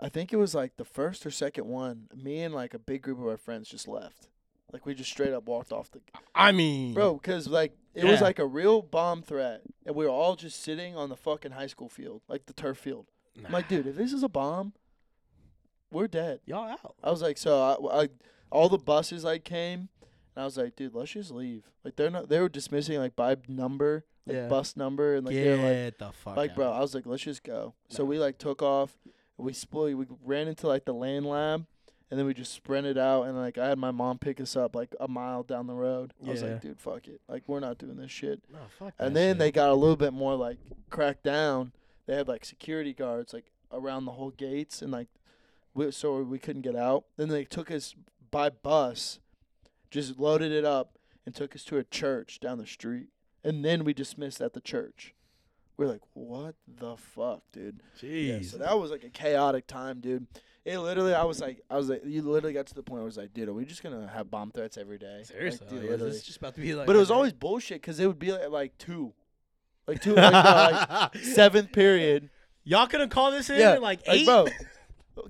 [SPEAKER 2] I think it was like the first or second one, me and like a big group of our friends just left. Like we just straight up walked off the
[SPEAKER 1] I mean,
[SPEAKER 2] Bro, because like it was
[SPEAKER 1] Yeah.
[SPEAKER 2] like a real bomb threat, and we were all just sitting on the fucking high school field, like the turf field.
[SPEAKER 1] nah,
[SPEAKER 2] I'm like, dude, if this is a bomb, we're dead.
[SPEAKER 1] y'all out.
[SPEAKER 2] I was like, so I, I all the buses like came, and I was like, dude, let's just leave. Like they're not, they were dismissing like by number, like
[SPEAKER 1] Yeah.
[SPEAKER 2] bus number, and like
[SPEAKER 1] Get
[SPEAKER 2] they're like,
[SPEAKER 1] the fuck,
[SPEAKER 2] like
[SPEAKER 1] out.
[SPEAKER 2] bro, I was like, let's just go. So
[SPEAKER 1] Nah.
[SPEAKER 2] we like took off, we split, we ran into like the land lab. And then we just sprinted out, and like I had my mom pick us up like a mile down the road. I was
[SPEAKER 1] Yeah.
[SPEAKER 2] like, "Dude, fuck it! Like we're not doing this shit."
[SPEAKER 1] No, fuck
[SPEAKER 2] And
[SPEAKER 1] that
[SPEAKER 2] then
[SPEAKER 1] shit.
[SPEAKER 2] they got a little bit more like cracked down. They had like security guards like around the whole gates and like we, so we couldn't get out. Then they took us by bus, just loaded it up and took us to a church down the street. And then we dismissed at the church. We're like, "What the fuck, dude?" Yeah,
[SPEAKER 1] Jeez.
[SPEAKER 2] so that was like a chaotic time, dude. It literally, I was like, I was like, you literally got to the point where I was like, dude, are we just gonna have bomb threats every day? Like,
[SPEAKER 1] Seriously,
[SPEAKER 2] dude,
[SPEAKER 1] yeah, this
[SPEAKER 2] literally.
[SPEAKER 1] is just about to be like.
[SPEAKER 2] But it was always bullshit because it would be like, like two, like two, like, no, like seventh period.
[SPEAKER 1] y'all couldn't call this in
[SPEAKER 2] Yeah,
[SPEAKER 1] at like
[SPEAKER 2] Like,
[SPEAKER 1] eight.
[SPEAKER 2] bro,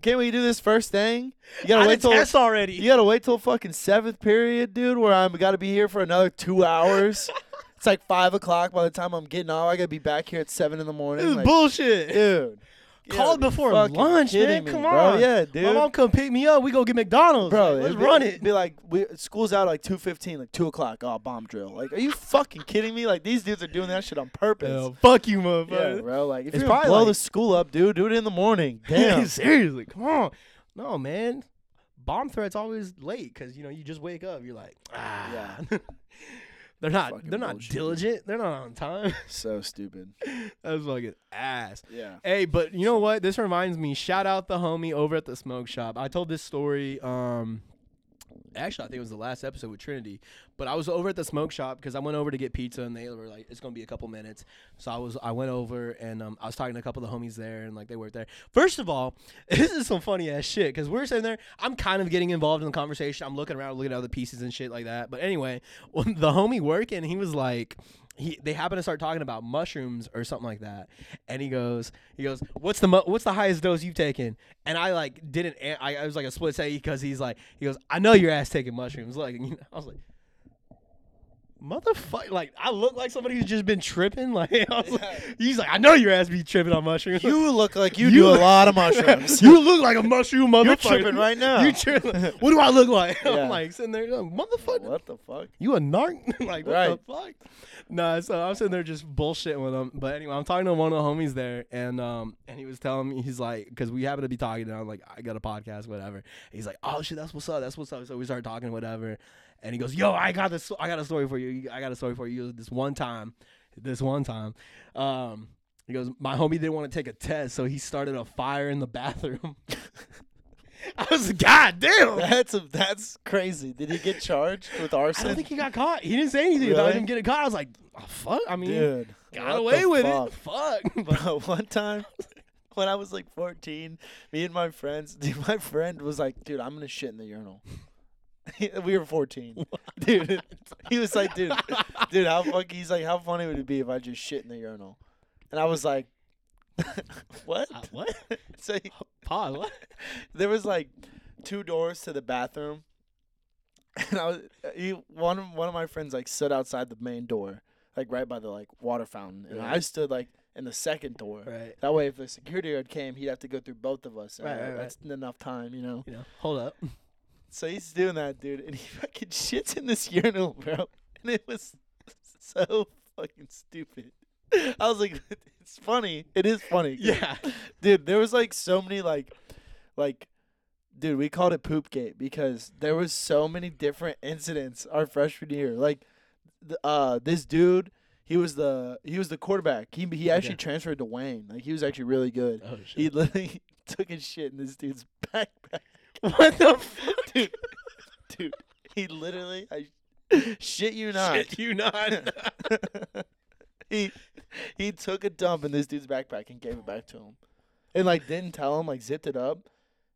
[SPEAKER 2] can we do this first thing? You
[SPEAKER 1] I
[SPEAKER 2] gotta wait
[SPEAKER 1] did
[SPEAKER 2] till
[SPEAKER 1] test already.
[SPEAKER 2] you gotta wait till fucking seventh period, dude. Where I'm gotta be here for another two hours. it's like five o'clock by the time I'm getting off. I gotta be back here at seven in
[SPEAKER 1] this
[SPEAKER 2] the
[SPEAKER 1] is
[SPEAKER 2] morning, like,
[SPEAKER 1] bullshit.
[SPEAKER 2] dude. you
[SPEAKER 1] Call
[SPEAKER 2] gotta
[SPEAKER 1] it
[SPEAKER 2] be
[SPEAKER 1] before
[SPEAKER 2] fucking
[SPEAKER 1] lunch, man.
[SPEAKER 2] kidding me,
[SPEAKER 1] Come
[SPEAKER 2] bro.
[SPEAKER 1] on,
[SPEAKER 2] Yeah, dude.
[SPEAKER 1] My mom come pick me up. We go get McDonald's,
[SPEAKER 2] Bro,
[SPEAKER 1] Like, let's
[SPEAKER 2] it'd be-
[SPEAKER 1] run
[SPEAKER 2] it'd
[SPEAKER 1] it.
[SPEAKER 2] Be like, we, school's out at like two fifteen, like two o'clock. Oh, bomb drill. Like, are you fucking kidding me? Like, these dudes are doing that shit on purpose.
[SPEAKER 1] Hell, fuck you,
[SPEAKER 2] Yeah,
[SPEAKER 1] motherfucker.
[SPEAKER 2] bro. Like, if
[SPEAKER 1] It's
[SPEAKER 2] you're gonna
[SPEAKER 1] probably
[SPEAKER 2] blow
[SPEAKER 1] like-
[SPEAKER 2] the school up, dude, do it in the morning. Damn.
[SPEAKER 1] seriously, come on. No, man. Bomb threats always late because you know you just wake up. You're like, ah. Yeah. they're not.
[SPEAKER 2] Fucking
[SPEAKER 1] they're not
[SPEAKER 2] bullshit, dude.
[SPEAKER 1] diligent. They're not on time.
[SPEAKER 2] so stupid.
[SPEAKER 1] That's fucking ass.
[SPEAKER 2] Yeah.
[SPEAKER 1] Hey, but you know what? This reminds me. Shout out the homie over at the smoke shop. I told this story. Um, actually, I think it was the last episode with Trinity. But I was over at the smoke shop because I went over to get pizza, and they were like, "It's gonna be a couple minutes." So I was, I went over, and um, I was talking to a couple of the homies there, and like they worked there. First of all, this is some funny ass shit because we're sitting there. I'm kind of getting involved in the conversation. I'm looking around, looking at other pieces and shit like that. But anyway, when the homie working, he was like, he they happen to start talking about mushrooms or something like that, and he goes, he goes, what's the mo- what's the highest dose you've taken? And I like didn't, an- I, I was like a split second because he's like, he goes, I know your ass taking mushrooms, like you know, I was like. Motherfucker, like I look like somebody who's just been tripping. Like, I was like he's like, I know your ass be tripping on mushrooms.
[SPEAKER 2] You look like you,
[SPEAKER 1] You
[SPEAKER 2] do a
[SPEAKER 1] look-
[SPEAKER 2] lot of mushrooms.
[SPEAKER 1] you look like a mushroom motherfucker.
[SPEAKER 2] You're tripping right now.
[SPEAKER 1] You tripping. What do I look like?
[SPEAKER 3] Yeah.
[SPEAKER 1] I'm like sitting there, like, motherfucker.
[SPEAKER 3] What the fuck?
[SPEAKER 1] You a narc? like what
[SPEAKER 3] Right.
[SPEAKER 1] the fuck? Nah, so I'm sitting there just bullshitting with him. But anyway, I'm talking to one of the homies there, and um, and he was telling me he's like, because we happen to be talking, and I'm like, I got a podcast, whatever. He's like, oh shit, that's what's up, that's what's up. So we started talking, whatever. And he goes, yo, I got this, I got a story for you. I got a story for you. This one time, this one time, um, he goes, my homie didn't want to take a test, so he started a fire in the bathroom. I was like, god damn.
[SPEAKER 2] That's a, that's crazy. Did he get charged with
[SPEAKER 1] I
[SPEAKER 2] arson?
[SPEAKER 1] don't think he got caught. He didn't say anything about
[SPEAKER 2] Really?
[SPEAKER 1] him getting caught. I was like, oh, fuck. I mean,
[SPEAKER 2] Dude,
[SPEAKER 1] got away with it. Fuck. But
[SPEAKER 2] Bro, uh, one time when I was like 14, me and my friends, dude, my friend was like, dude, I'm going to shit in the urinal. we were 14. Dude, he was like, dude, dude, how fuck, he's like, how funny would it be if I just shit in the urinal? And I was like, what?
[SPEAKER 1] Uh, what?
[SPEAKER 2] So he-
[SPEAKER 1] Pause. What?
[SPEAKER 2] there was like two doors to the bathroom, and I was uh, he, one of one of my friends like stood outside the main door, like right by the like water fountain, and I
[SPEAKER 1] Right.
[SPEAKER 2] stood like in the second door.
[SPEAKER 1] Right.
[SPEAKER 2] That way, if the security guard came, he'd have to go through both of us. and
[SPEAKER 1] Right, right, right.
[SPEAKER 2] That's enough time, you know.
[SPEAKER 1] You know, hold up.
[SPEAKER 2] So he's doing that, dude, and he fucking shits in this urinal, bro. And it was so fucking stupid. I was like, it's funny. It is funny. 'cause
[SPEAKER 1] Yeah.
[SPEAKER 2] dude there was like so many like like dude we called it poop gate because there was so many different incidents our freshman year like th- uh this dude he was the he was the quarterback he, he actually
[SPEAKER 1] Okay.
[SPEAKER 2] transferred to wayne like he was actually really good
[SPEAKER 1] Oh,
[SPEAKER 2] he literally took his shit in this dude's backpack
[SPEAKER 1] what the fuck?
[SPEAKER 2] dude dude he literally i shit you not
[SPEAKER 1] Shit, you not.
[SPEAKER 2] he he took a dump in this dude's backpack and gave it back to him, and like didn't tell him, like zipped it up,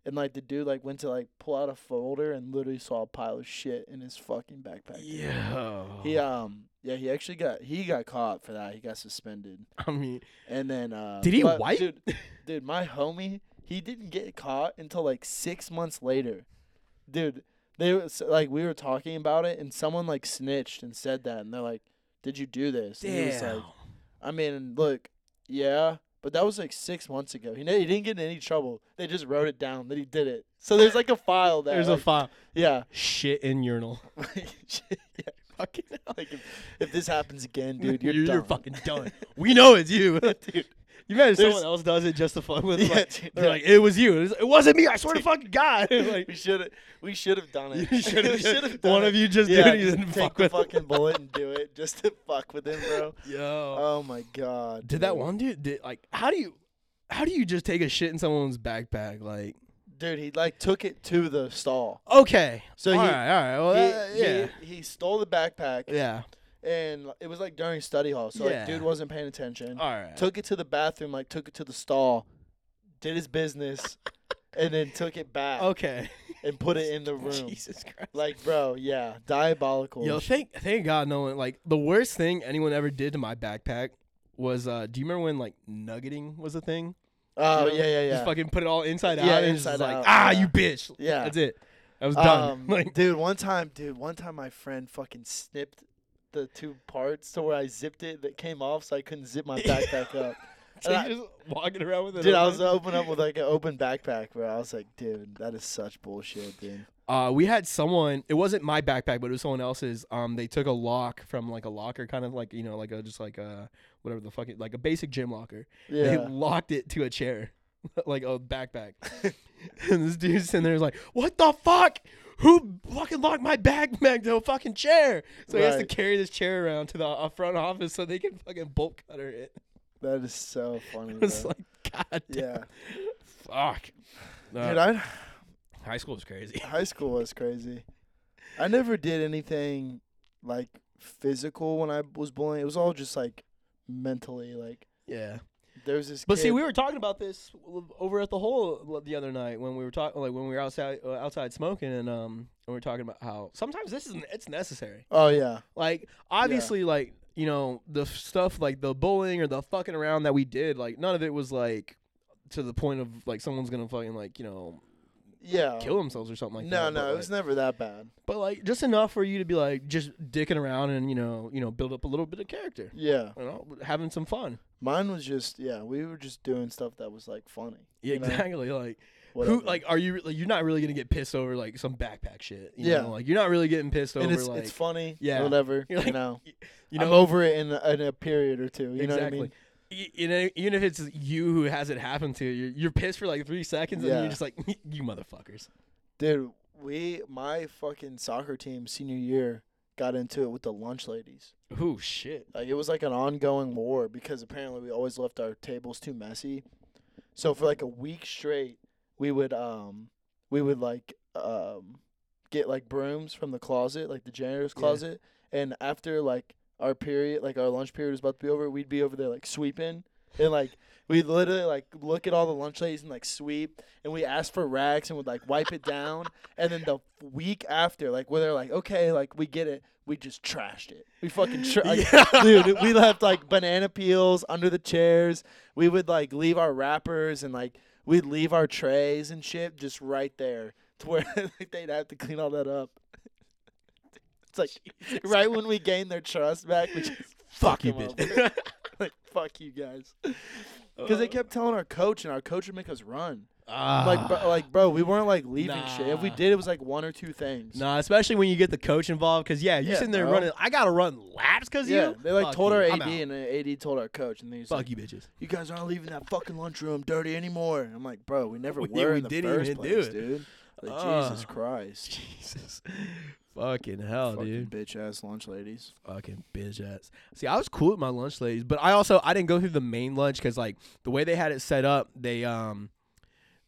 [SPEAKER 2] and like the dude like went to like pull out a folder and literally saw a pile of shit in his fucking backpack. dude.
[SPEAKER 1] Yo.
[SPEAKER 2] He um yeah he actually got he got caught for that he got suspended
[SPEAKER 1] I mean,
[SPEAKER 2] and then uh
[SPEAKER 1] Did he
[SPEAKER 2] but,
[SPEAKER 1] wipe?
[SPEAKER 2] dude dude my homie he didn't get caught until like six months later dude they was like we were talking about it and someone like snitched and said that and they're like did you do this and he was
[SPEAKER 1] damn.
[SPEAKER 2] like I mean, look, yeah, but that was like six months ago. He, ne- he didn't get in any trouble. They just wrote it down that he did it. So there's like a file there.
[SPEAKER 1] There's a
[SPEAKER 2] like,
[SPEAKER 1] file.
[SPEAKER 2] yeah.
[SPEAKER 1] Shit in urinal.
[SPEAKER 2] yeah.
[SPEAKER 1] Fucking hell.
[SPEAKER 2] Like if, if this happens again, dude, you're,
[SPEAKER 1] You're, you're
[SPEAKER 2] done.
[SPEAKER 1] fucking done. we know it's you.
[SPEAKER 2] dude.
[SPEAKER 1] You imagine
[SPEAKER 2] There's-
[SPEAKER 1] someone else does it just to fuck with.
[SPEAKER 2] Yeah,
[SPEAKER 1] like,
[SPEAKER 2] dude,
[SPEAKER 1] they're
[SPEAKER 2] yeah.
[SPEAKER 1] like, it was you. It's like, It wasn't me. I swear to fucking God. like,
[SPEAKER 2] we should have we should have done it.
[SPEAKER 1] You should've-
[SPEAKER 2] We should've
[SPEAKER 1] one
[SPEAKER 2] done
[SPEAKER 1] of you just
[SPEAKER 2] yeah,
[SPEAKER 1] did it, you
[SPEAKER 2] just
[SPEAKER 1] didn't
[SPEAKER 2] take
[SPEAKER 1] fuck
[SPEAKER 2] the
[SPEAKER 1] with it.
[SPEAKER 2] fucking bullet and do it just to fuck with him, bro.
[SPEAKER 1] yo.
[SPEAKER 2] Oh my god.
[SPEAKER 1] Did that
[SPEAKER 2] dude.
[SPEAKER 1] one dude did like how do you how do you just take a shit in someone's backpack? Like
[SPEAKER 2] Dude, he like took it to the stall.
[SPEAKER 1] okay,
[SPEAKER 2] So
[SPEAKER 1] all
[SPEAKER 2] he-
[SPEAKER 1] right, all right, well, that-
[SPEAKER 2] he,
[SPEAKER 1] Uh, yeah,
[SPEAKER 2] he, he stole the backpack.
[SPEAKER 1] yeah,
[SPEAKER 2] and like, it was like during study hall, so
[SPEAKER 1] Yeah.
[SPEAKER 2] like dude wasn't paying attention.
[SPEAKER 1] all right.
[SPEAKER 2] Took it to the bathroom, like took it to the stall, did his business, and then took it back
[SPEAKER 1] okay,
[SPEAKER 2] and put it in the room.
[SPEAKER 1] Jesus Christ.
[SPEAKER 2] Like, bro, yeah, diabolical.
[SPEAKER 1] Yo, thank thank God no one like the worst thing anyone ever did to my backpack was uh do you remember when like nuggeting was a thing? You
[SPEAKER 2] oh
[SPEAKER 1] know,
[SPEAKER 2] yeah, yeah, yeah.
[SPEAKER 1] Just fucking put it all inside
[SPEAKER 2] Yeah,
[SPEAKER 1] out and it's just
[SPEAKER 2] inside
[SPEAKER 1] like
[SPEAKER 2] out,
[SPEAKER 1] ah
[SPEAKER 2] yeah.
[SPEAKER 1] you bitch.
[SPEAKER 2] Yeah.
[SPEAKER 1] That's it. I was done.
[SPEAKER 2] Um,
[SPEAKER 1] like
[SPEAKER 2] dude, one time, dude, one time, my friend fucking snipped the two parts to where I zipped it that came off, so I couldn't zip my backpack up.
[SPEAKER 1] so
[SPEAKER 2] I-
[SPEAKER 1] you just walking around with it.
[SPEAKER 2] Dude, I
[SPEAKER 1] open?
[SPEAKER 2] was open up with like an open backpack, bro. I was like, dude, that is such bullshit, dude.
[SPEAKER 1] Uh, we had someone. It wasn't my backpack, but it was someone else's. Um, they took a lock from like a locker, kind of like you know, like a just like a whatever the fuck, it, like a basic gym locker. They
[SPEAKER 2] Yeah,
[SPEAKER 1] locked it to a chair, like a backpack. and this dude's sitting there, he's like, "What the fuck? Who fucking locked my backpack to a fucking chair?" So he has to
[SPEAKER 2] Right.
[SPEAKER 1] carry this chair around to the uh, front office so they can fucking bolt cutter it.
[SPEAKER 2] that is so funny.
[SPEAKER 1] It's
[SPEAKER 2] Bro.
[SPEAKER 1] like, God, damn,
[SPEAKER 2] Yeah,
[SPEAKER 1] fuck.
[SPEAKER 2] dude.
[SPEAKER 1] Uh,
[SPEAKER 2] I
[SPEAKER 1] high school was crazy.
[SPEAKER 2] high school was crazy. I never did anything like physical when I was bullying. It was all just like mentally. Like
[SPEAKER 1] Yeah.
[SPEAKER 2] there was this.
[SPEAKER 1] But see,
[SPEAKER 2] kid-
[SPEAKER 1] we were talking about this w- over at the hole the other night when we were talking, like when we were outside uh, outside smoking, and um, and we were talking about how sometimes this is it's necessary.
[SPEAKER 2] Oh yeah,
[SPEAKER 1] Like obviously, like you know, the f- stuff like the bullying or the fucking around that we did, like none of it was like to the point of like someone's gonna fucking like you know
[SPEAKER 2] Yeah.
[SPEAKER 1] kill themselves or something like
[SPEAKER 2] Uh, no,
[SPEAKER 1] that.
[SPEAKER 2] no,
[SPEAKER 1] but,
[SPEAKER 2] it
[SPEAKER 1] like-
[SPEAKER 2] was never that bad.
[SPEAKER 1] but like just enough for you to be like just dicking around and you know you know build up a little bit of character,
[SPEAKER 2] Yeah.
[SPEAKER 1] you know, having some fun.
[SPEAKER 2] Mine was just yeah, we were just doing stuff that was like funny.
[SPEAKER 1] Yeah,
[SPEAKER 2] you know?
[SPEAKER 1] exactly. Like
[SPEAKER 2] Whatever.
[SPEAKER 1] who? Like are you? Like, you're not really gonna get pissed over like some backpack shit. You
[SPEAKER 2] Yeah.
[SPEAKER 1] know? like you're not really getting pissed
[SPEAKER 2] and
[SPEAKER 1] over
[SPEAKER 2] it's
[SPEAKER 1] like
[SPEAKER 2] it's funny.
[SPEAKER 1] Yeah.
[SPEAKER 2] Whatever.
[SPEAKER 1] You're
[SPEAKER 2] you
[SPEAKER 1] like-
[SPEAKER 2] know.
[SPEAKER 1] you
[SPEAKER 2] I'm
[SPEAKER 1] know
[SPEAKER 2] over it in a, in a period or two. You know what I mean?
[SPEAKER 1] E- You know, even if it's you who has it happen to you, you're pissed for like three seconds, and then
[SPEAKER 2] Yeah.
[SPEAKER 1] you're just like, "You motherfuckers!"
[SPEAKER 2] Dude, we my fucking soccer team senior year got into it with the lunch ladies.
[SPEAKER 1] Oh shit!
[SPEAKER 2] Like it was like an ongoing war because apparently we always left our tables too messy. So for like a week straight, we would um we would like um get like brooms from the closet, like the janitor's
[SPEAKER 1] Yeah.
[SPEAKER 2] closet, and after like our period, like our lunch period was about to be over, we'd be over there like sweeping and like we would literally like look at all the lunch ladies and like sweep and we asked for rags and would like wipe it down and then the week after like where they're like okay like we get it we just trashed it we fucking tra- like,
[SPEAKER 1] Yeah.
[SPEAKER 2] dude we left like banana peels under the chairs we would like leave our wrappers and like we'd leave our trays and shit just right there to where like, they'd have to clean all that up it's like right when we gained their trust back we just
[SPEAKER 1] Fuck you,
[SPEAKER 2] them up.
[SPEAKER 1] bitch!
[SPEAKER 2] like fuck you guys because
[SPEAKER 1] Uh.
[SPEAKER 2] they kept telling our coach, and our coach would make us run.
[SPEAKER 1] Ah.
[SPEAKER 2] like, bro, like, bro, we weren't like leaving
[SPEAKER 1] nah.
[SPEAKER 2] shit. If we did, it was like one or two things.
[SPEAKER 1] Nah, especially when you get the coach involved, because yeah, you
[SPEAKER 2] Yeah,
[SPEAKER 1] sitting there
[SPEAKER 2] bro.
[SPEAKER 1] running. I gotta run laps because
[SPEAKER 2] yeah,
[SPEAKER 1] you.
[SPEAKER 2] they like
[SPEAKER 1] Fuck
[SPEAKER 2] told
[SPEAKER 1] you.
[SPEAKER 2] our
[SPEAKER 1] I'm out.
[SPEAKER 2] AD, and the AD told our coach, and then he's
[SPEAKER 1] Fuck
[SPEAKER 2] like,
[SPEAKER 1] you, bitches.
[SPEAKER 2] "You guys aren't leaving that fucking lunchroom dirty anymore." And I'm like, "Bro, we never
[SPEAKER 1] We-
[SPEAKER 2] were
[SPEAKER 1] we
[SPEAKER 2] in the
[SPEAKER 1] didn't
[SPEAKER 2] first
[SPEAKER 1] even do
[SPEAKER 2] place,
[SPEAKER 1] it." Ah.
[SPEAKER 2] dude." Like, Jesus
[SPEAKER 1] Ugh.
[SPEAKER 2] Christ,
[SPEAKER 1] Jesus, fucking hell, Oh, dude.
[SPEAKER 2] fucking bitch ass lunch ladies.
[SPEAKER 1] Fucking bitch ass. See, I was cool with my lunch ladies, but I also I didn't go through the main lunch because like the way they had it set up, they um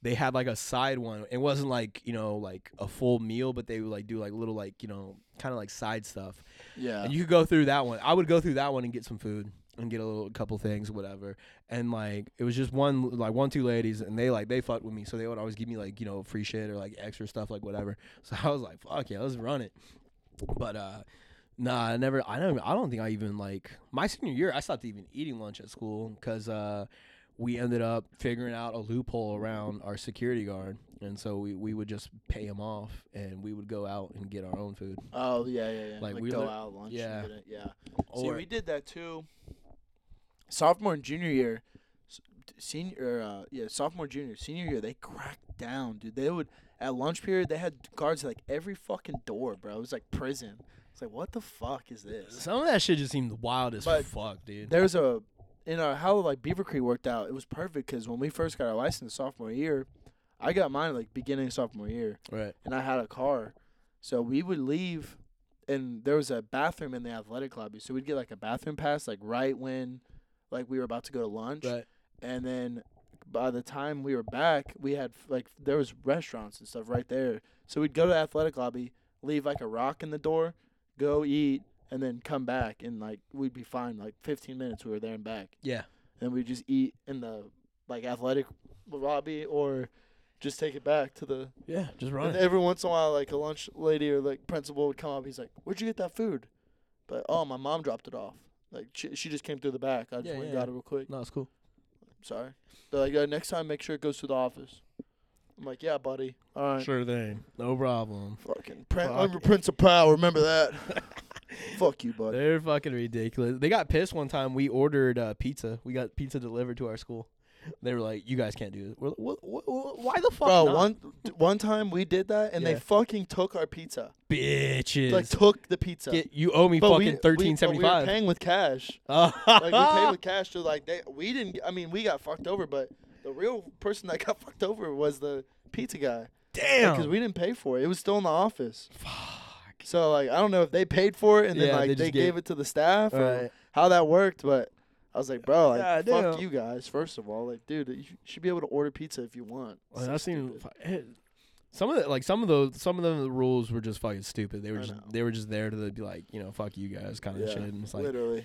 [SPEAKER 1] they had like a side one. It wasn't like you know like a full meal, but they would like do like little like you know kind of like side stuff,
[SPEAKER 2] Yeah,
[SPEAKER 1] and you could go through that one. I would go through that one and get some food and get a little couple things whatever and like it was just one like one two ladies and they like they fucked with me so they would always give me like you know free shit or like extra stuff like whatever so i was like fuck yeah let's run it but uh Nah, I never. I don't. I don't think I even like my senior year. I stopped even eating lunch at school because uh, we ended up figuring out a loophole around our security guard, and so we, we would just pay him off, and we would go out and get our own food.
[SPEAKER 2] oh yeah, yeah, yeah.
[SPEAKER 1] Like,
[SPEAKER 2] Like,
[SPEAKER 1] we
[SPEAKER 2] go
[SPEAKER 1] lit-
[SPEAKER 2] out lunch.
[SPEAKER 1] yeah.
[SPEAKER 2] and get it. yeah. See,
[SPEAKER 1] Or-
[SPEAKER 2] we did that too. Sophomore and junior year, s- t- senior, uh, yeah, sophomore, junior, senior year, they cracked down, dude. They would at lunch period they had guards like every fucking door, bro. It was like prison. It's like what the fuck is this?
[SPEAKER 1] Some of that shit just seemed wild as
[SPEAKER 2] But
[SPEAKER 1] fuck, dude.
[SPEAKER 2] There's a in our how like Beaver Creek worked out. It was perfect because when we first got our license sophomore year, I got mine like beginning of sophomore year
[SPEAKER 1] Right.
[SPEAKER 2] and I had a car. So we would leave, and there was a bathroom in the athletic lobby. So we'd get like a bathroom pass, like right when, like we were about to go to lunch,
[SPEAKER 1] Right.
[SPEAKER 2] and then by the time we were back, we had like there was restaurants and stuff right there. So we'd go to the athletic lobby, leave like a rock in the door, go eat, and then come back, and like we'd be fine. Like 15 minutes, we were there and back.
[SPEAKER 1] Yeah.
[SPEAKER 2] And we just eat in the like athletic lobby or just take it back to the
[SPEAKER 1] Yeah. Just
[SPEAKER 2] and
[SPEAKER 1] running.
[SPEAKER 2] every once in a while, like a lunch lady or like principal would come up. He's like, "Where'd you get that food?" But oh, my mom dropped it off. Like she, she just came through the back. I just
[SPEAKER 1] Yeah,
[SPEAKER 2] went and
[SPEAKER 1] yeah.
[SPEAKER 2] got it real quick.
[SPEAKER 1] No, it's cool.
[SPEAKER 2] Sorry. They're like, "Uh, next time, make sure it goes to the office. I'm like, yeah, buddy. All right.
[SPEAKER 1] Sure thing. No problem.
[SPEAKER 2] Fucking prin-
[SPEAKER 1] Fuck
[SPEAKER 2] I'm a
[SPEAKER 1] it.
[SPEAKER 2] Prince of Power. Remember that. Fuck you, buddy.
[SPEAKER 1] They're fucking ridiculous. They got pissed one time. We ordered uh, pizza. We got pizza delivered to our school. They were like, "You guys can't do it." We're like, "What- what- what- why the fuck?"
[SPEAKER 2] Bro,
[SPEAKER 1] not?
[SPEAKER 2] one one time we did that and
[SPEAKER 1] Yeah.
[SPEAKER 2] they fucking took our pizza.
[SPEAKER 1] bitches.
[SPEAKER 2] Like took the pizza.
[SPEAKER 1] Get- you owe me
[SPEAKER 2] But we-
[SPEAKER 1] fucking thirteen
[SPEAKER 2] we, but
[SPEAKER 1] seventy
[SPEAKER 2] we were
[SPEAKER 1] five.
[SPEAKER 2] paying with cash. like we paid with cash so like they we didn't get- i mean we got fucked over but the real person that got fucked over was the pizza guy
[SPEAKER 1] Damn.
[SPEAKER 2] because we didn't pay for it it was still in the office
[SPEAKER 1] Fuck.
[SPEAKER 2] so like i don't know if they paid for it and then
[SPEAKER 1] Yeah,
[SPEAKER 2] like
[SPEAKER 1] they
[SPEAKER 2] they,
[SPEAKER 1] just
[SPEAKER 2] gave
[SPEAKER 1] gave-
[SPEAKER 2] it to the staff or
[SPEAKER 1] Right.
[SPEAKER 2] how that worked but i was like bro like
[SPEAKER 1] God
[SPEAKER 2] fuck
[SPEAKER 1] damn.
[SPEAKER 2] you guys first of all like dude you should be able to order pizza if you want
[SPEAKER 1] Like,
[SPEAKER 2] So
[SPEAKER 1] I've seen
[SPEAKER 2] stupid.
[SPEAKER 1] fu- eh, some of the like some of those some of them, the rules were just fucking stupid. They were
[SPEAKER 2] I
[SPEAKER 1] just
[SPEAKER 2] know.
[SPEAKER 1] they were just there to be like you know fuck you guys kind of
[SPEAKER 2] Yeah,
[SPEAKER 1] shit. And it's like
[SPEAKER 2] literally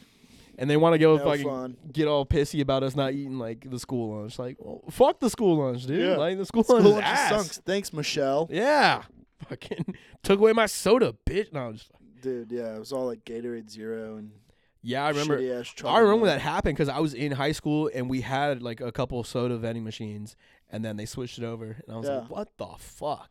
[SPEAKER 1] and they want to go
[SPEAKER 2] no
[SPEAKER 1] fucking
[SPEAKER 2] fun
[SPEAKER 1] get all pissy about us not eating like the school lunch. Like well, fuck the school lunch, dude.
[SPEAKER 2] Yeah.
[SPEAKER 1] Like the school,
[SPEAKER 2] School
[SPEAKER 1] lunch, is
[SPEAKER 2] lunch
[SPEAKER 1] ass.
[SPEAKER 2] sucks. thanks michelle
[SPEAKER 1] Yeah. Fucking took away my soda, bitch. No, I'm just
[SPEAKER 2] dude yeah it was all like gatorade zero and
[SPEAKER 1] Yeah, I remember.
[SPEAKER 2] Shitty-ass
[SPEAKER 1] I
[SPEAKER 2] chocolate
[SPEAKER 1] remember when
[SPEAKER 2] milk.
[SPEAKER 1] that happened because I was in high school and we had like a couple soda vending machines, and then they switched it over, and I was
[SPEAKER 2] Yeah.
[SPEAKER 1] like, "What the fuck?"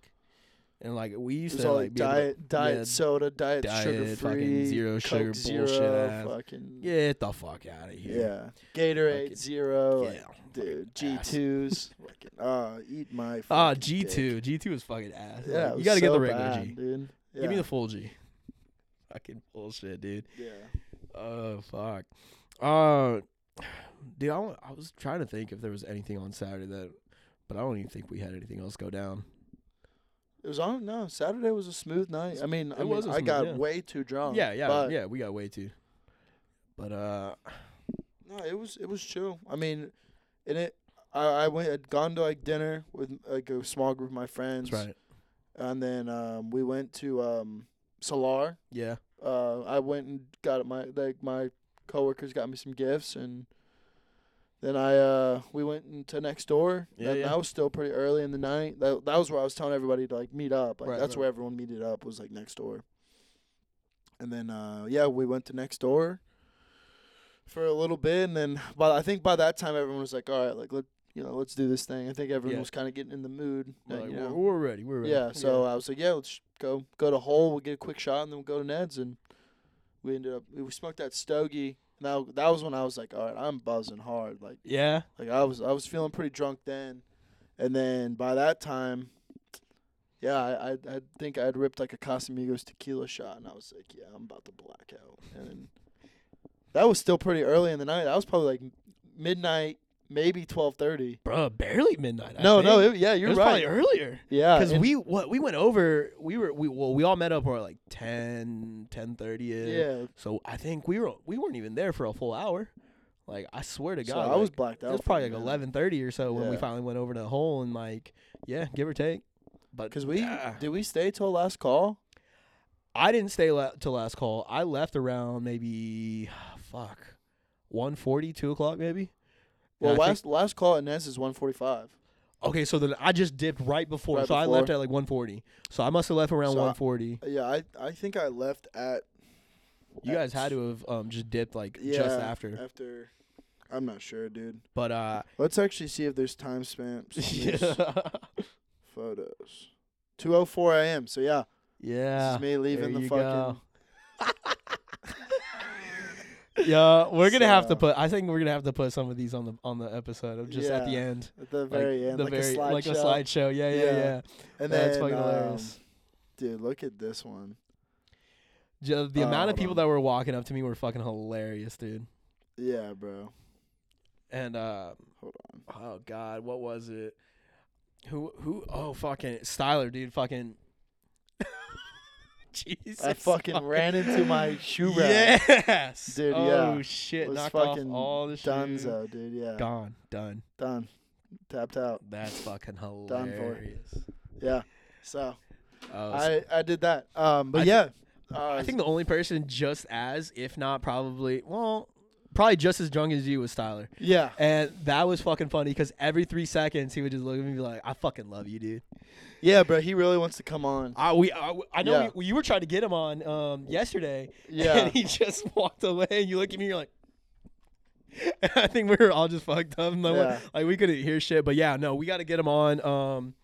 [SPEAKER 1] And like we
[SPEAKER 2] It
[SPEAKER 1] used
[SPEAKER 2] was
[SPEAKER 1] to
[SPEAKER 2] all
[SPEAKER 1] like
[SPEAKER 2] like
[SPEAKER 1] be able to-
[SPEAKER 2] diet, diet
[SPEAKER 1] yeah,
[SPEAKER 2] soda, diet,
[SPEAKER 1] diet,
[SPEAKER 2] sugar
[SPEAKER 1] fucking
[SPEAKER 2] free,
[SPEAKER 1] zero
[SPEAKER 2] Coke
[SPEAKER 1] sugar
[SPEAKER 2] zero,
[SPEAKER 1] bullshit ass.
[SPEAKER 2] fucking
[SPEAKER 1] get the fuck out of here.
[SPEAKER 2] yeah, Gatorade
[SPEAKER 1] Fucking-
[SPEAKER 2] zero, like,
[SPEAKER 1] Yeah,
[SPEAKER 2] dude,
[SPEAKER 1] fucking
[SPEAKER 2] G
[SPEAKER 1] ass.
[SPEAKER 2] twos, fucking ah, eat
[SPEAKER 1] Ah,
[SPEAKER 2] my fucking
[SPEAKER 1] G
[SPEAKER 2] dick.
[SPEAKER 1] two. G two is fucking ass.
[SPEAKER 2] Yeah,
[SPEAKER 1] Like, you got to get the regular G.
[SPEAKER 2] dude.
[SPEAKER 1] Give me
[SPEAKER 2] Yeah.
[SPEAKER 1] the full G. Fucking bullshit, dude.
[SPEAKER 2] yeah.
[SPEAKER 1] Oh fuck. Uh, dude, I, wa- I was trying to think if there was anything on Saturday that, but I don't even think we had anything else go down.
[SPEAKER 2] It was on. No, Saturday was a smooth night. I mean, I, mean,
[SPEAKER 1] was a
[SPEAKER 2] I
[SPEAKER 1] smooth-
[SPEAKER 2] got
[SPEAKER 1] yeah.
[SPEAKER 2] way too drunk.
[SPEAKER 1] yeah, yeah,
[SPEAKER 2] Um, but
[SPEAKER 1] yeah. We got way too. But uh,
[SPEAKER 2] No, it was it was chill. I mean, and it. I, I went had gone to like dinner with like a small group of my friends,
[SPEAKER 1] that's right.
[SPEAKER 2] and then um, we went to um, Solar.
[SPEAKER 1] Yeah,
[SPEAKER 2] Uh, I went and got my like my coworkers got me some gifts, and then I uh, we went into next door.
[SPEAKER 1] Yeah,
[SPEAKER 2] and
[SPEAKER 1] yeah.
[SPEAKER 2] That was still pretty early in the night. That that was where I was telling everybody to like meet up. Like
[SPEAKER 1] Right,
[SPEAKER 2] that's
[SPEAKER 1] right.
[SPEAKER 2] where everyone meeted up was like next door. And then uh, yeah, we went to next door for a little bit, and then but I think by that time everyone was like, all right, like let you know let's do this thing. I think everyone
[SPEAKER 1] Yeah.
[SPEAKER 2] was kind of getting in the mood.
[SPEAKER 1] We're
[SPEAKER 2] like,
[SPEAKER 1] like,
[SPEAKER 2] you
[SPEAKER 1] we're,
[SPEAKER 2] know.
[SPEAKER 1] we're ready. We're ready.
[SPEAKER 2] Yeah, so uh, I was like, yeah, let's go go to Hole. We'll get a quick shot, and then we'll go to Ned's. And we ended up we smoked that stogie. And that, that was when I was like, all right, I'm buzzing hard. Like
[SPEAKER 1] yeah,
[SPEAKER 2] like I was I was feeling pretty drunk then, and then by that time, yeah, I I, I think I had ripped like a Casamigos tequila shot, and I was like, yeah, I'm about to black out. And then, that was still pretty early in the night. That was probably like m- midnight, maybe twelve thirty.
[SPEAKER 1] bro, barely midnight. I
[SPEAKER 2] No, no,
[SPEAKER 1] think.
[SPEAKER 2] it, yeah,
[SPEAKER 1] It
[SPEAKER 2] you're
[SPEAKER 1] was
[SPEAKER 2] right.
[SPEAKER 1] probably earlier.
[SPEAKER 2] Yeah,
[SPEAKER 1] Because
[SPEAKER 2] and-
[SPEAKER 1] we what we went over, we were we well, we all met up at like 10, 10.30
[SPEAKER 2] yeah.
[SPEAKER 1] So I think we were we weren't even there for a full hour. Like I swear to
[SPEAKER 2] So
[SPEAKER 1] God,
[SPEAKER 2] I was
[SPEAKER 1] like,
[SPEAKER 2] blacked out.
[SPEAKER 1] it was
[SPEAKER 2] for a
[SPEAKER 1] probably like
[SPEAKER 2] minute.
[SPEAKER 1] eleven thirty or so when we
[SPEAKER 2] Yeah.
[SPEAKER 1] finally went over to the hole and like yeah, give or take. But
[SPEAKER 2] Cause we
[SPEAKER 1] ah,
[SPEAKER 2] did we stay till last call?
[SPEAKER 1] I didn't stay la- till last call. I left around maybe fuck 1.40, 2 o'clock maybe. And
[SPEAKER 2] Well,
[SPEAKER 1] I think-
[SPEAKER 2] last last call at Ness is one forty five.
[SPEAKER 1] okay, so then I just dipped right before,
[SPEAKER 2] Right
[SPEAKER 1] so I left
[SPEAKER 2] before.
[SPEAKER 1] at like one forty. So I must have left around
[SPEAKER 2] So I-
[SPEAKER 1] one forty.
[SPEAKER 2] Yeah, I I think I left at.
[SPEAKER 1] You guys
[SPEAKER 2] at-
[SPEAKER 1] had to have um, just dipped like
[SPEAKER 2] yeah,
[SPEAKER 1] just after.
[SPEAKER 2] After, I'm not sure, dude.
[SPEAKER 1] But uh,
[SPEAKER 2] Let's actually see if there's time stamps. on these
[SPEAKER 1] yeah,
[SPEAKER 2] Photos. Two oh four a.m. So yeah, this
[SPEAKER 1] yeah.
[SPEAKER 2] is me leaving
[SPEAKER 1] Ah, there
[SPEAKER 2] the
[SPEAKER 1] you
[SPEAKER 2] fucking.
[SPEAKER 1] go. Yeah, we're gonna have to
[SPEAKER 2] So-
[SPEAKER 1] put. I think we're gonna have to put some of these on the on the episode of just at the
[SPEAKER 2] Yeah,
[SPEAKER 1] end,
[SPEAKER 2] At the
[SPEAKER 1] like
[SPEAKER 2] very end,
[SPEAKER 1] the
[SPEAKER 2] like,
[SPEAKER 1] very
[SPEAKER 2] a slideshow.
[SPEAKER 1] like a slideshow. Yeah, yeah,
[SPEAKER 2] Yeah.
[SPEAKER 1] yeah.
[SPEAKER 2] And
[SPEAKER 1] That's
[SPEAKER 2] then,
[SPEAKER 1] fucking
[SPEAKER 2] um,
[SPEAKER 1] hilarious.
[SPEAKER 2] dude, look at this one.
[SPEAKER 1] Ju- the
[SPEAKER 2] uh,
[SPEAKER 1] amount of
[SPEAKER 2] hold
[SPEAKER 1] people
[SPEAKER 2] on.
[SPEAKER 1] that were walking up to me were fucking hilarious, dude.
[SPEAKER 2] Yeah, bro.
[SPEAKER 1] And uh,
[SPEAKER 2] Hold on.
[SPEAKER 1] oh god, what was it? Who who? Oh fucking Styler, dude. Fucking. Jesus.
[SPEAKER 2] I fucking ran into my shoe rack.
[SPEAKER 1] Yes,
[SPEAKER 2] Dude,
[SPEAKER 1] Oh
[SPEAKER 2] yeah.
[SPEAKER 1] shit!
[SPEAKER 2] Was
[SPEAKER 1] Knocked off
[SPEAKER 2] fucking
[SPEAKER 1] all the shoes.
[SPEAKER 2] Dunzo, dude. Yeah,
[SPEAKER 1] Gone, done.
[SPEAKER 2] done, tapped out.
[SPEAKER 1] That's fucking
[SPEAKER 2] for.
[SPEAKER 1] hilarious.
[SPEAKER 2] Yeah. So
[SPEAKER 1] Oh, so-
[SPEAKER 2] I, I did that. Um, but
[SPEAKER 1] I thi-
[SPEAKER 2] yeah, uh,
[SPEAKER 1] I think the only person just as, if not probably, well, probably just as drunk as you was Tyler,
[SPEAKER 2] yeah,
[SPEAKER 1] and that was fucking funny because every three seconds he would just look at me and be like, "I fucking love you, dude."
[SPEAKER 2] yeah, bro. He really wants to come on.
[SPEAKER 1] I we I, I know
[SPEAKER 2] Yeah.
[SPEAKER 1] we- you were trying to get him on um yesterday,
[SPEAKER 2] Yeah,
[SPEAKER 1] and he just walked away. And you look at me, you're like. I think we were all just fucked up. and Like,
[SPEAKER 2] Yeah.
[SPEAKER 1] like we couldn't hear shit. But yeah, no, we got to get him on. Um,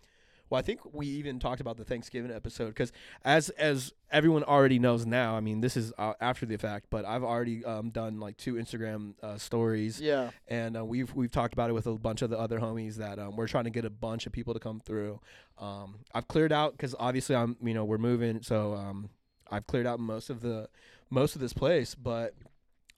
[SPEAKER 1] well, I think we even talked about the Thanksgiving episode because as as everyone already knows now, I mean, this is uh, after the fact, but I've already um, done like two Instagram uh, stories,
[SPEAKER 2] yeah,
[SPEAKER 1] and uh, we've we've talked about it with a bunch of the other homies that um, we're trying to get a bunch of people to come through. Um, I've cleared out because obviously I'm you know we're moving, so um, I've cleared out most of the most of this place, but.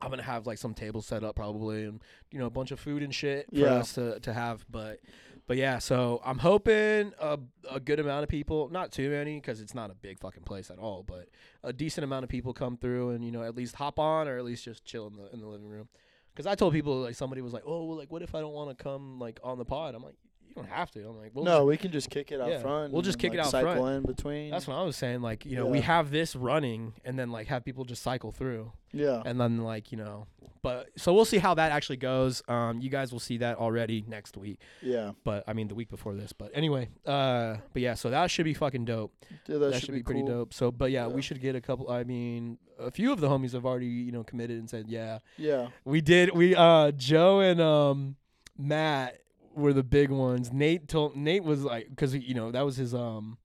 [SPEAKER 1] I'm gonna have like some tables set up probably, and you know a bunch of food and shit for
[SPEAKER 2] Yeah.
[SPEAKER 1] us to, to have. But but yeah, so I'm hoping a, a good amount of people, not too many, because it's not a big fucking place at all, but a decent amount of people come through and you know at least hop on or at least just chill in the in the living room. Because I told people like somebody was like, oh, well, like what if I don't want to come like on the pod? I'm like, you don't have to. I'm like, well,
[SPEAKER 2] no, we can just kick it out
[SPEAKER 1] yeah,
[SPEAKER 2] front.
[SPEAKER 1] we'll
[SPEAKER 2] and
[SPEAKER 1] just
[SPEAKER 2] then,
[SPEAKER 1] kick it
[SPEAKER 2] like,
[SPEAKER 1] out
[SPEAKER 2] cycle
[SPEAKER 1] front.
[SPEAKER 2] in between.
[SPEAKER 1] that's what I was saying. Like you know we
[SPEAKER 2] Yeah.
[SPEAKER 1] have this running and then like have people just cycle through
[SPEAKER 2] yeah,
[SPEAKER 1] and then like you know But so we'll see how that actually goes. Um, you guys will see that already next week.
[SPEAKER 2] Yeah,
[SPEAKER 1] But I mean, the week before this. But anyway, uh, but yeah, so that should be fucking dope.
[SPEAKER 2] Dude, that,
[SPEAKER 1] That, should, be, pretty
[SPEAKER 2] cool.
[SPEAKER 1] dope. So, but yeah,
[SPEAKER 2] Yeah.
[SPEAKER 1] we should get a couple. I mean, a few of the homies have already you know committed and said, yeah,
[SPEAKER 2] Yeah,
[SPEAKER 1] we did. We uh, Joe and um, Matt were the big ones. Nate told Nate was like, because you know that was his um,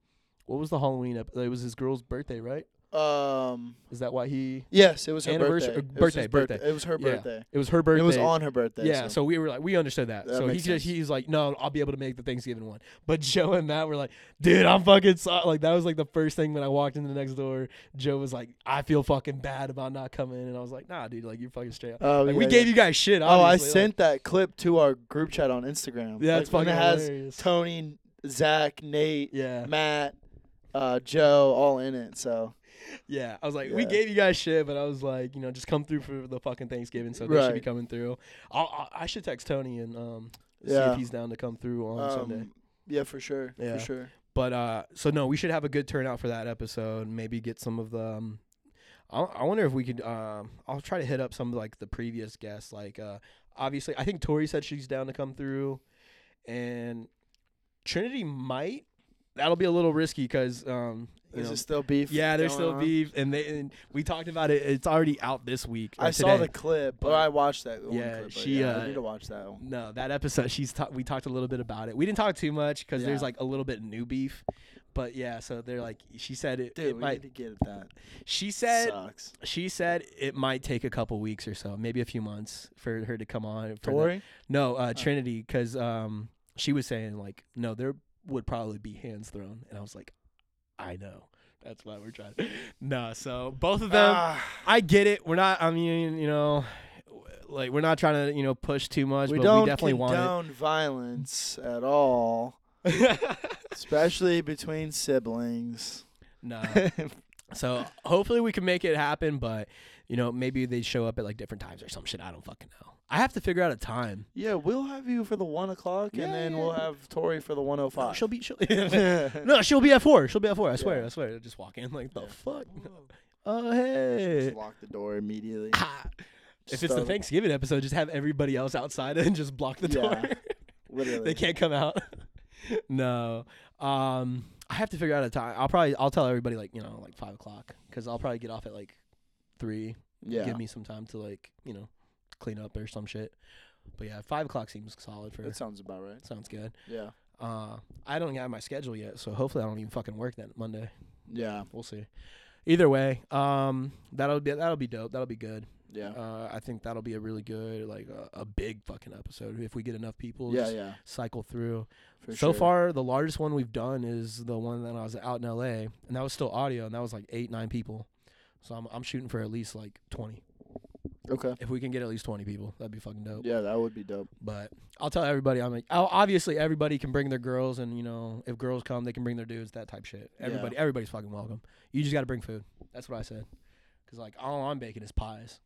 [SPEAKER 1] what was the Halloween? Ep- it was his girl's birthday, right?
[SPEAKER 2] Um.
[SPEAKER 1] Is that why he?
[SPEAKER 2] Yes, it was her
[SPEAKER 1] Anniversary-
[SPEAKER 2] birthday.
[SPEAKER 1] uh,
[SPEAKER 2] It was
[SPEAKER 1] birthday,
[SPEAKER 2] his
[SPEAKER 1] birthday.
[SPEAKER 2] It was her
[SPEAKER 1] Yeah.
[SPEAKER 2] birthday.
[SPEAKER 1] It was her birthday.
[SPEAKER 2] It was on her birthday.
[SPEAKER 1] Yeah, so.
[SPEAKER 2] so
[SPEAKER 1] we were like, we understood that.
[SPEAKER 2] That
[SPEAKER 1] so he
[SPEAKER 2] makes
[SPEAKER 1] just,
[SPEAKER 2] sense.
[SPEAKER 1] he's like, no, I'll be able to make the Thanksgiving one. But Joe and Matt were like, dude, I'm fucking sorry. Like that was like the first thing when I walked into the next door. Joe was like, I feel fucking bad about not coming, and I was like, nah, dude, like you're fucking straight. Up.
[SPEAKER 2] Oh,
[SPEAKER 1] Like,
[SPEAKER 2] yeah,
[SPEAKER 1] we
[SPEAKER 2] yeah.
[SPEAKER 1] gave you guys shit.
[SPEAKER 2] Oh, I
[SPEAKER 1] obviously, like-
[SPEAKER 2] sent that clip to our group chat on Instagram.
[SPEAKER 1] Yeah, it's
[SPEAKER 2] like,
[SPEAKER 1] fucking
[SPEAKER 2] when it has
[SPEAKER 1] hilarious.
[SPEAKER 2] Tony, Zach, Nate,
[SPEAKER 1] yeah,
[SPEAKER 2] Matt, uh, Joe, all in it. So
[SPEAKER 1] yeah. I was like, we
[SPEAKER 2] Yeah.
[SPEAKER 1] gave you guys shit, but I was like, you know, just come through for the fucking Thanksgiving. So they should be
[SPEAKER 2] Right.
[SPEAKER 1] coming through. I'll, I'll, I should text Tony and um, see
[SPEAKER 2] Yeah.
[SPEAKER 1] if he's down to come through on Sunday.
[SPEAKER 2] um, yeah, for sure,
[SPEAKER 1] Yeah.
[SPEAKER 2] for sure.
[SPEAKER 1] But uh, so no, we should have a good turnout for that episode. Maybe get some of the. Um, I, I wonder if we could. Um, I'll try to hit up some of like the previous guests. Like uh, obviously, I think Tori said she's down to come through, and Trinity might. That'll be a little risky because um, you
[SPEAKER 2] Is
[SPEAKER 1] know,
[SPEAKER 2] it still beef?
[SPEAKER 1] yeah, there's
[SPEAKER 2] going
[SPEAKER 1] still
[SPEAKER 2] on?
[SPEAKER 1] beef, and they and we talked about it. It's already out this week.
[SPEAKER 2] I
[SPEAKER 1] like,
[SPEAKER 2] saw
[SPEAKER 1] today.
[SPEAKER 2] the clip,
[SPEAKER 1] but-
[SPEAKER 2] but I watched that. One
[SPEAKER 1] Yeah,
[SPEAKER 2] clip, but
[SPEAKER 1] she,
[SPEAKER 2] yeah,
[SPEAKER 1] uh,
[SPEAKER 2] I need to watch that. One.
[SPEAKER 1] No, that episode she's ta- we talked a little bit about it. We didn't talk too much because there's
[SPEAKER 2] Yeah.
[SPEAKER 1] like a little bit new beef, but yeah. So they're like she said it.
[SPEAKER 2] Dude,
[SPEAKER 1] it
[SPEAKER 2] we
[SPEAKER 1] might,
[SPEAKER 2] need to get at that.
[SPEAKER 1] she said
[SPEAKER 2] Sucks.
[SPEAKER 1] she said it might take a couple weeks or so, maybe a few months for her to come on. For the-
[SPEAKER 2] Tori,
[SPEAKER 1] no, uh, Trinity, because um, she was saying like, no, there would probably be hands thrown, and I was like, I know. That's why we're trying. no, so both of them,
[SPEAKER 2] Ah,
[SPEAKER 1] I get it. We're not. I mean, you know, like we're not trying to, you know, push too much,
[SPEAKER 2] we
[SPEAKER 1] but
[SPEAKER 2] don't
[SPEAKER 1] we definitely want
[SPEAKER 2] condone violence at all,
[SPEAKER 1] it.
[SPEAKER 2] especially between siblings.
[SPEAKER 1] no. So hopefully we can make it happen, but you know, maybe they show up at like different times or some shit. I don't fucking know. I have to figure out a time.
[SPEAKER 2] Yeah, we'll have you for the one o'clock,
[SPEAKER 1] Yeah,
[SPEAKER 2] and then
[SPEAKER 1] yeah,
[SPEAKER 2] we'll
[SPEAKER 1] yeah.
[SPEAKER 2] have Tori for the one o
[SPEAKER 1] oh No,
[SPEAKER 2] five.
[SPEAKER 1] she'll be she'll, No, she'll be at four. She'll be at four. I swear,
[SPEAKER 2] Yeah.
[SPEAKER 1] I swear. I'll just walk in like the
[SPEAKER 2] Yeah.
[SPEAKER 1] fuck. Oh hey.
[SPEAKER 2] Just lock the door immediately.
[SPEAKER 1] Ha. If it's the
[SPEAKER 2] So-
[SPEAKER 1] Thanksgiving episode, just have everybody else outside and just block the door.
[SPEAKER 2] Yeah,
[SPEAKER 1] they
[SPEAKER 2] Literally.
[SPEAKER 1] can't come out. no. Um I have to figure out a time. I'll probably I'll tell everybody like, you know, like five o'clock. Because I'll probably get off at like three.
[SPEAKER 2] Yeah.
[SPEAKER 1] give me some time to like you know clean up or some shit. But yeah, five o'clock seems solid for.
[SPEAKER 2] That sounds about right.
[SPEAKER 1] sounds good.
[SPEAKER 2] Yeah.
[SPEAKER 1] Uh, I don't have my schedule yet, so hopefully I don't even fucking work that Monday.
[SPEAKER 2] Yeah.
[SPEAKER 1] We'll see. Either way, um, that'll be that'll be dope. That'll be good.
[SPEAKER 2] Yeah.
[SPEAKER 1] Uh, I think that'll be a really good like a, a big fucking episode if we get enough people.
[SPEAKER 2] yeah.
[SPEAKER 1] just
[SPEAKER 2] Yeah.
[SPEAKER 1] Cycle through.
[SPEAKER 2] For
[SPEAKER 1] so
[SPEAKER 2] sure.
[SPEAKER 1] far, the largest one we've done is the one that I was out in L.A. and that was still audio, and that was like eight nine people. So I'm I'm shooting for at least like twenty.
[SPEAKER 2] Okay.
[SPEAKER 1] If we can get at least 20 people, that'd be fucking dope.
[SPEAKER 2] Yeah, that would be dope.
[SPEAKER 1] But I'll tell everybody, I'm like, oh, obviously everybody can bring their girls, and you know, if girls come, they can bring their dudes, that type shit.
[SPEAKER 2] Yeah.
[SPEAKER 1] Everybody, everybody's fucking welcome. You just got to bring food. That's what I said. Cause like all I'm baking is pies,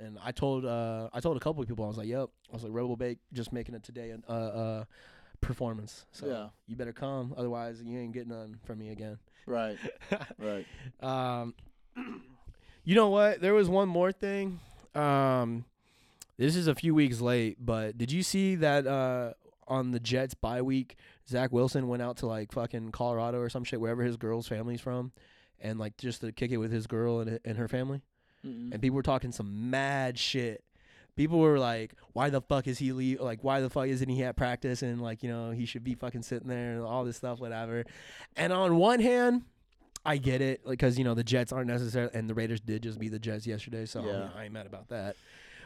[SPEAKER 1] and I told uh I told a couple of people I was like, yep, I was like Rebel Bake just making it today and uh uh performance. So
[SPEAKER 2] Yeah.
[SPEAKER 1] you better come, otherwise you ain't getting none from me again.
[SPEAKER 2] Right. Right.
[SPEAKER 1] Um, you know what? There was one more thing. Um, this is a few weeks late, but did you see that uh, on the Jets bye week, Zach Wilson went out to like fucking Colorado or some shit, wherever his girl's family's from, and like just to kick it with his girl and and her family,
[SPEAKER 2] Mm-mm.
[SPEAKER 1] and people were talking some mad shit. People were like, "Why the fuck is he leave? Like, why the fuck isn't he at practice? And like, you know, he should be fucking sitting there and all this stuff, whatever." And on one hand, I get it because you know the Jets aren't necessarily, and the Raiders did just beat the Jets yesterday, so I mean,
[SPEAKER 2] Yeah.
[SPEAKER 1] I ain't mad about that.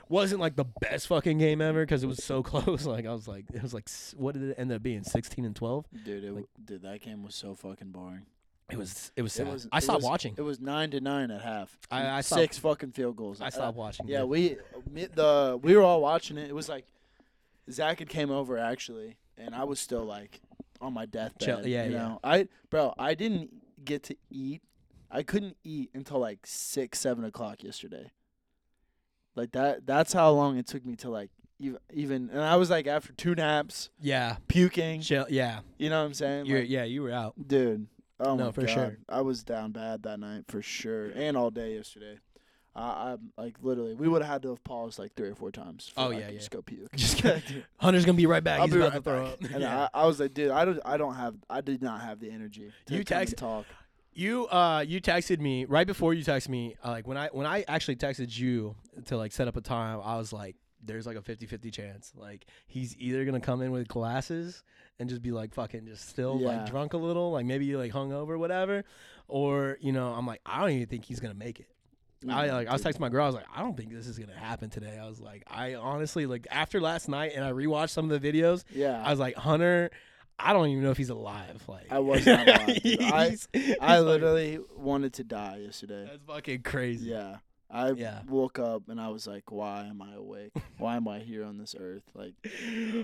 [SPEAKER 1] Wasn't like the best fucking game ever because it was so close. Like I was like, it was like, s- what did it end up being? Sixteen and twelve.
[SPEAKER 2] Dude, it,
[SPEAKER 1] Like-
[SPEAKER 2] dude, that game was so fucking boring.
[SPEAKER 1] It was, it was sad.
[SPEAKER 2] was-
[SPEAKER 1] I
[SPEAKER 2] it
[SPEAKER 1] stopped
[SPEAKER 2] was-
[SPEAKER 1] watching.
[SPEAKER 2] It was nine to nine at half.
[SPEAKER 1] I-
[SPEAKER 2] And
[SPEAKER 1] I stopped-
[SPEAKER 2] six fucking field goals.
[SPEAKER 1] I
[SPEAKER 2] Uh,
[SPEAKER 1] stopped watching.
[SPEAKER 2] Yeah,
[SPEAKER 1] dude.
[SPEAKER 2] we me- the we were all watching it. It was like Zach had came over actually, and I was still like on my deathbed.
[SPEAKER 1] Chill- yeah,
[SPEAKER 2] you
[SPEAKER 1] yeah.
[SPEAKER 2] know? I bro, I didn't get to eat. I couldn't eat until like six, seven o'clock yesterday. Like that. That's how long it took me to like even. even and I was like after two naps,
[SPEAKER 1] yeah,
[SPEAKER 2] puking.
[SPEAKER 1] chill, yeah,
[SPEAKER 2] You know what I'm saying?
[SPEAKER 1] you
[SPEAKER 2] Like,
[SPEAKER 1] yeah, you were out.
[SPEAKER 2] dude. Oh
[SPEAKER 1] No,
[SPEAKER 2] my
[SPEAKER 1] for
[SPEAKER 2] God.
[SPEAKER 1] sure.
[SPEAKER 2] I was down bad that night for sure, and all day yesterday. I, I'm like literally, we would have had to have paused like three or four times. for
[SPEAKER 1] Oh,
[SPEAKER 2] I
[SPEAKER 1] yeah,
[SPEAKER 2] could
[SPEAKER 1] yeah.
[SPEAKER 2] Just go puke.
[SPEAKER 1] Just kidding. Hunter's gonna be right back.
[SPEAKER 2] I'll
[SPEAKER 1] He's
[SPEAKER 2] be
[SPEAKER 1] about
[SPEAKER 2] right
[SPEAKER 1] to throw
[SPEAKER 2] back.
[SPEAKER 1] up.
[SPEAKER 2] And
[SPEAKER 1] Yeah.
[SPEAKER 2] I, I was like, dude, I don't, I don't have, I did not have the energy. To
[SPEAKER 1] You
[SPEAKER 2] come and
[SPEAKER 1] text-
[SPEAKER 2] talk.
[SPEAKER 1] You uh you texted me right before you texted me uh, like when I when I actually texted you to like set up a time I was like there's like a 50-50 chance like he's either going to come in with glasses and just be like fucking just still
[SPEAKER 2] Yeah.
[SPEAKER 1] like drunk a little like maybe like hungover whatever or you know I'm like I don't even think he's going to make it. I
[SPEAKER 2] Mm-hmm.
[SPEAKER 1] like I was texting my girl I was like I don't think this is going to happen today. I was like I honestly like after last night and I rewatched some of the videos
[SPEAKER 2] Yeah.
[SPEAKER 1] I was like Hunter I don't even know if he's alive like
[SPEAKER 2] I was not alive, dude. I-
[SPEAKER 1] He's- he's
[SPEAKER 2] I
[SPEAKER 1] like-
[SPEAKER 2] literally wanted to die yesterday.
[SPEAKER 1] That's fucking crazy.
[SPEAKER 2] Yeah. I
[SPEAKER 1] Yeah.
[SPEAKER 2] woke up and I was like, why am I awake? why am I here on this earth? Like,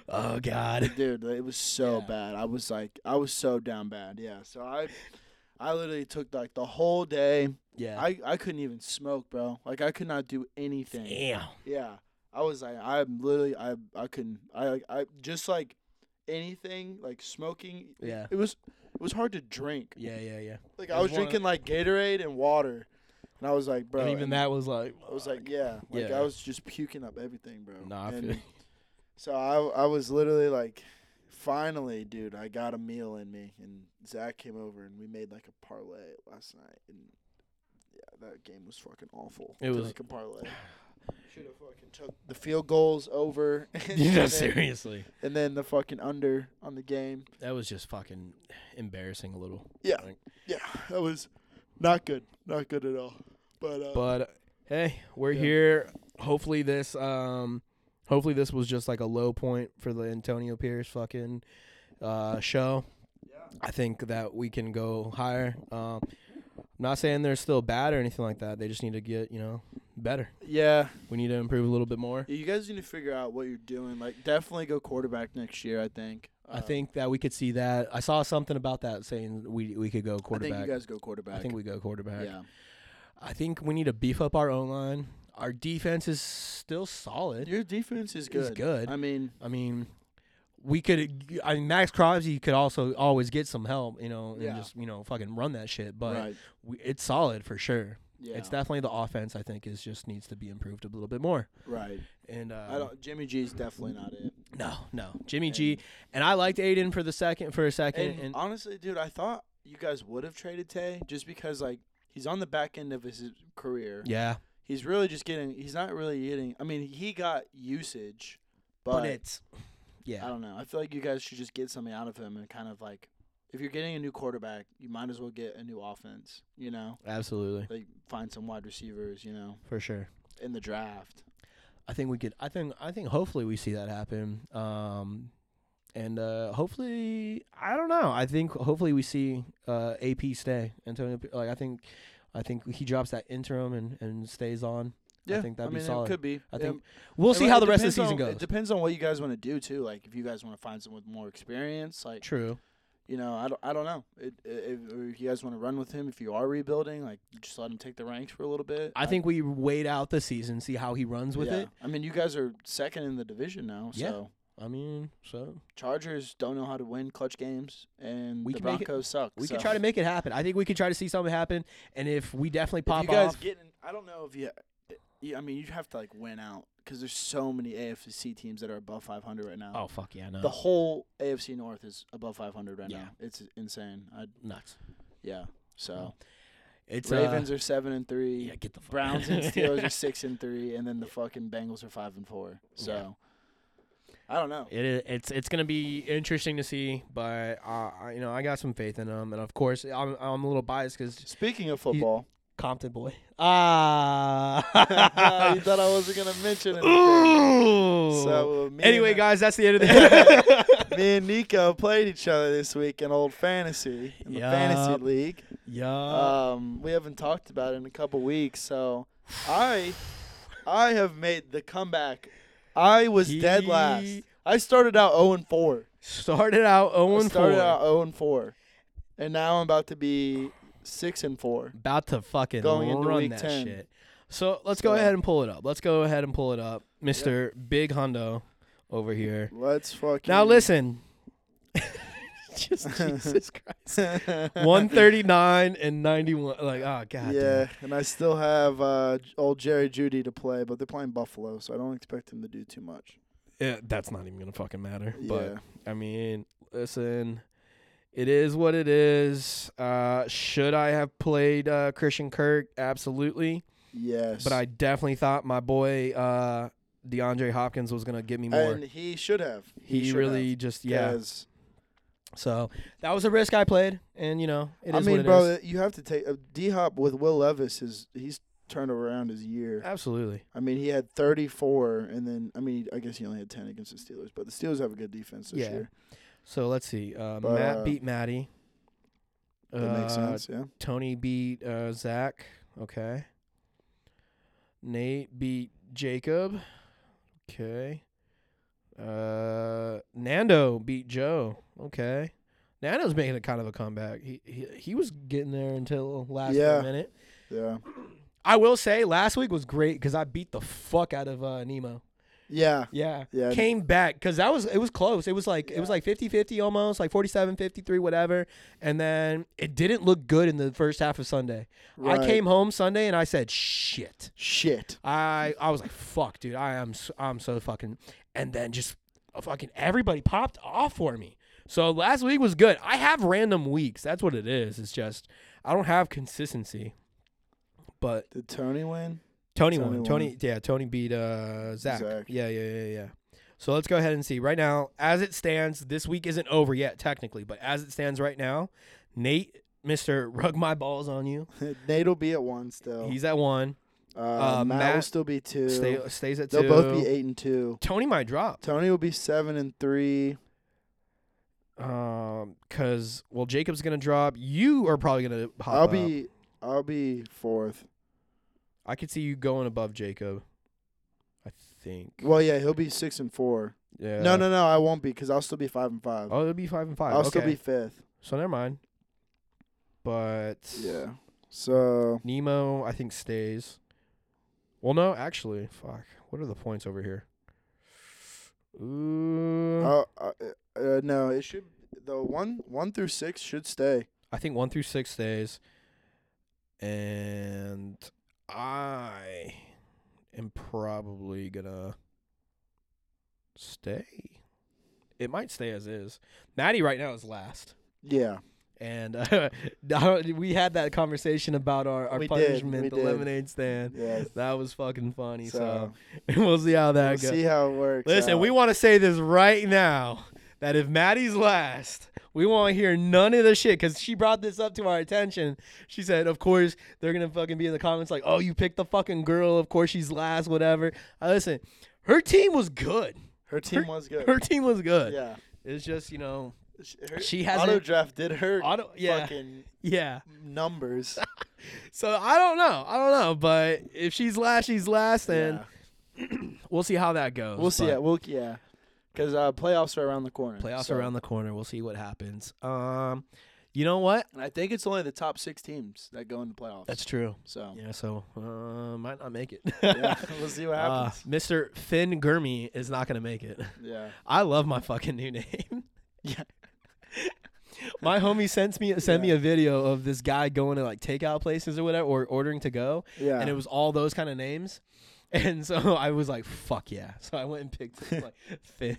[SPEAKER 1] Oh god.
[SPEAKER 2] dude, it was so
[SPEAKER 1] Yeah.
[SPEAKER 2] bad. I was like, I was so down bad. Yeah. So I, I literally took like the whole day.
[SPEAKER 1] Yeah.
[SPEAKER 2] I, I couldn't even smoke, bro. Like, I could not do anything.
[SPEAKER 1] Damn.
[SPEAKER 2] Yeah. I was like, I'm literally, I, I couldn't, I, like, I just like anything, like smoking.
[SPEAKER 1] Yeah.
[SPEAKER 2] It was, it was hard to drink.
[SPEAKER 1] Yeah, yeah, yeah.
[SPEAKER 2] Like,
[SPEAKER 1] It
[SPEAKER 2] I
[SPEAKER 1] was
[SPEAKER 2] was
[SPEAKER 1] one of-
[SPEAKER 2] drinking like Gatorade and water. And I was like, bro.
[SPEAKER 1] and even
[SPEAKER 2] and-
[SPEAKER 1] that was like
[SPEAKER 2] I was like, yeah, like
[SPEAKER 1] Yeah.
[SPEAKER 2] I was just puking up everything, bro.
[SPEAKER 1] Nah, I
[SPEAKER 2] And
[SPEAKER 1] feel
[SPEAKER 2] so I, I was literally like, finally, dude, I got a meal in me, and Zach came over and we made like a parlay last night, and yeah, that game was fucking awful.
[SPEAKER 1] It
[SPEAKER 2] to
[SPEAKER 1] was-
[SPEAKER 2] make a parlay. Should have fucking took the field goals over. and,
[SPEAKER 1] you know,
[SPEAKER 2] then,
[SPEAKER 1] seriously.
[SPEAKER 2] and then the fucking under on the game.
[SPEAKER 1] That was just fucking embarrassing a little.
[SPEAKER 2] Yeah,
[SPEAKER 1] Like-
[SPEAKER 2] yeah, that was not good, not good at all. But, uh,
[SPEAKER 1] But uh, hey, we're
[SPEAKER 2] Yeah.
[SPEAKER 1] here. Hopefully this um hopefully this was just like a low point for the Antonio Pierce fucking uh show. I think that we can go higher. Um not saying they're still bad or anything like that. They just need to get, you know, better.
[SPEAKER 2] yeah,
[SPEAKER 1] We need to improve a little bit more.
[SPEAKER 2] Yeah, You guys need to figure out what you're doing. Like, definitely go quarterback next year. I think.
[SPEAKER 1] I
[SPEAKER 2] Uh,
[SPEAKER 1] think that we could see that. I saw something about that saying we we could go
[SPEAKER 2] I think
[SPEAKER 1] quarterback.
[SPEAKER 2] you guys go quarterback.
[SPEAKER 1] I think we go quarterback.
[SPEAKER 2] Yeah.
[SPEAKER 1] I think we need to beef up our own line. Our defense is still solid.
[SPEAKER 2] Your defense is good.
[SPEAKER 1] It's good.
[SPEAKER 2] I mean,
[SPEAKER 1] I mean, we could. I mean, Max Crosby could also always get some help. You know, and
[SPEAKER 2] Yeah.
[SPEAKER 1] just you know fucking run that shit. But
[SPEAKER 2] right.
[SPEAKER 1] we, it's solid for sure.
[SPEAKER 2] Yeah.
[SPEAKER 1] It's definitely the offense. I think is just needs to be improved a little bit more.
[SPEAKER 2] right.
[SPEAKER 1] And uh,
[SPEAKER 2] I don't. Jimmy G's definitely not it.
[SPEAKER 1] no, no, Jimmy G. And I liked Aiden for the second for a second.
[SPEAKER 2] And,
[SPEAKER 1] and
[SPEAKER 2] honestly, dude, I thought you guys would have traded Tay just because like he's on the back end of his career.
[SPEAKER 1] yeah,
[SPEAKER 2] He's really just getting. He's not really getting. I mean, he got usage, but,
[SPEAKER 1] but it's yeah.
[SPEAKER 2] I don't know. I feel like you guys should just get something out of him and kind of like, if you're getting a new quarterback, you might as well get a new offense. You know.
[SPEAKER 1] Absolutely,
[SPEAKER 2] like find some wide receivers, you know,
[SPEAKER 1] for sure.
[SPEAKER 2] in the draft.
[SPEAKER 1] I think we could. I think. I think. Hopefully, we see that happen. Um, and uh, hopefully, I don't know. I think hopefully we see uh, AP stay. Antonio, P- like I think, I think he drops that interim and, and stays on. I think that'd
[SPEAKER 2] mean,
[SPEAKER 1] be solid.
[SPEAKER 2] It could be.
[SPEAKER 1] I
[SPEAKER 2] Yeah.
[SPEAKER 1] think we'll
[SPEAKER 2] And,
[SPEAKER 1] see
[SPEAKER 2] like,
[SPEAKER 1] how
[SPEAKER 2] it
[SPEAKER 1] the rest of the
[SPEAKER 2] depends
[SPEAKER 1] season goes.
[SPEAKER 2] on- It depends on what you guys want to do too. Like if you guys want to find someone with more experience, like
[SPEAKER 1] True.
[SPEAKER 2] you know, I don't, I don't know. It, i- if, or if you guys want to run with him, if you are rebuilding, like just let him take the ranks for a little bit.
[SPEAKER 1] I think we wait out the season, see how he runs with
[SPEAKER 2] yeah.
[SPEAKER 1] it.
[SPEAKER 2] I mean, you guys are second in the division now,
[SPEAKER 1] Yeah.
[SPEAKER 2] so
[SPEAKER 1] I mean, so
[SPEAKER 2] Chargers don't know how to win clutch games, and
[SPEAKER 1] We
[SPEAKER 2] the
[SPEAKER 1] can make it-
[SPEAKER 2] Broncos suck.
[SPEAKER 1] we
[SPEAKER 2] so.
[SPEAKER 1] could try to make it happen. I think we could try to see something happen, and if we definitely pop
[SPEAKER 2] if you guys
[SPEAKER 1] off,
[SPEAKER 2] getting, I don't know if you, you- I mean, you have to like win out because there's so many AFC teams that are above 500 right now.
[SPEAKER 1] oh fuck yeah, no,
[SPEAKER 2] The whole AFC North is above 500 right
[SPEAKER 1] Yeah.
[SPEAKER 2] now. It's insane. I
[SPEAKER 1] nuts.
[SPEAKER 2] yeah. So
[SPEAKER 1] It's
[SPEAKER 2] Ravens
[SPEAKER 1] Uh,
[SPEAKER 2] are seven and three.
[SPEAKER 1] yeah, get the fuck.
[SPEAKER 2] Browns and Steelers are six and three, and then the fucking Bengals are five and four. So I don't know.
[SPEAKER 1] It is, it's it's gonna be interesting to see, but uh, I- you know I got some faith in him, and of course I'm I'm a little biased because
[SPEAKER 2] Speaking of football,
[SPEAKER 1] Compton boy. Ah,
[SPEAKER 2] you thought I wasn't gonna mention it.
[SPEAKER 1] Ooh.
[SPEAKER 2] So uh, me
[SPEAKER 1] Oh. anyway,
[SPEAKER 2] and,
[SPEAKER 1] guys, that's the end of the.
[SPEAKER 2] me and Nico played each other this week in old fantasy in the
[SPEAKER 1] Yup. Uh,
[SPEAKER 2] fantasy league.
[SPEAKER 1] yeah.
[SPEAKER 2] Um, we haven't talked about it in a couple weeks, so I I have made the comeback. I was dead last.
[SPEAKER 1] He-
[SPEAKER 2] I started out 0 and 4.
[SPEAKER 1] started out
[SPEAKER 2] I
[SPEAKER 1] 0 and 4.
[SPEAKER 2] started out 0 and 4. And now I'm about to be 6 and 4.
[SPEAKER 1] About to fucking
[SPEAKER 2] Going into
[SPEAKER 1] run
[SPEAKER 2] week
[SPEAKER 1] that
[SPEAKER 2] 10.
[SPEAKER 1] shit. So let's
[SPEAKER 2] So-
[SPEAKER 1] go ahead and pull it up. Let's go ahead and pull it up, Mister Big Hondo over here.
[SPEAKER 2] Let's fucking
[SPEAKER 1] Now listen. Just Jesus Christ. 139 and 91. Like, oh, God. damn.
[SPEAKER 2] yeah, and I still have uh, J- old Jerry Judy to play, but they're playing Buffalo, so I don't expect him to do too much.
[SPEAKER 1] Yeah, that's not even going to fucking matter.
[SPEAKER 2] yeah.
[SPEAKER 1] But, I mean, listen, it is what it is. Uh, should I have played uh, Christian Kirk? Absolutely.
[SPEAKER 2] Yes.
[SPEAKER 1] But I definitely thought my boy uh, DeAndre Hopkins was going to give me more.
[SPEAKER 2] and he should have.
[SPEAKER 1] he
[SPEAKER 2] should
[SPEAKER 1] really
[SPEAKER 2] have,
[SPEAKER 1] just, yeah.
[SPEAKER 2] 'cause-
[SPEAKER 1] So that was a risk I played. And, you know, it is
[SPEAKER 2] I mean,
[SPEAKER 1] what it
[SPEAKER 2] bro,
[SPEAKER 1] is.
[SPEAKER 2] you have to take uh, D Hop with Will Levis is he's turned around his year.
[SPEAKER 1] Absolutely.
[SPEAKER 2] I mean, he had 34, and then I mean, I guess he only had 10 against the Steelers, but the Steelers have a good defense this
[SPEAKER 1] Yeah.
[SPEAKER 2] year.
[SPEAKER 1] So let's see. Uh,
[SPEAKER 2] But,
[SPEAKER 1] Matt
[SPEAKER 2] uh,
[SPEAKER 1] beat Maddie.
[SPEAKER 2] That makes
[SPEAKER 1] Uh,
[SPEAKER 2] sense. Yeah.
[SPEAKER 1] Tony beat uh, Zach. Okay. Nate beat Jacob. Okay. Uh, Nando beat Joe. Okay. Nando's making a kind of a comeback. He he, he was getting there until last
[SPEAKER 2] Yeah.
[SPEAKER 1] minute.
[SPEAKER 2] Yeah.
[SPEAKER 1] I will say last week was great because I beat the fuck out of uh, Nemo.
[SPEAKER 2] Yeah.
[SPEAKER 1] Yeah.
[SPEAKER 2] Yeah.
[SPEAKER 1] Came back because that was it was close. It was like it was like 50-50 almost, like 47-53, whatever. And then it didn't look good in the first half of Sunday.
[SPEAKER 2] Right.
[SPEAKER 1] I came home Sunday and I said, "Shit."
[SPEAKER 2] Shit.
[SPEAKER 1] I I was like, "Fuck, dude. I am s- I'm so fucking." And then just uh, fucking everybody popped off for me. So last week was good. I have random weeks. That's what it is. It's just I don't have consistency. But
[SPEAKER 2] Did Tony win?
[SPEAKER 1] Tony,
[SPEAKER 2] Tony
[SPEAKER 1] won.
[SPEAKER 2] won.
[SPEAKER 1] Tony, yeah, Tony beat uh, Zach.
[SPEAKER 2] Zach.
[SPEAKER 1] Yeah, yeah, yeah, yeah. So let's go ahead and see. Right now, as it stands, this week isn't over yet technically, but as it stands right now, Nate, Mister, rug my balls on you.
[SPEAKER 2] Nate will be at one still.
[SPEAKER 1] He's at one.
[SPEAKER 2] uh,
[SPEAKER 1] uh,
[SPEAKER 2] Matt,
[SPEAKER 1] Matt-
[SPEAKER 2] will still be Oh. two.
[SPEAKER 1] Stay, stays at
[SPEAKER 2] They'll
[SPEAKER 1] two.
[SPEAKER 2] both be eight and two.
[SPEAKER 1] Tony might drop.
[SPEAKER 2] Tony will be seven and three.
[SPEAKER 1] Um, cause well, Jacob's gonna drop. You are probably gonna hop
[SPEAKER 2] I'll
[SPEAKER 1] up.
[SPEAKER 2] be I'll be fourth.
[SPEAKER 1] I could see you going above Jacob. I think.
[SPEAKER 2] Well, yeah, he'll be six and four.
[SPEAKER 1] yeah.
[SPEAKER 2] No, no, no, I won't be because I'll still be five and five.
[SPEAKER 1] Oh, it'll be five and 5
[SPEAKER 2] I'll
[SPEAKER 1] okay.
[SPEAKER 2] still be fifth.
[SPEAKER 1] So never mind. But
[SPEAKER 2] Yeah. So
[SPEAKER 1] Nemo, I think, stays. Well, no, actually, fuck. What are the points over here? Ooh,
[SPEAKER 2] uh, uh, uh, no, it should the one one through six should stay.
[SPEAKER 1] I think one through six stays, and I am probably gonna stay. It might stay as is. Maddie right now is last,
[SPEAKER 2] Yeah.
[SPEAKER 1] and uh, we had that conversation about our, our
[SPEAKER 2] We did,
[SPEAKER 1] punishment,
[SPEAKER 2] we
[SPEAKER 1] the
[SPEAKER 2] did.
[SPEAKER 1] lemonade stand.
[SPEAKER 2] Yeah.
[SPEAKER 1] That was fucking funny. So,
[SPEAKER 2] So
[SPEAKER 1] we'll see how that goes.
[SPEAKER 2] we'll see how it works.
[SPEAKER 1] Listen,
[SPEAKER 2] out.
[SPEAKER 1] we want to say this right now that if Maddie's last, we want to hear none of the shit because she brought this up to our attention. She said, of course, they're going to fucking be in the comments like, oh, you picked the fucking girl. Of course, she's last, whatever. Uh, listen, her team was good.
[SPEAKER 2] her team was good.
[SPEAKER 1] Her team was good.
[SPEAKER 2] yeah.
[SPEAKER 1] It's just, you know,
[SPEAKER 2] Sh- Her,
[SPEAKER 1] She hasn't-
[SPEAKER 2] auto draft did her
[SPEAKER 1] Auto- yeah.
[SPEAKER 2] fucking
[SPEAKER 1] yeah.
[SPEAKER 2] numbers.
[SPEAKER 1] So I don't know. I don't know. But if she's last, she's last. And
[SPEAKER 2] Yeah.
[SPEAKER 1] we'll see how that goes.
[SPEAKER 2] We'll see.
[SPEAKER 1] but-
[SPEAKER 2] Yeah, we'll yeah, because uh, playoffs are around the corner.
[SPEAKER 1] Playoffs
[SPEAKER 2] so-
[SPEAKER 1] around the corner. We'll see what happens. Um, you know what?
[SPEAKER 2] and I think it's only the top six teams that go into playoffs.
[SPEAKER 1] true.
[SPEAKER 2] so
[SPEAKER 1] Yeah, so uh, might not make it.
[SPEAKER 2] yeah, we'll see what
[SPEAKER 1] Uh,
[SPEAKER 2] happens.
[SPEAKER 1] Mr. Finn Gurmy is not gonna make it.
[SPEAKER 2] yeah,
[SPEAKER 1] I love my fucking new name.
[SPEAKER 2] Yeah.
[SPEAKER 1] my homie sent me sent me
[SPEAKER 2] Yeah.
[SPEAKER 1] a video of this guy going to like takeout places or whatever or ordering to go,
[SPEAKER 2] yeah.
[SPEAKER 1] and it was all those kind of names. And so I was like, "Fuck yeah!" So I went and picked like Finn.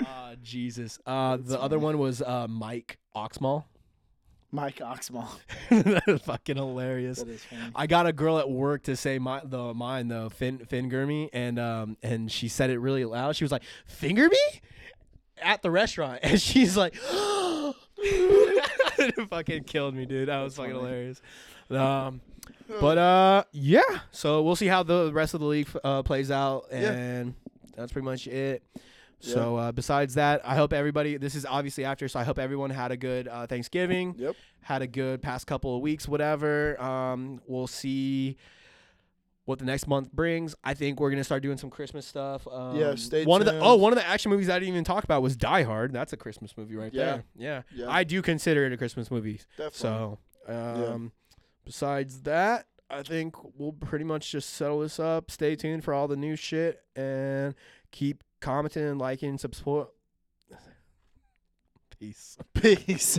[SPEAKER 1] Uh, Jesus. Uh, the other one was uh, Mike Oxmall.
[SPEAKER 2] Mike Oxmall.
[SPEAKER 1] that is fucking hilarious.
[SPEAKER 2] That is funny.
[SPEAKER 1] I got a girl at work to say my the mine though Fin Fin Gurmy and um and she said it really loud. She was like finger me at the restaurant and she's like it fucking killed me, dude. That was fucking hilarious. Um, but uh yeah, so we'll see how the rest of the league uh, plays out
[SPEAKER 2] Yeah.
[SPEAKER 1] and that's pretty much it. So uh, besides that, I hope everybody. This is obviously after, so I hope everyone had a good uh, Thanksgiving
[SPEAKER 2] Yep.
[SPEAKER 1] had a good past couple of weeks, whatever. Um, we'll see what the next month brings. I think we're gonna start doing some Christmas stuff. Um,
[SPEAKER 2] Yeah, stay
[SPEAKER 1] one of the
[SPEAKER 2] tuned.
[SPEAKER 1] oh, one of the action movies I didn't even talk about was Die Hard. That's a Christmas movie right
[SPEAKER 2] Yeah.
[SPEAKER 1] there. Yeah.
[SPEAKER 2] Yeah.
[SPEAKER 1] I do consider it a Christmas movie.
[SPEAKER 2] Definitely.
[SPEAKER 1] So, um, besides that, I think we'll pretty much just settle this up. Stay tuned for all the new shit and keep commenting, liking, support.
[SPEAKER 4] Peace.
[SPEAKER 1] Peace.